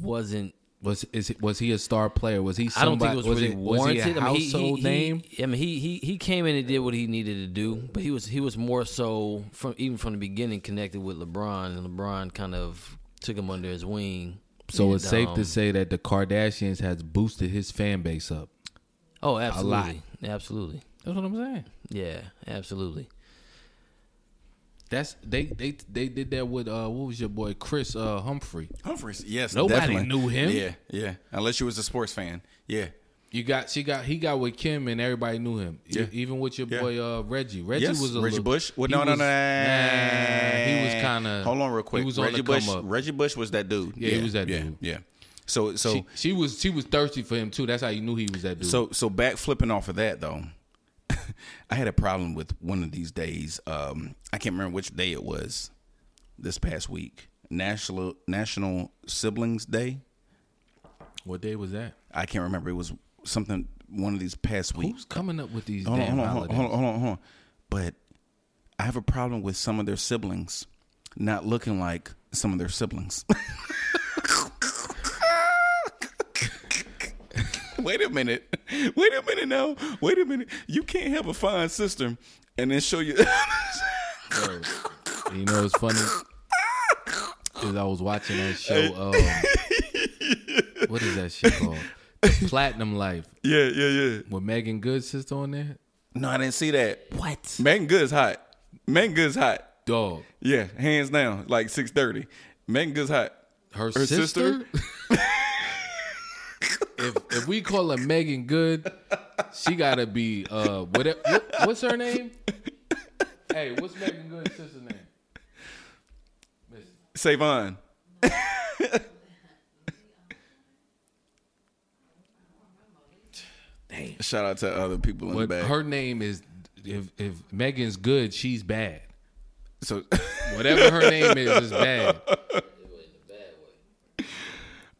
Speaker 4: wasn't
Speaker 3: Was is it, was he a star player? Was he?
Speaker 4: I don't
Speaker 3: Somebody,
Speaker 4: think it was, really
Speaker 3: was he
Speaker 4: warranted.
Speaker 3: a
Speaker 4: I mean, he-
Speaker 3: household
Speaker 4: he,
Speaker 3: name?
Speaker 4: He, I mean, he, he he came in and did what he needed to do, but he was he was more so from even from the beginning connected with LeBron, and LeBron kind of took him under his wing.
Speaker 3: So
Speaker 4: And,
Speaker 3: it's safe
Speaker 4: um,
Speaker 3: to say that the Kardashians has boosted his fan base up.
Speaker 4: Oh, absolutely, absolutely,
Speaker 3: That's what I'm saying.
Speaker 4: yeah, absolutely.
Speaker 3: That's they they they did that with uh what was your boy Chris uh Humphrey.
Speaker 2: Humphreys, yes,
Speaker 3: Nobody
Speaker 2: definitely.
Speaker 3: knew him.
Speaker 2: Yeah, yeah. Unless you was a sports fan. Yeah,
Speaker 3: You got she got he got with Kim and everybody knew him. E-
Speaker 2: Yeah.
Speaker 3: even with your
Speaker 2: Yeah.
Speaker 3: boy uh Reggie. Reggie
Speaker 2: yes.
Speaker 3: was a
Speaker 2: Reggie
Speaker 3: little-
Speaker 2: Bush. Well,
Speaker 3: he
Speaker 2: no, no,
Speaker 3: was-
Speaker 2: no,
Speaker 3: nah, he was kind of
Speaker 2: Hold on, real quick.
Speaker 3: He was on
Speaker 2: Reggie
Speaker 3: the
Speaker 2: Bush.
Speaker 3: come up.
Speaker 2: Reggie Bush was that dude.
Speaker 3: Yeah, he was that
Speaker 2: yeah,
Speaker 3: dude.
Speaker 2: Yeah. So so
Speaker 3: She, she was she was thirsty for him too. That's how you knew he was that dude.
Speaker 2: So so back flipping off of that though, I had a problem with one of these days. Um, I can't remember which day it was. This past week, National National Siblings Day.
Speaker 3: what day was that?
Speaker 2: I can't remember. It was something one of these past weeks.
Speaker 3: Who's coming up with these
Speaker 2: Hold on,
Speaker 3: damn
Speaker 2: hold on, hold
Speaker 3: holidays?
Speaker 2: on, hold on, hold on, hold on. But I have a problem with some of their siblings not looking like some of their siblings. Wait a minute. Wait a minute now. Wait a minute. You can't have a fine sister and then show you.
Speaker 3: You know what's funny? Is I was watching that show. Um, what is that shit called? Platinum Life
Speaker 2: Yeah, yeah, yeah.
Speaker 3: with Megan Good sister on there.
Speaker 2: No, I didn't see that.
Speaker 3: What?
Speaker 2: Megan Good's hot. Megan Good's hot.
Speaker 3: Dog.
Speaker 2: Yeah, hands down. Like six thirty. Megan Good's hot.
Speaker 3: Her,
Speaker 2: Her
Speaker 3: sister. if if we call her Megan Good, she gotta be uh whatever. What, what's her name? Hey, what's Megan Good's sister's name? Miss-
Speaker 2: Savon. Damn. Shout out to other people in the
Speaker 3: But
Speaker 2: back.
Speaker 3: her name is if if Megan's good, she's bad.
Speaker 2: so
Speaker 3: Whatever her name is, is bad.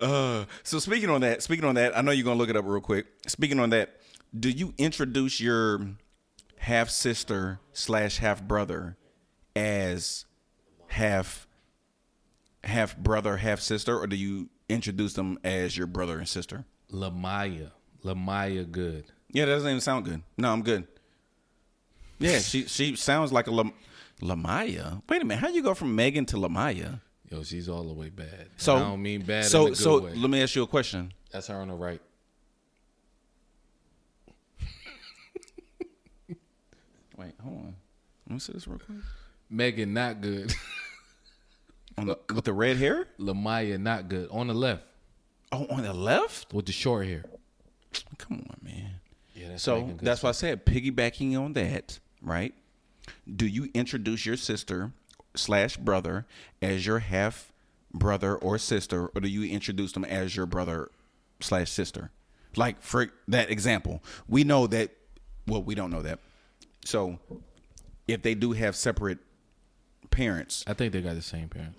Speaker 2: Uh, so speaking on that, speaking on that, I know you're gonna look it up real quick. Speaking on that, do you introduce your half sister slash half brother as half half brother half sister, or do you introduce them as your brother and sister?
Speaker 3: Lamaya, Lamaya Good.
Speaker 2: Yeah, that doesn't even sound good. No, I'm good. Yeah, she she sounds like a Lam- Lamaya. Wait a minute, how you go from Megan to Lamaya?
Speaker 3: Yo, she's all the way bad.
Speaker 2: So
Speaker 3: I don't mean bad.
Speaker 2: So
Speaker 3: in a good
Speaker 2: so
Speaker 3: way.
Speaker 2: let me ask you a question.
Speaker 3: that's her on the right.
Speaker 2: Wait, hold on. Let me see this real quick.
Speaker 3: Megan not good.
Speaker 2: On the, with the red hair?
Speaker 3: Lamaya not good. On the left
Speaker 2: Oh, on the left?
Speaker 3: with the short hair.
Speaker 2: Come on, man.
Speaker 3: Yeah, that's
Speaker 2: So that's why I said piggybacking on that, right? Do you introduce your sister slash brother as your half brother or sister, or do you introduce them as your brother slash sister? Like for that example, we know that. Well, we don't know that. So if they do have separate parents,
Speaker 3: I think they got the same parents.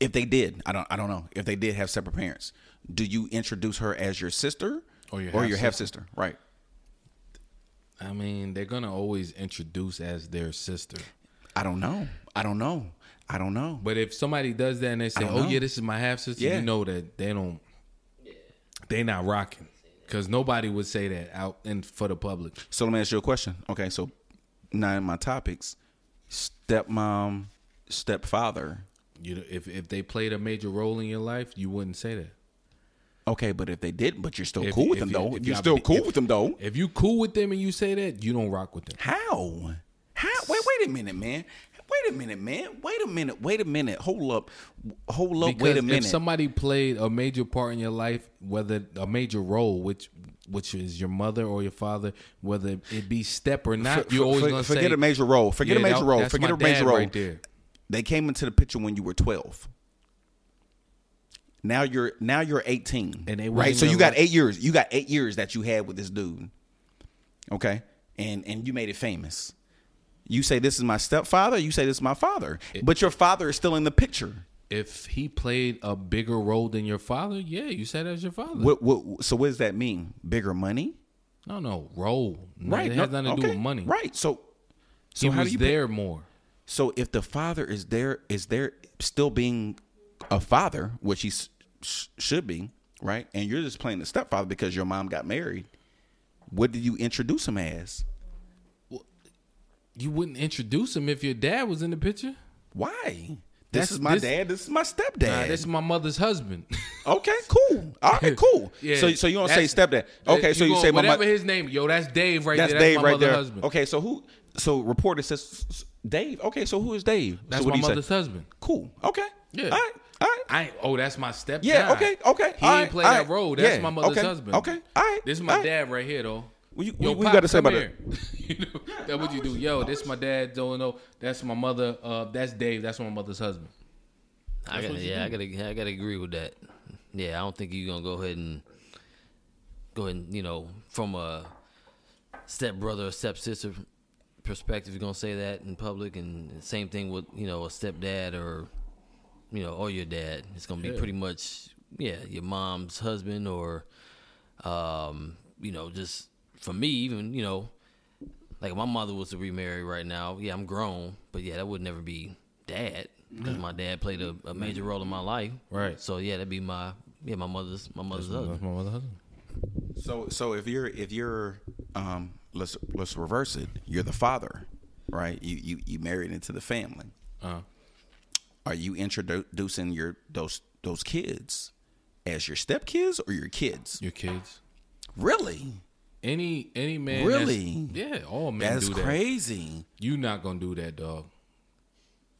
Speaker 2: if they did, I don't, I don't know. If they did have separate parents, do you introduce her as your sister
Speaker 3: Or your
Speaker 2: half sister? Right.
Speaker 3: I mean, they're gonna always introduce as their sister.
Speaker 2: I don't know. I don't know. I don't know.
Speaker 3: But if somebody does that and they say,
Speaker 2: don't
Speaker 3: "Oh
Speaker 2: know.
Speaker 3: yeah, this is my half sister,"
Speaker 2: Yeah.
Speaker 3: you know that they don't. They not rocking because nobody would say that out in for the public.
Speaker 2: So let me ask you a question. Okay, so now in my topics, stepmom, stepfather.
Speaker 3: You if if they played a major role in your life, you wouldn't say that.
Speaker 2: Okay, but if they didn't, but you're still
Speaker 3: If-
Speaker 2: cool with
Speaker 3: if
Speaker 2: them
Speaker 3: you-
Speaker 2: though.
Speaker 3: if
Speaker 2: you're
Speaker 3: y'all
Speaker 2: still
Speaker 3: be-
Speaker 2: cool
Speaker 3: if-
Speaker 2: with them though.
Speaker 3: If you cool with them and you say that, you don't rock with them.
Speaker 2: How? How? Wait, wait a minute, man. Wait a minute, man. Wait a minute. Wait a minute. Hold up. Hold up. wait a
Speaker 3: Because
Speaker 2: minute.
Speaker 3: If somebody played a major part in your life, whether a major role, which which is your mother or your father, whether it be step or not,
Speaker 2: For-
Speaker 3: you're always
Speaker 2: for-
Speaker 3: gonna
Speaker 2: forget
Speaker 3: say,
Speaker 2: a major role. Forget
Speaker 3: Yeah,
Speaker 2: a major
Speaker 3: that-
Speaker 2: role.
Speaker 3: that's
Speaker 2: Forget
Speaker 3: my
Speaker 2: a major
Speaker 3: dad
Speaker 2: role.
Speaker 3: right there.
Speaker 2: They came into the picture when you were 12. Now you're now you're 18.
Speaker 3: And they wasn't
Speaker 2: right, so
Speaker 3: even
Speaker 2: you got
Speaker 3: like-
Speaker 2: 8 years. You got 8 years that you had with this dude. Okay? And and you made it famous. You say this is my stepfather, you say this is my father. but your father is still in the picture.
Speaker 3: If he played a bigger role than your father, yeah, you said as your father.
Speaker 2: What, what so what does that mean? Bigger money?
Speaker 3: No, no, role. Right, it
Speaker 2: no,
Speaker 3: has nothing to do
Speaker 2: okay,
Speaker 3: with money.
Speaker 2: Right. So
Speaker 3: so he
Speaker 2: how do
Speaker 3: was
Speaker 2: you put-
Speaker 3: there more.
Speaker 2: So if the father is there, is there still being a father, which he s- sh- should be, right? And you're just playing the stepfather because your mom got married. What did you introduce him as?
Speaker 3: You wouldn't introduce him if your dad was in the picture.
Speaker 2: Why? This
Speaker 3: That's-
Speaker 2: is my
Speaker 3: this-
Speaker 2: dad. This is my stepdad.
Speaker 3: Nah, this is my mother's husband.
Speaker 2: okay, cool. All right, cool.
Speaker 3: Yeah,
Speaker 2: so, so you don't say
Speaker 3: that's-
Speaker 2: stepdad. Okay, so you
Speaker 3: gonna-
Speaker 2: say my
Speaker 3: whatever
Speaker 2: mother.
Speaker 3: his name. Yo, that's Dave right
Speaker 2: That's
Speaker 3: there.
Speaker 2: Dave
Speaker 3: my
Speaker 2: right
Speaker 3: mother's
Speaker 2: there.
Speaker 3: Husband.
Speaker 2: Okay, so who? So reporter says s- s- Dave. Okay, so who is Dave? So
Speaker 3: that's
Speaker 2: what
Speaker 3: my
Speaker 2: do you say?
Speaker 3: mother's husband.
Speaker 2: Cool. Okay.
Speaker 3: Yeah.
Speaker 2: All right. All right.
Speaker 3: I ain't- oh, that's my stepdad.
Speaker 2: Yeah, okay, okay,
Speaker 3: He
Speaker 2: all
Speaker 3: ain't
Speaker 2: right,
Speaker 3: play
Speaker 2: all
Speaker 3: that
Speaker 2: right,
Speaker 3: role. That's
Speaker 2: yeah,
Speaker 3: my mother's
Speaker 2: okay,
Speaker 3: husband.
Speaker 2: okay, all right,
Speaker 3: This is my
Speaker 2: all right.
Speaker 3: dad right here though.
Speaker 2: What you-
Speaker 3: Yo,
Speaker 2: what you
Speaker 3: Pop,
Speaker 2: gotta say
Speaker 3: come
Speaker 2: about
Speaker 3: here. You know, that what you do. Yo, this my dad, don't know. That's my mother. Uh that's Dave. That's my mother's husband.
Speaker 4: I gotta, yeah, I gotta, I gotta agree with that. Yeah, I don't think you're gonna go ahead and go ahead and you know from a stepbrother or stepsister perspective, you're gonna say that in public, and same thing with you know a stepdad or you know or your dad. It's gonna be pretty much yeah your mom's husband or um you know just for me even you know like if my mother was to remarry right now, yeah, I'm grown, but yeah, that would never be dad because my dad played a, a major role in my life.
Speaker 3: Right.
Speaker 4: So yeah, that'd be my yeah my mother's my mother's husband.
Speaker 3: my mother's husband.
Speaker 2: So so if you're if you're um let's let's reverse it. You're the father, right? You you you married into the family.
Speaker 3: Uh
Speaker 2: Are you introducing your those those kids as your stepkids or your kids?
Speaker 3: your kids.
Speaker 2: Really?
Speaker 3: Any any man
Speaker 2: Really?
Speaker 3: that's- yeah, all men
Speaker 2: That's
Speaker 3: do that.
Speaker 2: crazy.
Speaker 3: You not gonna do that, dog.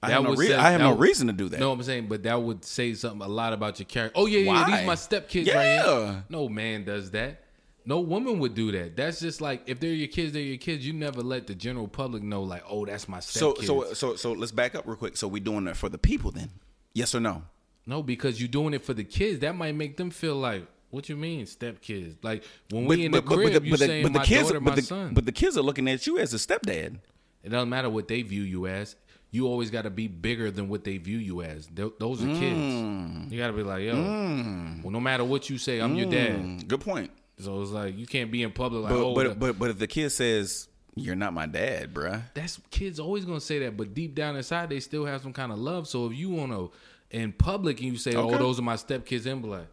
Speaker 2: I have,
Speaker 3: That
Speaker 2: no,
Speaker 3: would
Speaker 2: rea-
Speaker 3: say-
Speaker 2: I have
Speaker 3: that
Speaker 2: no
Speaker 3: would-
Speaker 2: reason to do that.
Speaker 3: No, I'm saying, but that would say something a lot about your character. Oh yeah, yeah,
Speaker 2: Why?
Speaker 3: these my stepkids right
Speaker 2: Yeah.
Speaker 3: here. No man does that. No woman would do that. That's just like if they're your kids, they're your kids. You never let the general public know, like, oh, that's my stepkids.
Speaker 2: so so so so let's back up real quick. So we doing that for the people then? Yes or no?
Speaker 3: no, because you're doing it for the kids. That might make them feel like, what you mean, stepkids? Like when we in the crib, you saying my daughter, my
Speaker 2: but the,
Speaker 3: son.
Speaker 2: but the kids are looking at you as a stepdad.
Speaker 3: It doesn't matter what they view you as. You always got to be bigger than what they view you as. Th- those are
Speaker 2: Mm.
Speaker 3: kids. You got to be like, yo, well, no matter what you say, I'm your dad.
Speaker 2: Mm, Good point.
Speaker 3: So it's like you can't be in public like,
Speaker 2: But
Speaker 3: oh,
Speaker 2: but, but but if the kid says you're not my dad, bruh.
Speaker 3: that's kids always gonna say that. But deep down inside, they still have some kind of love. So if you wanna in public and you say,
Speaker 2: Okay.
Speaker 3: oh, those are my stepkids, and be like,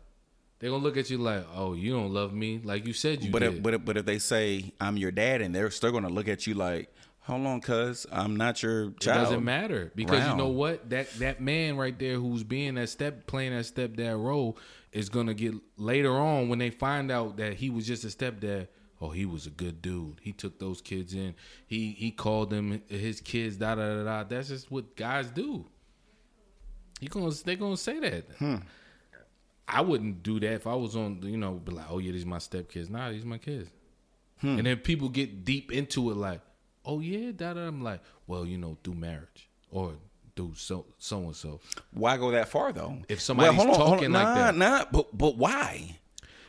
Speaker 3: they're gonna look at you like, oh, you don't love me like you said you
Speaker 2: But
Speaker 3: did.
Speaker 2: if, but if, but if they say I'm your dad, and they're still going to look at you like, "Hold on, cuz I'm not your
Speaker 3: It
Speaker 2: child."
Speaker 3: doesn't matter because
Speaker 2: round.
Speaker 3: you know what that that man right there who's being that step playing that stepdad role is gonna get later on when they find out that he was just a stepdad. Oh, he was a good dude. He took those kids in. He he called them his kids. Da da da da. That's just what guys do. He gonna they gonna say that.
Speaker 2: Hmm.
Speaker 3: I wouldn't do that if I was on. You know, be like, oh yeah, these my stepkids. Nah, these my kids.
Speaker 2: Hmm.
Speaker 3: And then people get deep into it, like, oh yeah, da da. I'm like, well, you know, through marriage or through so so and so.
Speaker 2: Why go that far though?
Speaker 3: If somebody's
Speaker 2: hold hold
Speaker 3: talking like
Speaker 2: nah,
Speaker 3: that.
Speaker 2: nah. But but why?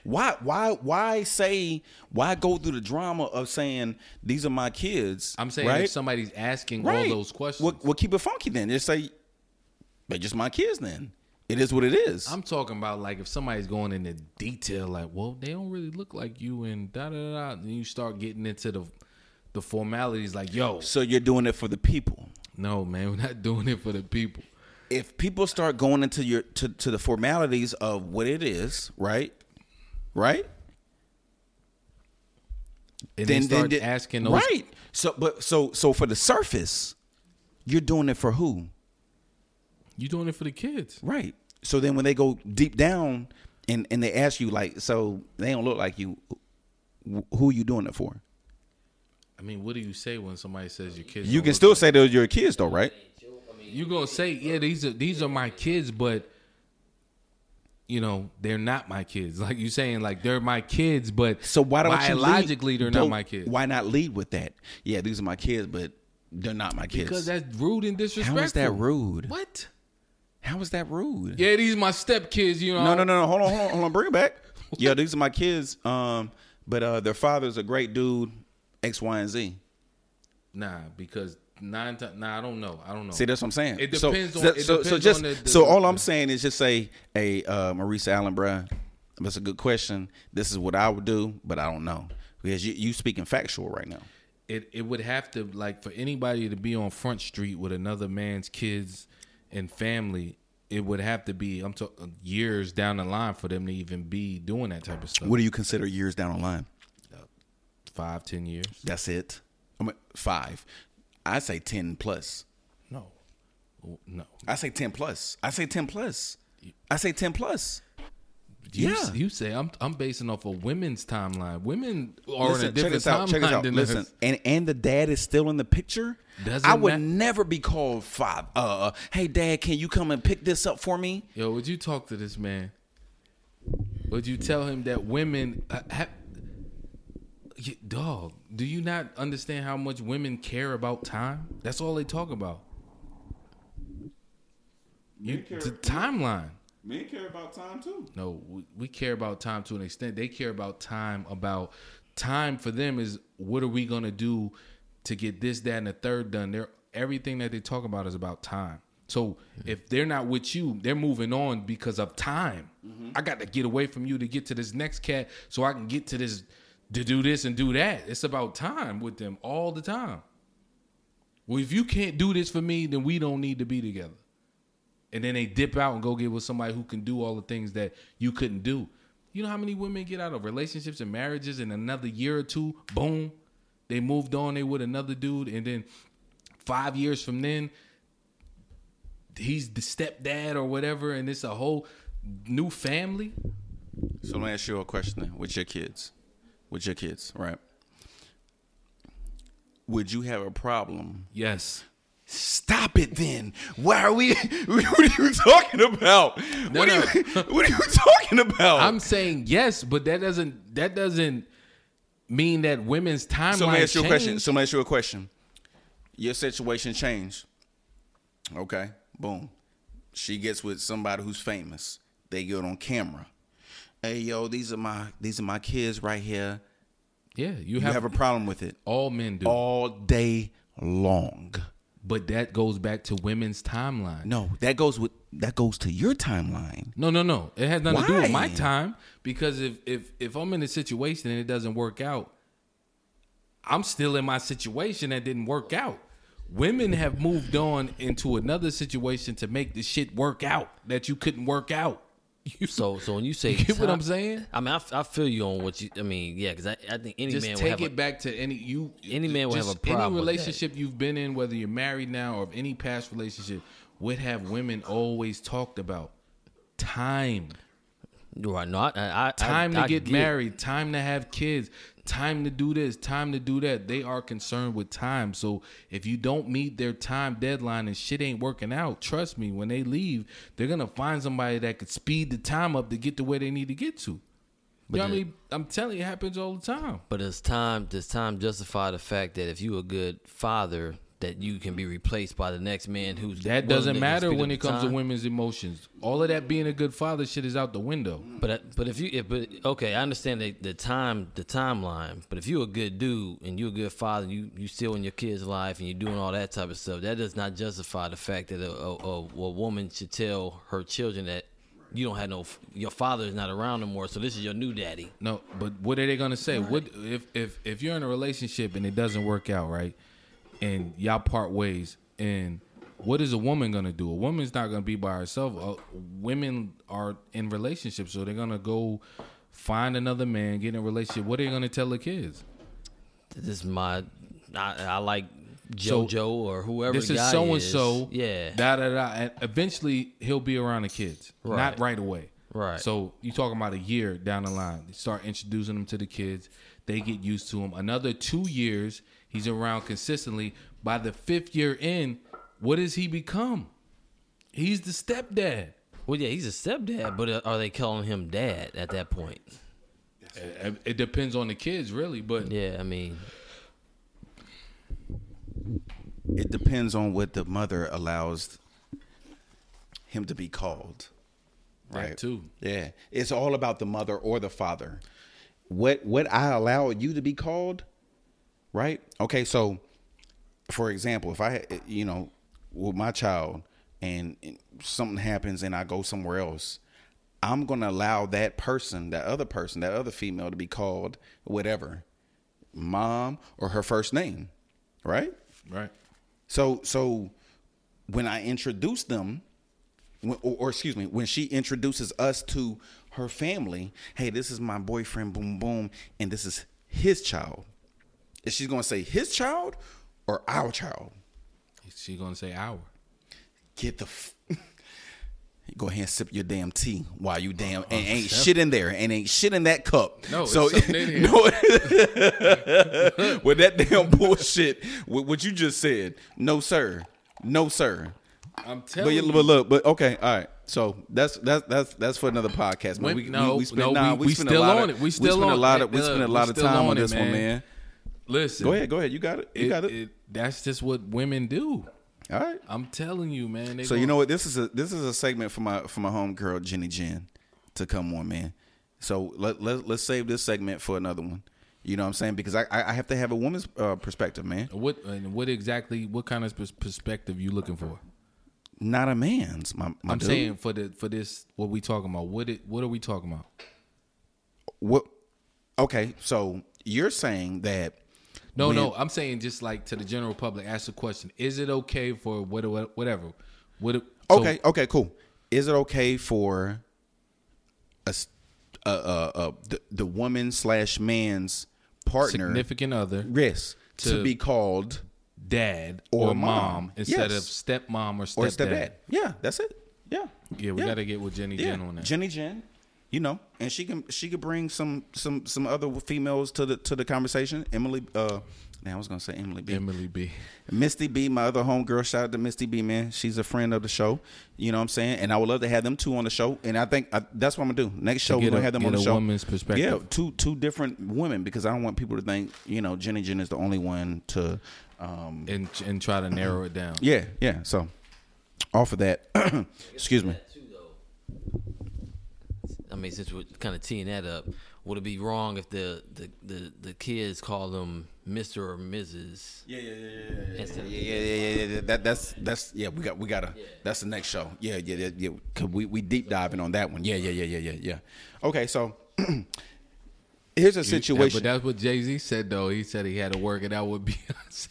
Speaker 2: Why why why say why go through the drama of saying these are my kids?
Speaker 3: I'm saying
Speaker 2: right?
Speaker 3: if somebody's asking all those questions,
Speaker 2: Well, well, keep it funky then. Just say they're just my kids. Then it is what it is.
Speaker 3: I'm talking about like if somebody's going into detail, like, well, they don't really look like you, and da da da. Then you start getting into the the formalities, like, yo,
Speaker 2: so you're doing it for the people.
Speaker 3: no, man, we're not doing it for the people.
Speaker 2: if people start going into your to, to the formalities of what it is, right? Right?
Speaker 3: And then, start asking those
Speaker 2: Right. So but so so for the surface, you're doing it for who?
Speaker 3: You doing it for the kids?
Speaker 2: Right. So then when they go deep down and and they ask you like so they don't look like you wh- who you doing it for?
Speaker 3: I mean, what do you say when somebody says your kids?
Speaker 2: You
Speaker 3: don't
Speaker 2: can
Speaker 3: look
Speaker 2: still say those are your kids though, right?
Speaker 3: you gonna say, yeah, these are these are my kids, but you know they're not my kids. Like you saying, like they're my kids, but
Speaker 2: So why don't you lead-
Speaker 3: biologically they're not
Speaker 2: don't-
Speaker 3: my kids?
Speaker 2: Why not lead with that? Yeah, these are my kids, but they're not my kids.
Speaker 3: Because that's rude and disrespectful.
Speaker 2: How is that rude?
Speaker 3: What?
Speaker 2: How is that rude?
Speaker 3: Yeah, um, these my stepkids. You know?
Speaker 2: No, no, no, no. Hold on, hold on, hold on. Bring it back. yeah, these are my kids. Um, but uh, their father's a great dude. X, Y, and Z.
Speaker 3: Nah, because nine times. Nah, I don't know. I don't know.
Speaker 2: See, that's what I'm saying.
Speaker 3: It
Speaker 2: So-
Speaker 3: depends on-
Speaker 2: So,
Speaker 3: it
Speaker 2: so, so
Speaker 3: depends
Speaker 2: just
Speaker 3: on the- the-
Speaker 2: so all I'm saying is just say, hey, uh, Marisa Allen, bruh, that's a good question. This is what I would do, but I don't know because you you speaking factual right now.
Speaker 3: it it would have to like for anybody to be on front street with another man's kids and family it would have to be i'm talking years down the line for them to even be doing that type of stuff
Speaker 2: What do you consider years down the line?
Speaker 3: five ten years
Speaker 2: That's it. I mean, five. I say ten plus.
Speaker 3: no Oh, no
Speaker 2: I say ten plus. I say ten plus. I say ten plus.
Speaker 3: you,
Speaker 2: Yeah.
Speaker 3: you say i'm i'm basing off a women's timeline women are in a
Speaker 2: Listen, check
Speaker 3: different
Speaker 2: this
Speaker 3: timeline
Speaker 2: out. Check this out.
Speaker 3: than
Speaker 2: Listen,
Speaker 3: us.
Speaker 2: and and the dad is still in the picture.
Speaker 3: Doesn't
Speaker 2: I would
Speaker 3: ma-
Speaker 2: never be called five. Uh, hey, dad, can you come and pick this up for me?
Speaker 3: yo would you talk to this man would you tell him that women uh, have Yeah, dog do you not understand how much women care about time that's all they talk about you, the timeline
Speaker 5: Men care about time too.
Speaker 3: no we, we care about time to an extent they care about time about time for them is what are we gonna do to get this that and the third done they're everything that they talk about is about time so if they're not with you they're moving on because of time i got to get away from you to get to this next cat so i can get to this to do this and do that it's about time with them all the time well if you can't do this for me then we don't need to be together and then they dip out and go get with somebody who can do all the things that you couldn't do. You know how many women get out of relationships and marriages in another year or two, boom, they moved on, they with another dude, and then five years from then, he's the stepdad or whatever, and it's a whole new family.
Speaker 2: So let me ask you a question then, with your kids. with your kids, right? Would you have a problem?
Speaker 3: Yes.
Speaker 2: Stop it then. Why are we what are you talking about? what,
Speaker 3: no.
Speaker 2: Are you, what are you talking about?
Speaker 3: I'm saying yes, but that doesn't that doesn't mean that women's timeline.
Speaker 2: so let me ask you a question.
Speaker 3: changed.
Speaker 2: So let me ask you a question. Your situation changed. Okay, boom. She gets with somebody who's famous. They get on camera. Hey yo, these are my these are my kids right here.
Speaker 3: Yeah, you
Speaker 2: You
Speaker 3: have,
Speaker 2: have a problem with it
Speaker 3: all men do,
Speaker 2: all day long.
Speaker 3: but that goes back to women's timeline.
Speaker 2: No, that goes with that goes to your timeline.
Speaker 3: No, no, no. It has nothing to do with my
Speaker 2: Why?
Speaker 3: time because if if if I'm in a situation and it doesn't work out, I'm still in my situation that didn't work out. Women have moved on into another situation to make the shit work out that you couldn't work out. You
Speaker 4: So, so when you say,
Speaker 3: You get what
Speaker 4: time-
Speaker 3: I'm saying?
Speaker 4: I mean, I, f- I feel you on what you. I mean, yeah, because I, I think any
Speaker 3: just
Speaker 4: man would
Speaker 3: take
Speaker 4: have.
Speaker 3: it
Speaker 4: a,
Speaker 3: back to any you
Speaker 4: Any man will have
Speaker 3: just
Speaker 4: a problem
Speaker 3: Any
Speaker 4: with that.
Speaker 3: relationship you've been in, whether you're married now or of any past relationship, would have women always talked about time.
Speaker 4: Right? No, I, I, I-
Speaker 3: time
Speaker 4: I
Speaker 3: to get
Speaker 4: get
Speaker 3: married, time to have kids, time to do this, time to do that. They are concerned with time. So if you don't meet their time deadline and shit ain't working out, trust me, when they leave, they're gonna find somebody that could speed the time up to get to where they need to get to. you know what I
Speaker 4: the-
Speaker 3: mean? I'm telling you, it happens all the time.
Speaker 4: But does time does time justify the fact that if you a good father that you can be replaced by the next man who's
Speaker 3: That
Speaker 4: willing
Speaker 3: doesn't
Speaker 4: to
Speaker 3: matter
Speaker 4: speed up
Speaker 3: when
Speaker 4: the
Speaker 3: it comes
Speaker 4: time?
Speaker 3: to women's emotions. All of that being a good father shit is out the window.
Speaker 4: But uh, but if you if but okay, I understand the, the time the timeline. But if you're a good dude and you're a good father, you you still in your kid's life and you're doing all that type of stuff. That does not justify the fact that a a, a, a woman should tell her children that you don't have no f- your father is not around no more. So this is your new daddy.
Speaker 3: No, but what are they gonna say? What if if if you're in a relationship and it doesn't work out right, and y'all part ways, and what is a woman gonna do? A woman's not gonna be by herself. Uh, women are in relationships, so they're gonna go find another man, get in a relationship. What are they gonna tell the kids?
Speaker 4: This is my I, I like
Speaker 3: So,
Speaker 4: JoJo or whoever.
Speaker 3: This
Speaker 4: the
Speaker 3: is
Speaker 4: guy
Speaker 3: so and so.
Speaker 4: Yeah.
Speaker 3: Da da da. And eventually, he'll be around the kids. Not
Speaker 4: Right.
Speaker 3: right away.
Speaker 4: Right.
Speaker 3: So you talking about a year down the line? You start introducing them to the kids. They get used to him. Another two years, he's around consistently. By the fifth year in, what does he become? He's the stepdad.
Speaker 4: well, yeah, he's a stepdad, but uh, are they calling him dad at that point?
Speaker 3: It it depends on the kids, really. But
Speaker 4: Yeah, I mean,
Speaker 2: It depends on what the mother allows him to be called.
Speaker 3: that too.
Speaker 2: Yeah, it's all about the mother or the father. What what I allow you to be called, right? Okay, so for example, if I you know with my child and something happens and I go somewhere else, I'm going to allow that person, that other person, that other female to be called whatever, mom or her first name, right?
Speaker 3: Right.
Speaker 2: So so when I introduce them, when, or, or excuse me, when she introduces us to her family, hey, this is my boyfriend, boom boom, and this is his child. Is she gonna say his child or our child?
Speaker 3: She gonna say our.
Speaker 2: Get the. F- Go ahead and sip your damn tea while you damn and ain't shit in there and ain't shit in that cup.
Speaker 3: Uh-uh. No, it's
Speaker 2: so
Speaker 3: something in here.
Speaker 2: no, with that damn bullshit, with what you just said, no sir, no sir.
Speaker 3: I'm
Speaker 2: But,
Speaker 3: telling
Speaker 2: yeah,
Speaker 3: you.
Speaker 2: but look, but okay, all right. So that's that's that's that's for another podcast. Man.
Speaker 3: When-
Speaker 2: We, we,
Speaker 3: no,
Speaker 2: we spent
Speaker 3: no,
Speaker 2: nah,
Speaker 3: we-
Speaker 2: we,
Speaker 3: we
Speaker 2: spent
Speaker 3: still
Speaker 2: a lot
Speaker 3: on
Speaker 2: of,
Speaker 3: it. We
Speaker 2: we
Speaker 3: still
Speaker 2: spent a
Speaker 3: on
Speaker 2: lot
Speaker 3: it.
Speaker 2: of we
Speaker 3: Look,
Speaker 2: spent a
Speaker 3: we
Speaker 2: lot of
Speaker 3: still
Speaker 2: time
Speaker 3: on
Speaker 2: on
Speaker 3: it,
Speaker 2: this one,
Speaker 3: man.
Speaker 2: man.
Speaker 3: Listen.
Speaker 2: Go ahead, go ahead. You got it. You
Speaker 3: It-
Speaker 2: got it.
Speaker 3: it- That's just what women do.
Speaker 2: All right.
Speaker 3: I'm telling you, man. They
Speaker 2: So you
Speaker 3: gonna-
Speaker 2: know what? This is a this is a segment for my for my homegirl Jenny Jen to come on, man. So let let let's save this segment for another one. You know what I'm saying? Because I I I have to have a woman's uh, perspective, man.
Speaker 3: What and what exactly? What kind of pers- perspective you looking for?
Speaker 2: Not a man's. My, my
Speaker 3: I'm
Speaker 2: dude.
Speaker 3: saying for the for this, what we talking about? What it, what are we talking about?
Speaker 2: what? Okay, so you're saying that
Speaker 3: No,
Speaker 2: When-
Speaker 3: no. I'm saying just like to the general public, ask the question: Is it okay for what, what whatever? What so-
Speaker 2: Okay, okay, cool. Is it okay for a, s- a, a- a- the, the woman slash man's partner
Speaker 3: significant other,
Speaker 2: yes to,
Speaker 3: to-
Speaker 2: be called
Speaker 3: dad or,
Speaker 2: Or
Speaker 3: mom,
Speaker 2: mom.
Speaker 3: instead
Speaker 2: Yes.
Speaker 3: of stepmom or stepdad?
Speaker 2: or stepdad? Yeah, that's it. Yeah,
Speaker 3: Yeah, we gotta get with Jenny
Speaker 2: yeah.
Speaker 3: Jen on that.
Speaker 2: Jenny Jen, you know, and she can she could bring some some some other females to the to the conversation. Emily, uh, now I was gonna say Emily B.
Speaker 3: Emily B.
Speaker 2: Misty B, my other homegirl, shout out to Misty B, man. She's a friend of the show. You know what I'm saying? And I would love to have them two on the show. And I think I, that's what I'm gonna do. Next show, we're
Speaker 3: get
Speaker 2: gonna
Speaker 3: a-
Speaker 2: have them
Speaker 3: get
Speaker 2: on the
Speaker 3: a
Speaker 2: show.
Speaker 3: woman's perspective.
Speaker 2: Yeah, two two different women because I don't want people to think you know Jenny Jen is the only one to. Um,
Speaker 3: And and try to narrow it down.
Speaker 2: yeah, yeah. So off of that, excuse me.
Speaker 4: That too, though. I mean, since we're kind of teeing that up, would it be wrong if the the the, the kids call them Mister or Mrs.
Speaker 2: Yeah, yeah, yeah,
Speaker 4: instead of-
Speaker 2: yeah, yeah, yeah, yeah. That, that's that's yeah. We got we gotta. That's the next show. Yeah, yeah, yeah. yeah. 'Cause we we deep diving on that one. Yeah, yeah, yeah, yeah, yeah, yeah. Okay, so here's a situation.
Speaker 3: But that's what Jay Z said though. He said he had to work it out with Beyonce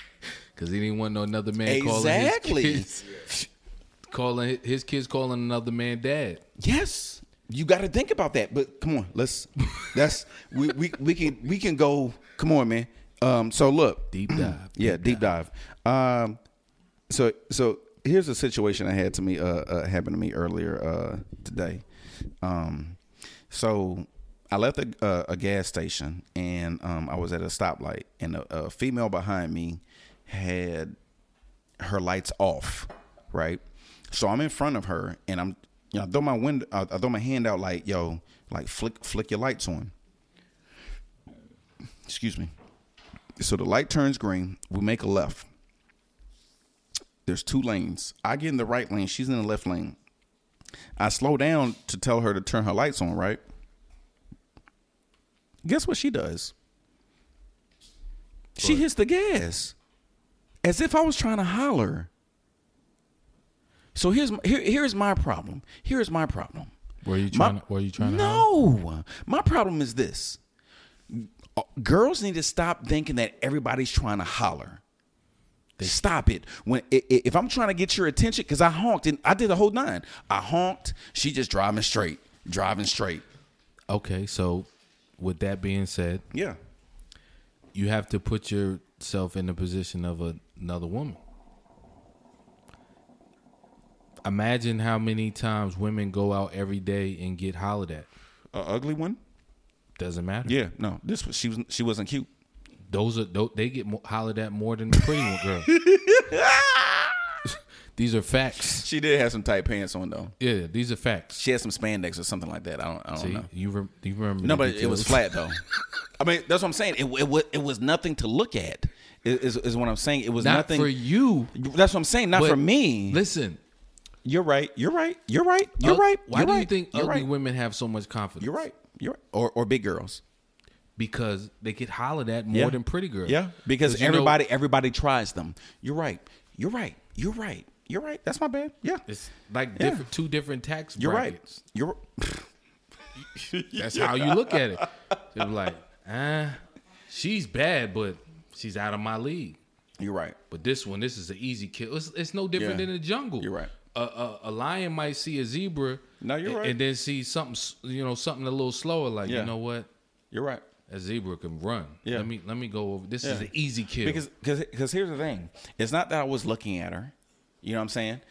Speaker 3: because he didn't want no another man
Speaker 2: Exactly.
Speaker 3: calling his kids calling his kids calling another man dad.
Speaker 2: Yes, you got to think about that. But come on, let's. That's we, we we can we can go. Come on, man. Um. So look,
Speaker 3: Deep dive.
Speaker 2: yeah, deep dive. Um. So so here's a situation I had to me uh, uh happened to me earlier uh today. Um. So I left a, uh, a gas station and um I was at a stoplight and a, a female behind me had her lights off, right? So I'm in front of her and I'm you know, I throw my window I, I throw my hand out like, yo, like flick flick your lights on. Excuse me. So the light turns green, we make a left. There's two lanes. I get in the right lane, she's in the left lane. I slow down to tell her to turn her lights on, right? Guess what she does? She hits the gas as if I was trying to holler. So here's my, here, here's my problem. Here's my problem.
Speaker 3: Were you
Speaker 2: My-
Speaker 3: trying? were you trying to?
Speaker 2: No, my problem is this: Uh, girls need to stop thinking that everybody's trying to holler. Stop it! When i- i- if I'm trying to get your attention, because I honked and I did the whole nine. I honked. She just driving straight, driving straight.
Speaker 3: Okay, so with that being said,
Speaker 2: Yeah,
Speaker 3: you have to put yourself in the position of a- another woman. Imagine how many times women go out every day and get hollered at.
Speaker 2: a ugly one.
Speaker 3: Doesn't matter.
Speaker 2: Yeah, no, this was she was she wasn't cute.
Speaker 3: those are tho- they get mo- hollered at more than the pretty one girl. these are facts.
Speaker 2: She did have some tight pants on though.
Speaker 3: Yeah, these are facts.
Speaker 2: She had some spandex or something like that. I don't, I don't
Speaker 3: See,
Speaker 2: know.
Speaker 3: you rem- you remember?
Speaker 2: No,
Speaker 3: the
Speaker 2: but it was
Speaker 3: details.
Speaker 2: flat though. I mean, that's what I'm saying. It it was it was nothing to look at. Is is what I'm saying. It was
Speaker 3: Not
Speaker 2: nothing.
Speaker 3: for you.
Speaker 2: that's what I'm saying. Not
Speaker 3: but
Speaker 2: for me.
Speaker 3: Listen,
Speaker 2: You're right. You're right. You're right. You're
Speaker 3: ug-
Speaker 2: right.
Speaker 3: Why
Speaker 2: you're
Speaker 3: do
Speaker 2: right.
Speaker 3: you think
Speaker 2: you're
Speaker 3: ugly
Speaker 2: right.
Speaker 3: women have so much confidence?
Speaker 2: You're right. You're right. Or or big girls.
Speaker 3: Because they get hollered at more
Speaker 2: Yeah.
Speaker 3: than pretty girls.
Speaker 2: Yeah, because
Speaker 3: you know-
Speaker 2: everybody everybody tries them. You're right. You're right. You're right. You're right. That's my bad. Yeah.
Speaker 3: It's like
Speaker 2: Yeah.
Speaker 3: different, two different tax
Speaker 2: You're right.
Speaker 3: brackets.
Speaker 2: You're
Speaker 3: That's how you look at it. They're like, ah, she's bad, but she's out of my league.
Speaker 2: you're right.
Speaker 3: But this one, this is an easy kill. It's, it's no different
Speaker 2: Yeah.
Speaker 3: than a jungle.
Speaker 2: You're right.
Speaker 3: A, a, a lion might see a zebra.
Speaker 2: No, you're
Speaker 3: a-
Speaker 2: right.
Speaker 3: And then see something, s- you know, something a little slower. Like
Speaker 2: Yeah.
Speaker 3: you know what,
Speaker 2: You're right.
Speaker 3: a zebra can run.
Speaker 2: Yeah.
Speaker 3: Let me let me go over. This is
Speaker 2: Yeah.
Speaker 3: an easy kill.
Speaker 2: Because cause, cause here's the thing. It's not that I was looking at her. You know what I'm saying?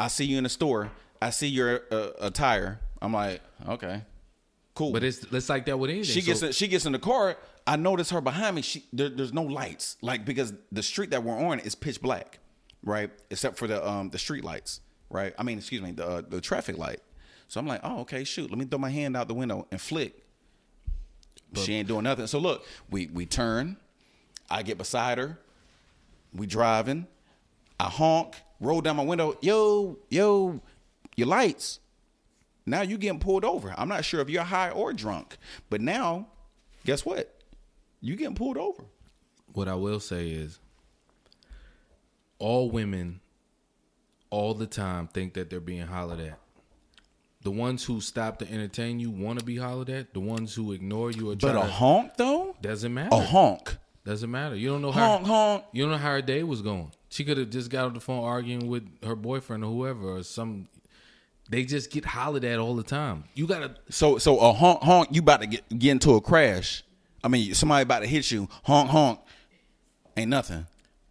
Speaker 2: I see you in the store. I see your uh, attire. I'm like, okay, cool.
Speaker 3: but it's it's like that with anything.
Speaker 2: she gets
Speaker 3: So
Speaker 2: in, she gets in the car. I notice her behind me. She there, there's no lights, like because the street that we're on is pitch black, right? Except for the um the street lights, right? I mean, excuse me, the uh, the traffic light. So I'm like, oh okay, shoot. Let me throw my hand out the window and flick. she ain't doing nothing. So look, we we turn. I get beside her. We driving. I honk, roll down my window. Yo, yo, your lights. Now you getting pulled over. I'm not sure if you're high or drunk, but now, guess what? You getting pulled over.
Speaker 3: what I will say is, all women, all the time, think that they're being hollered at. The ones who stop to entertain you want to be hollered at. The ones who ignore you or try
Speaker 2: But a
Speaker 3: to
Speaker 2: honk though,
Speaker 3: doesn't matter.
Speaker 2: a honk,
Speaker 3: Doesn't matter. You don't know how
Speaker 2: honk, honk.
Speaker 3: you don't know how her day was going. She could have just got on the phone arguing with her boyfriend or whoever or some. They just get hollered at all the time. You gotta
Speaker 2: So so a honk, honk. You about to get get into a crash. I mean, somebody about to hit you. Honk, honk. Ain't nothing.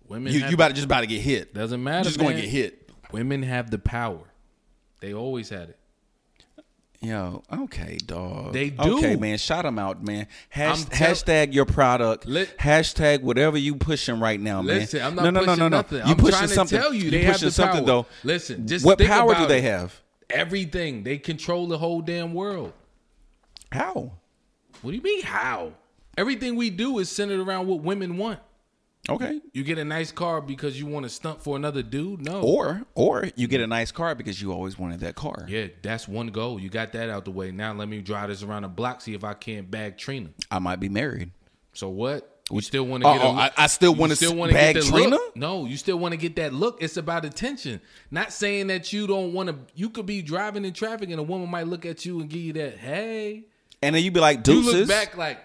Speaker 3: women.
Speaker 2: You
Speaker 3: have-
Speaker 2: you about to just about to get hit.
Speaker 3: doesn't matter.
Speaker 2: Just going
Speaker 3: man.
Speaker 2: to get hit.
Speaker 3: Women have the power. They always had it.
Speaker 2: Yo, okay, dog.
Speaker 3: They do.
Speaker 2: Okay, man. Shout them out, man. Hash,
Speaker 3: I'm tell-
Speaker 2: hashtag your product.
Speaker 3: Let-
Speaker 2: hashtag whatever you pushing right now, man.
Speaker 3: Listen, I'm not pushing nothing. I'm trying to tell you, they have the power. Listen, just
Speaker 2: what
Speaker 3: think
Speaker 2: power do
Speaker 3: about
Speaker 2: they
Speaker 3: it.
Speaker 2: have?
Speaker 3: Everything. They control the whole damn world.
Speaker 2: How?
Speaker 3: What do you mean how? Everything we do is centered around what women want.
Speaker 2: Okay.
Speaker 3: You get a nice car because you want to stunt for another dude? No.
Speaker 2: Or or you get a nice car because you always wanted that car.
Speaker 3: yeah, that's one goal. You got that out the way. Now let me drive this around the block, see if I can't bag Trina.
Speaker 2: I might be married.
Speaker 3: So what? You still want to
Speaker 2: Oh,
Speaker 3: get?
Speaker 2: oh, I- I still
Speaker 3: you
Speaker 2: wanna
Speaker 3: wanna
Speaker 2: bag
Speaker 3: that
Speaker 2: Trina?
Speaker 3: Look. No, you still want to get that look. It's about attention. Not saying that you don't want to. You could be driving in traffic and a woman might look at you and give you that hey.
Speaker 2: And then you'd be like,
Speaker 3: You
Speaker 2: deuces.
Speaker 3: look back like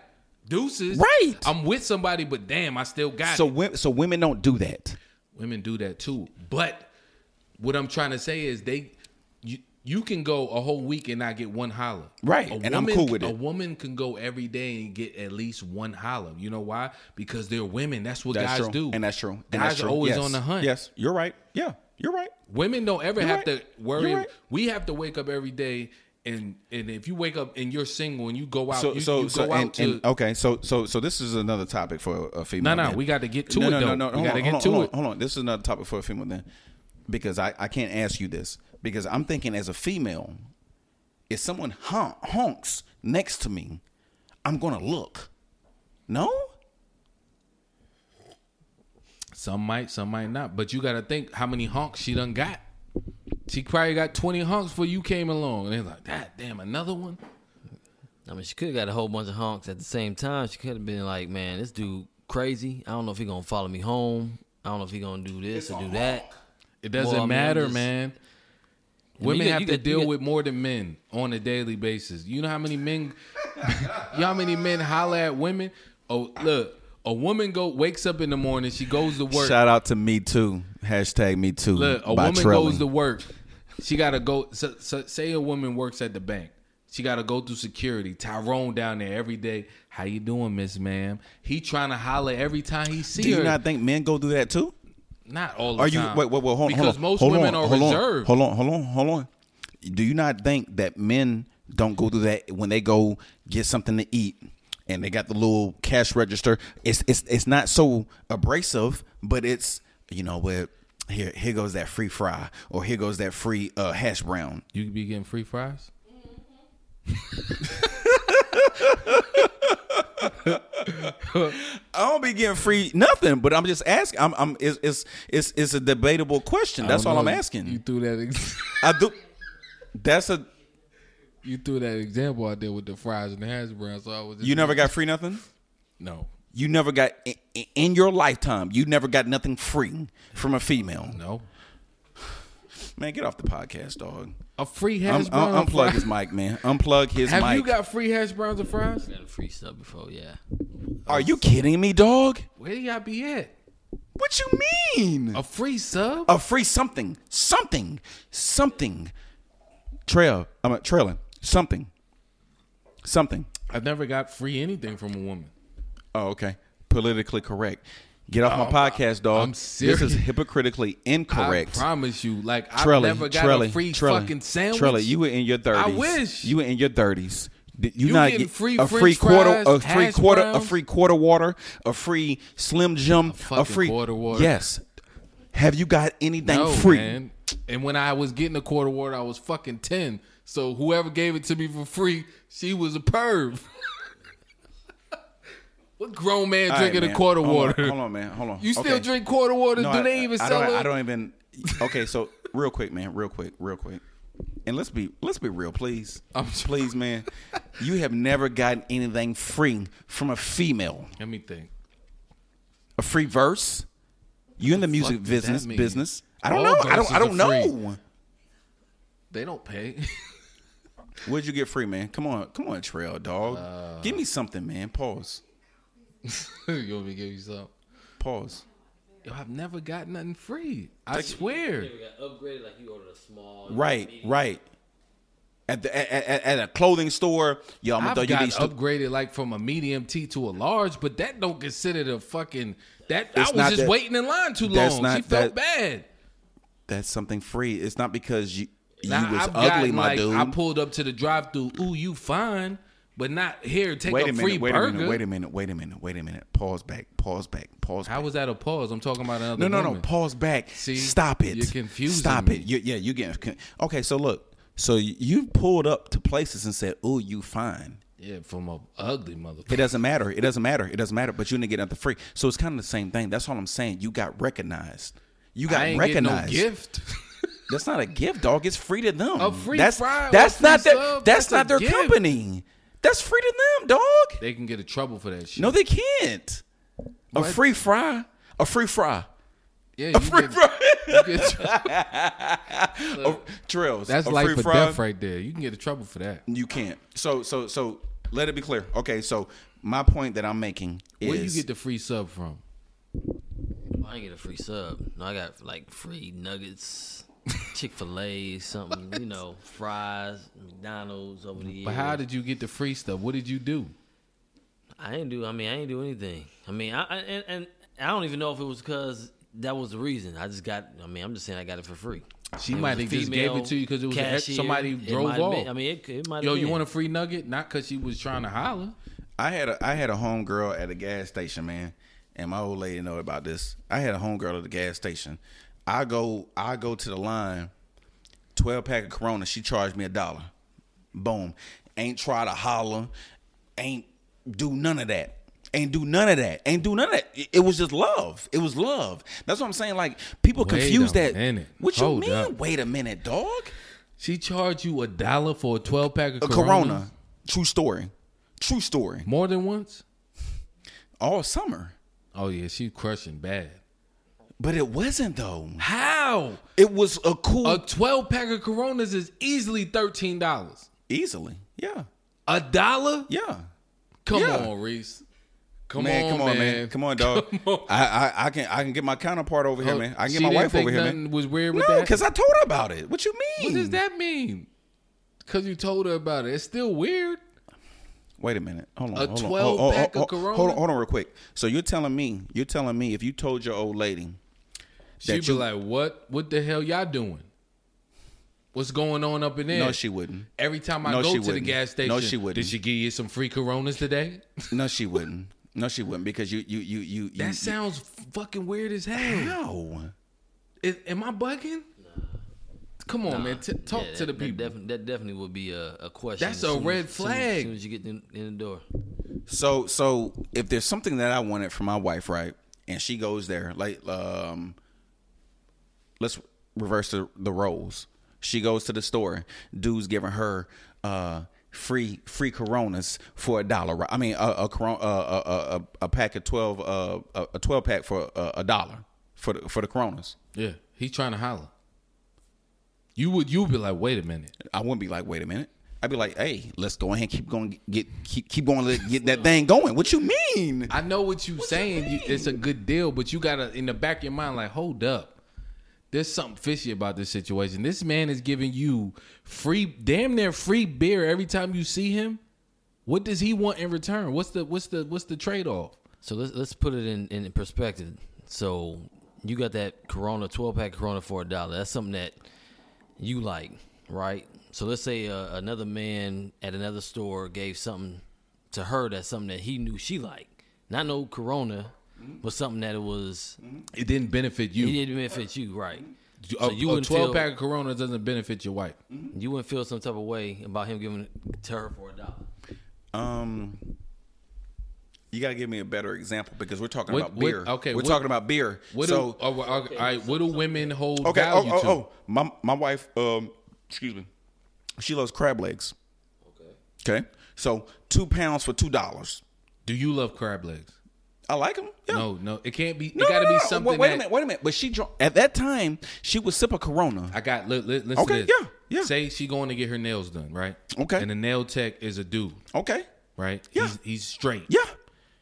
Speaker 3: deuces.
Speaker 2: Right.
Speaker 3: I'm with somebody, but damn, I still got
Speaker 2: So
Speaker 3: it.
Speaker 2: wo- so women don't do that.
Speaker 3: Women do that too. But what I'm trying to say is they you you can go a whole week and not get one holler.
Speaker 2: Right,
Speaker 3: A
Speaker 2: and I'm
Speaker 3: woman-
Speaker 2: cool with
Speaker 3: A
Speaker 2: it.
Speaker 3: woman can go every day and get at least one holler. You know why? Because they're women. That's what
Speaker 2: That's
Speaker 3: guys
Speaker 2: true.
Speaker 3: do.
Speaker 2: And that's true. And
Speaker 3: Guys
Speaker 2: that's true.
Speaker 3: are always
Speaker 2: Yes.
Speaker 3: on the hunt.
Speaker 2: Yes, you're right. Yeah, you're right.
Speaker 3: Women don't ever have
Speaker 2: right.
Speaker 3: to worry.
Speaker 2: You're right.
Speaker 3: We have to wake up every day and and if you wake up and you're single and you go out,
Speaker 2: So
Speaker 3: Uh, you,
Speaker 2: so
Speaker 3: you go
Speaker 2: so
Speaker 3: out
Speaker 2: and,
Speaker 3: to
Speaker 2: and- oh, okay. So so so this is another topic for a
Speaker 3: No,
Speaker 2: female.
Speaker 3: no,
Speaker 2: then.
Speaker 3: we got to get to
Speaker 2: no,
Speaker 3: it
Speaker 2: no,
Speaker 3: though.
Speaker 2: No, no, no.
Speaker 3: we
Speaker 2: Hold,
Speaker 3: got to
Speaker 2: on,
Speaker 3: get
Speaker 2: hold, on,
Speaker 3: to
Speaker 2: hold,
Speaker 3: it.
Speaker 2: on, hold on. This is another topic for a female then, because I I can't ask you this because I'm thinking as a female, if someone hon- honks next to me, I'm gonna look. No.
Speaker 3: Some might, some might not. But you gotta think how many honks she done got. She probably got twenty honks before you came along, and they're like, "God damn, another one."
Speaker 4: I mean, she could have got a whole bunch of honks at the same time. She could have been like, "Man, this dude crazy. I don't know if he gonna follow me home. I don't know if he gonna do this or do that."
Speaker 3: It doesn't
Speaker 4: Well, I mean,
Speaker 3: matter,
Speaker 4: just-
Speaker 3: man.
Speaker 4: mean,
Speaker 3: Women
Speaker 4: you got-
Speaker 3: have
Speaker 4: you
Speaker 3: to
Speaker 4: got- you
Speaker 3: deal
Speaker 4: got-
Speaker 3: with more than men on a daily basis. You know how many men, you know how many men holler at women. Oh, look, a woman go wakes up in the morning, she goes to work.
Speaker 2: Shout out to me too. Hashtag me too.
Speaker 3: Look, a
Speaker 2: by
Speaker 3: woman
Speaker 2: Trello.
Speaker 3: goes to work. She gotta go. So, so, say a woman works at the bank. She gotta go through security. Tyrone down there every day. How you doing, Miss Ma'am? He trying to holler every time he see
Speaker 2: Do
Speaker 3: her.
Speaker 2: you not
Speaker 3: Not,
Speaker 2: think men go through that too?
Speaker 3: all the
Speaker 2: Are you
Speaker 3: time.
Speaker 2: wait wait wait hold on
Speaker 3: because
Speaker 2: hold on,
Speaker 3: most
Speaker 2: hold
Speaker 3: women
Speaker 2: on,
Speaker 3: are
Speaker 2: hold on,
Speaker 3: reserved.
Speaker 2: hold on hold on hold on. Do you not think that men don't go through that when they go get something to eat and they got the little cash register? It's it's it's not so abrasive, but it's you know what. Here, here goes that free fry, or here goes that free uh, hash brown.
Speaker 3: You be getting free fries.
Speaker 2: I don't be getting free nothing, but I'm just asking. I'm, I'm it's, it's it's it's a debatable question. That's
Speaker 3: I
Speaker 2: all
Speaker 3: don't
Speaker 2: I'm
Speaker 3: know.
Speaker 2: asking.
Speaker 3: You threw that. Ex-
Speaker 2: I do. That's a.
Speaker 3: you threw that example out there with the fries and the hash brown. So I was. Just,
Speaker 2: You never got free nothing.
Speaker 3: no,
Speaker 2: You never got i- i- in your lifetime. You never got nothing free from a female.
Speaker 3: no.
Speaker 2: Man, get off the podcast, dog.
Speaker 3: A free
Speaker 2: Um,
Speaker 3: hash brown.
Speaker 2: un-
Speaker 3: and
Speaker 2: unplug
Speaker 3: fries.
Speaker 2: his mic, man. Unplug his
Speaker 3: Have
Speaker 2: mic.
Speaker 3: you got free hash browns and fries?
Speaker 4: Got a free stuff before, yeah.
Speaker 2: Are you kidding me, dog?
Speaker 3: Where do y'all be at?
Speaker 2: What you mean?
Speaker 3: A free sub?
Speaker 2: A free something, something, something. Trail. I'm uh, trailing something, something.
Speaker 3: I've never got free anything from a woman.
Speaker 2: Oh, okay. Politically correct. Get off my podcast, dog.
Speaker 3: Oh, I'm
Speaker 2: this is
Speaker 3: serious.
Speaker 2: hypocritically
Speaker 3: I
Speaker 2: incorrect.
Speaker 3: promise you, like I've
Speaker 2: Trelly,
Speaker 3: never got
Speaker 2: Trelly,
Speaker 3: a free
Speaker 2: Trelly,
Speaker 3: fucking sandwich.
Speaker 2: Trelly, you were in your thirties.
Speaker 3: wish.
Speaker 2: you were in your thirties. You,
Speaker 3: You
Speaker 2: not
Speaker 3: getting
Speaker 2: get
Speaker 3: free
Speaker 2: a free
Speaker 3: french
Speaker 2: quarter,
Speaker 3: fries,
Speaker 2: a free
Speaker 3: hash
Speaker 2: quarter, a
Speaker 3: browns?
Speaker 2: free quarter water, a free Slim Jim, a,
Speaker 3: fucking
Speaker 2: free
Speaker 3: quarter water.
Speaker 2: Yes. Have you got anything
Speaker 3: no,
Speaker 2: free?
Speaker 3: man. And when I was getting a quarter water, I was fucking ten. So whoever gave it to me for free, she was a perv. what grown man
Speaker 2: All right,
Speaker 3: drinking
Speaker 2: man.
Speaker 3: a quarter
Speaker 2: Hold on,
Speaker 3: water?
Speaker 2: hold on, man. Hold on.
Speaker 3: You still
Speaker 2: Okay.
Speaker 3: drink quarter water?
Speaker 2: No,
Speaker 3: Do
Speaker 2: I-
Speaker 3: they even
Speaker 2: I
Speaker 3: sell
Speaker 2: don't,
Speaker 3: it?
Speaker 2: I don't even. Okay, so real quick, man. Real quick. Real quick. And let's be let's be real, please.
Speaker 3: I'm tr-
Speaker 2: please, man. You have never gotten anything free from a female.
Speaker 3: Let me think.
Speaker 2: A free verse. You in the music
Speaker 3: fuck does that
Speaker 2: business?
Speaker 3: mean?
Speaker 2: Business. I don't
Speaker 3: All
Speaker 2: know. I
Speaker 3: verses
Speaker 2: don't. I don't
Speaker 3: are free.
Speaker 2: know.
Speaker 3: They don't pay.
Speaker 2: Where'd you get free, man? Come on, come on, Trail Dog.
Speaker 3: Uh,
Speaker 2: Give me something, man. Pause.
Speaker 3: you want me to give you something?
Speaker 2: Pause.
Speaker 3: Yo, I've never got nothing free. I swear.
Speaker 4: We got upgraded, like you ordered a small.
Speaker 2: Right, right. At the at, at, at a clothing store, yo, I'm gonna
Speaker 3: I've
Speaker 2: throw you
Speaker 3: got
Speaker 2: these. stu-
Speaker 3: upgraded like from a medium T to a large, but that don't consider the fucking that.
Speaker 2: It's
Speaker 3: I was
Speaker 2: not
Speaker 3: just
Speaker 2: that-
Speaker 3: waiting in line too
Speaker 2: that's
Speaker 3: long.
Speaker 2: not
Speaker 3: she felt
Speaker 2: that-
Speaker 3: bad.
Speaker 2: that's something free. It's not because you
Speaker 5: You
Speaker 3: Now,
Speaker 5: was
Speaker 3: I've
Speaker 5: ugly,
Speaker 3: gotten,
Speaker 5: my
Speaker 3: like,
Speaker 5: dude.
Speaker 3: I pulled up to the drive through. Ooh, you fine, but not here. Take
Speaker 2: Wait
Speaker 3: a
Speaker 2: a
Speaker 3: free
Speaker 2: minute, wait
Speaker 3: burger.
Speaker 2: a minute, wait a minute, wait a minute, wait a minute. Pause back, pause back, pause
Speaker 3: How
Speaker 2: back.
Speaker 3: was that a pause? I'm talking about another.
Speaker 2: No, no, no.
Speaker 3: woman.
Speaker 2: Pause back.
Speaker 3: See,
Speaker 2: Stop it.
Speaker 3: you're confusing
Speaker 2: Stop
Speaker 3: me.
Speaker 2: it. You, yeah, you're getting. Con- okay, so look. So you, you pulled up to places and said, oh, you fine.
Speaker 3: Yeah, from a ugly motherfucker.
Speaker 2: It doesn't matter. It doesn't matter. It doesn't matter. But you didn't get nothing free. So it's kind of the same thing. That's all I'm saying. You got recognized. You got
Speaker 3: I ain't getting
Speaker 2: recognized.
Speaker 3: no gift.
Speaker 2: That's not a gift, dog. It's free to them.
Speaker 3: A free
Speaker 2: that's
Speaker 3: fry or
Speaker 2: that's
Speaker 3: free
Speaker 2: not their
Speaker 3: sub,
Speaker 2: that's,
Speaker 3: that's a
Speaker 2: not their
Speaker 3: gift.
Speaker 2: company. That's free to them, dog.
Speaker 3: they can get in trouble for that shit.
Speaker 2: No, they can't. A
Speaker 3: What?
Speaker 2: free fry. A free fry.
Speaker 3: yeah, you
Speaker 2: free
Speaker 3: get,
Speaker 2: fry.
Speaker 3: you get-
Speaker 2: A, Trills.
Speaker 3: that's
Speaker 2: a
Speaker 3: life
Speaker 2: free
Speaker 3: or
Speaker 2: fry.
Speaker 3: death right there. You can get in trouble for that.
Speaker 2: You can't. So so so let it be clear. Okay, so my point that I'm making is
Speaker 3: Where you get the free sub from?
Speaker 4: I didn't get a free sub. No, I got like free nuggets, Chick Fil A, something. You know, fries, McDonald's over the years.
Speaker 3: But how did you get the free stuff? What did you do?
Speaker 4: I didn't do. I mean, I didn't do anything. I mean, I, I and, and I don't even know if it was because that was the reason. I just got. I mean, I'm just saying I got it for free.
Speaker 3: She
Speaker 4: It was
Speaker 3: might
Speaker 4: a
Speaker 3: have just gave
Speaker 4: female
Speaker 3: it to you because it was an ex-
Speaker 4: cashier.
Speaker 3: somebody
Speaker 4: It
Speaker 3: drove
Speaker 4: might have
Speaker 3: off.
Speaker 4: been- I mean, it, it might. have
Speaker 3: Yo, you
Speaker 4: been.
Speaker 3: want a free nugget? Not because she was trying to holler.
Speaker 2: I had a I had a homegirl at a gas station, man, and my old lady know about this. I had a homegirl at the gas station. I go I go to the line, twelve pack of Corona. She charged me a dollar. Boom. Ain't try to holler. Ain't do none of that. Ain't do none of that. Ain't do none of that. It- It was just love. It was love. That's what I'm saying. Like people
Speaker 3: Wait
Speaker 2: confuse
Speaker 3: a
Speaker 2: that.
Speaker 3: minute.
Speaker 2: What you
Speaker 3: Hold
Speaker 2: mean?
Speaker 3: up.
Speaker 2: Wait a minute, dog.
Speaker 3: She charged you a dollar for a twelve pack of
Speaker 2: A
Speaker 3: Corona.
Speaker 2: corona. True story. True story.
Speaker 3: More than once.
Speaker 2: All summer.
Speaker 3: Oh yeah, she crushing bad.
Speaker 2: But it wasn't though.
Speaker 3: How?
Speaker 2: It was a cool
Speaker 3: A twelve pack of Coronas is easily thirteen dollars.
Speaker 2: easily. Yeah.
Speaker 3: A dollar?
Speaker 2: Yeah.
Speaker 3: Come
Speaker 2: Yeah.
Speaker 3: on, Reese. Come
Speaker 2: man,
Speaker 3: on,
Speaker 2: come on, man. Come on, dog.
Speaker 3: Come on. Oh,
Speaker 2: I, I I can I can get my counterpart over here, man. I can
Speaker 3: She
Speaker 2: get my
Speaker 3: didn't
Speaker 2: wife
Speaker 3: think
Speaker 2: over here,
Speaker 3: nothing
Speaker 2: man.
Speaker 3: Was weird with
Speaker 2: No,
Speaker 3: that.
Speaker 2: because I told her about it. What you mean?
Speaker 3: What does that mean? Because you told her about it. It's still weird.
Speaker 2: Wait a minute. Hold on. Oh,
Speaker 3: A
Speaker 2: hold
Speaker 3: 12
Speaker 2: on.
Speaker 3: pack of
Speaker 2: hold,
Speaker 3: Corona?
Speaker 2: on, hold on real quick. So you're telling me, you're telling me if you told your old lady that
Speaker 3: She'd be
Speaker 2: you
Speaker 3: like, "What? What the hell y'all doing? What's going on up in there?"
Speaker 2: No, she wouldn't.
Speaker 3: Every time I
Speaker 2: No,
Speaker 3: go
Speaker 2: she
Speaker 3: to the
Speaker 2: wouldn't.
Speaker 3: gas station,
Speaker 2: No, she wouldn't.
Speaker 3: Did she give you some free Coronas today?
Speaker 2: No, she wouldn't. No, she wouldn't. Because you you you you you-
Speaker 3: That sounds fucking weird as
Speaker 2: you,
Speaker 3: hell.
Speaker 2: Ow.
Speaker 3: Is- am I bugging? Come on, man. T- talk
Speaker 4: Yeah,
Speaker 3: to the
Speaker 4: that- that
Speaker 3: people.
Speaker 4: defi- that definitely would be a, a question.
Speaker 3: That's
Speaker 4: as
Speaker 3: a
Speaker 4: soon as-
Speaker 3: red
Speaker 4: soon-
Speaker 3: flag.
Speaker 4: As soon as you get in, in the door,
Speaker 2: So so if there's something that I wanted for my wife, right, and she goes there, like um, let's reverse the, the roles. She goes to the store. Dude's giving her uh free free Coronas for a dollar. right? I mean a a Corona, uh, a, a a a pack of twelve uh a, a twelve pack for uh, a, a dollar for the for the Coronas.
Speaker 3: Yeah, he's trying to holler. You would you would be like, wait a minute.
Speaker 2: I wouldn't be like, wait a minute. I'd be like, hey, let's go ahead and keep going get keep keep going let- get that thing going. What you mean?
Speaker 3: I know what you saying. You it's a good deal, but you gotta in the back of your mind, like, hold up. There's something fishy about this situation. This man is giving you free, damn near free beer every time you see him. What does he want in return? What's the what's the what's the trade off?
Speaker 4: so let's let's put it in, in perspective. So you got that Corona twelve pack of Corona for a dollar. That's something that you like, right? So let's say uh, another man at another store gave something to her that's something that he knew she liked. Not no Corona,
Speaker 3: Mm-hmm.
Speaker 4: but something that it was
Speaker 3: It didn't benefit you.
Speaker 4: it didn't benefit you, right?
Speaker 3: Mm-hmm. a,
Speaker 4: So you
Speaker 3: a
Speaker 4: wouldn't
Speaker 3: twelve
Speaker 4: feel
Speaker 3: pack of Corona doesn't benefit your wife.
Speaker 2: Mm-hmm.
Speaker 4: you wouldn't feel some type of way about him giving it to her for a dollar.
Speaker 2: Um, you gotta give me a better example because we're talking
Speaker 3: What-
Speaker 2: about
Speaker 3: what-
Speaker 2: beer.
Speaker 3: okay,
Speaker 2: we're
Speaker 3: what-
Speaker 2: talking about beer.
Speaker 3: What
Speaker 2: so
Speaker 3: do, oh, oh, all right, what do women hold
Speaker 2: okay, oh,
Speaker 3: value
Speaker 2: oh,
Speaker 3: to?
Speaker 2: oh, my my wife, um, excuse me, she loves crab legs. Okay, okay. So two pounds for two dollars.
Speaker 3: Do you love crab legs?
Speaker 2: I like them. Yeah.
Speaker 3: No, no, it can't be. It
Speaker 2: No,
Speaker 3: gotta
Speaker 2: no,
Speaker 3: be
Speaker 2: no.
Speaker 3: something.
Speaker 2: Wait, wait
Speaker 3: that-
Speaker 2: a minute. Wait a minute. But she dr- at that time she would sip a Corona.
Speaker 3: I got. Li- li- listen
Speaker 2: Okay,
Speaker 3: to this.
Speaker 2: yeah, yeah.
Speaker 3: Say she going to get her nails done, right?
Speaker 2: Okay.
Speaker 3: And the nail tech is a dude,
Speaker 2: Okay.
Speaker 3: right?
Speaker 2: Yeah.
Speaker 3: He's, he's straight.
Speaker 2: Yeah.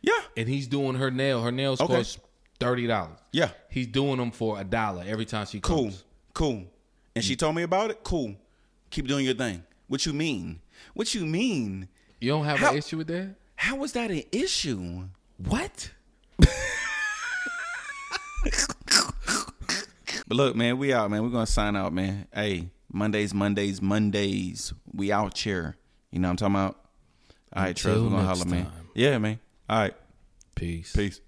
Speaker 2: Yeah.
Speaker 3: And he's doing her nail. Her nails
Speaker 2: Okay.
Speaker 3: cost thirty dollars.
Speaker 2: Yeah.
Speaker 3: He's doing them for a dollar every time she
Speaker 2: Cool.
Speaker 3: comes.
Speaker 2: Cool. And she told me about it. Cool. Keep doing your thing. What you mean? What you mean?
Speaker 3: You don't have
Speaker 2: How-
Speaker 3: an issue with that?
Speaker 2: How was that an issue?
Speaker 3: What?
Speaker 2: But look, man, we out, man. We're gonna sign out, man. Hey, Mondays, Mondays, Mondays. We out here. You know what I'm talking about? All right, Trez,
Speaker 3: Until
Speaker 2: we're gonna
Speaker 3: next
Speaker 2: holler, man.
Speaker 3: time.
Speaker 2: Yeah, man. All right.
Speaker 3: Peace.
Speaker 2: Peace.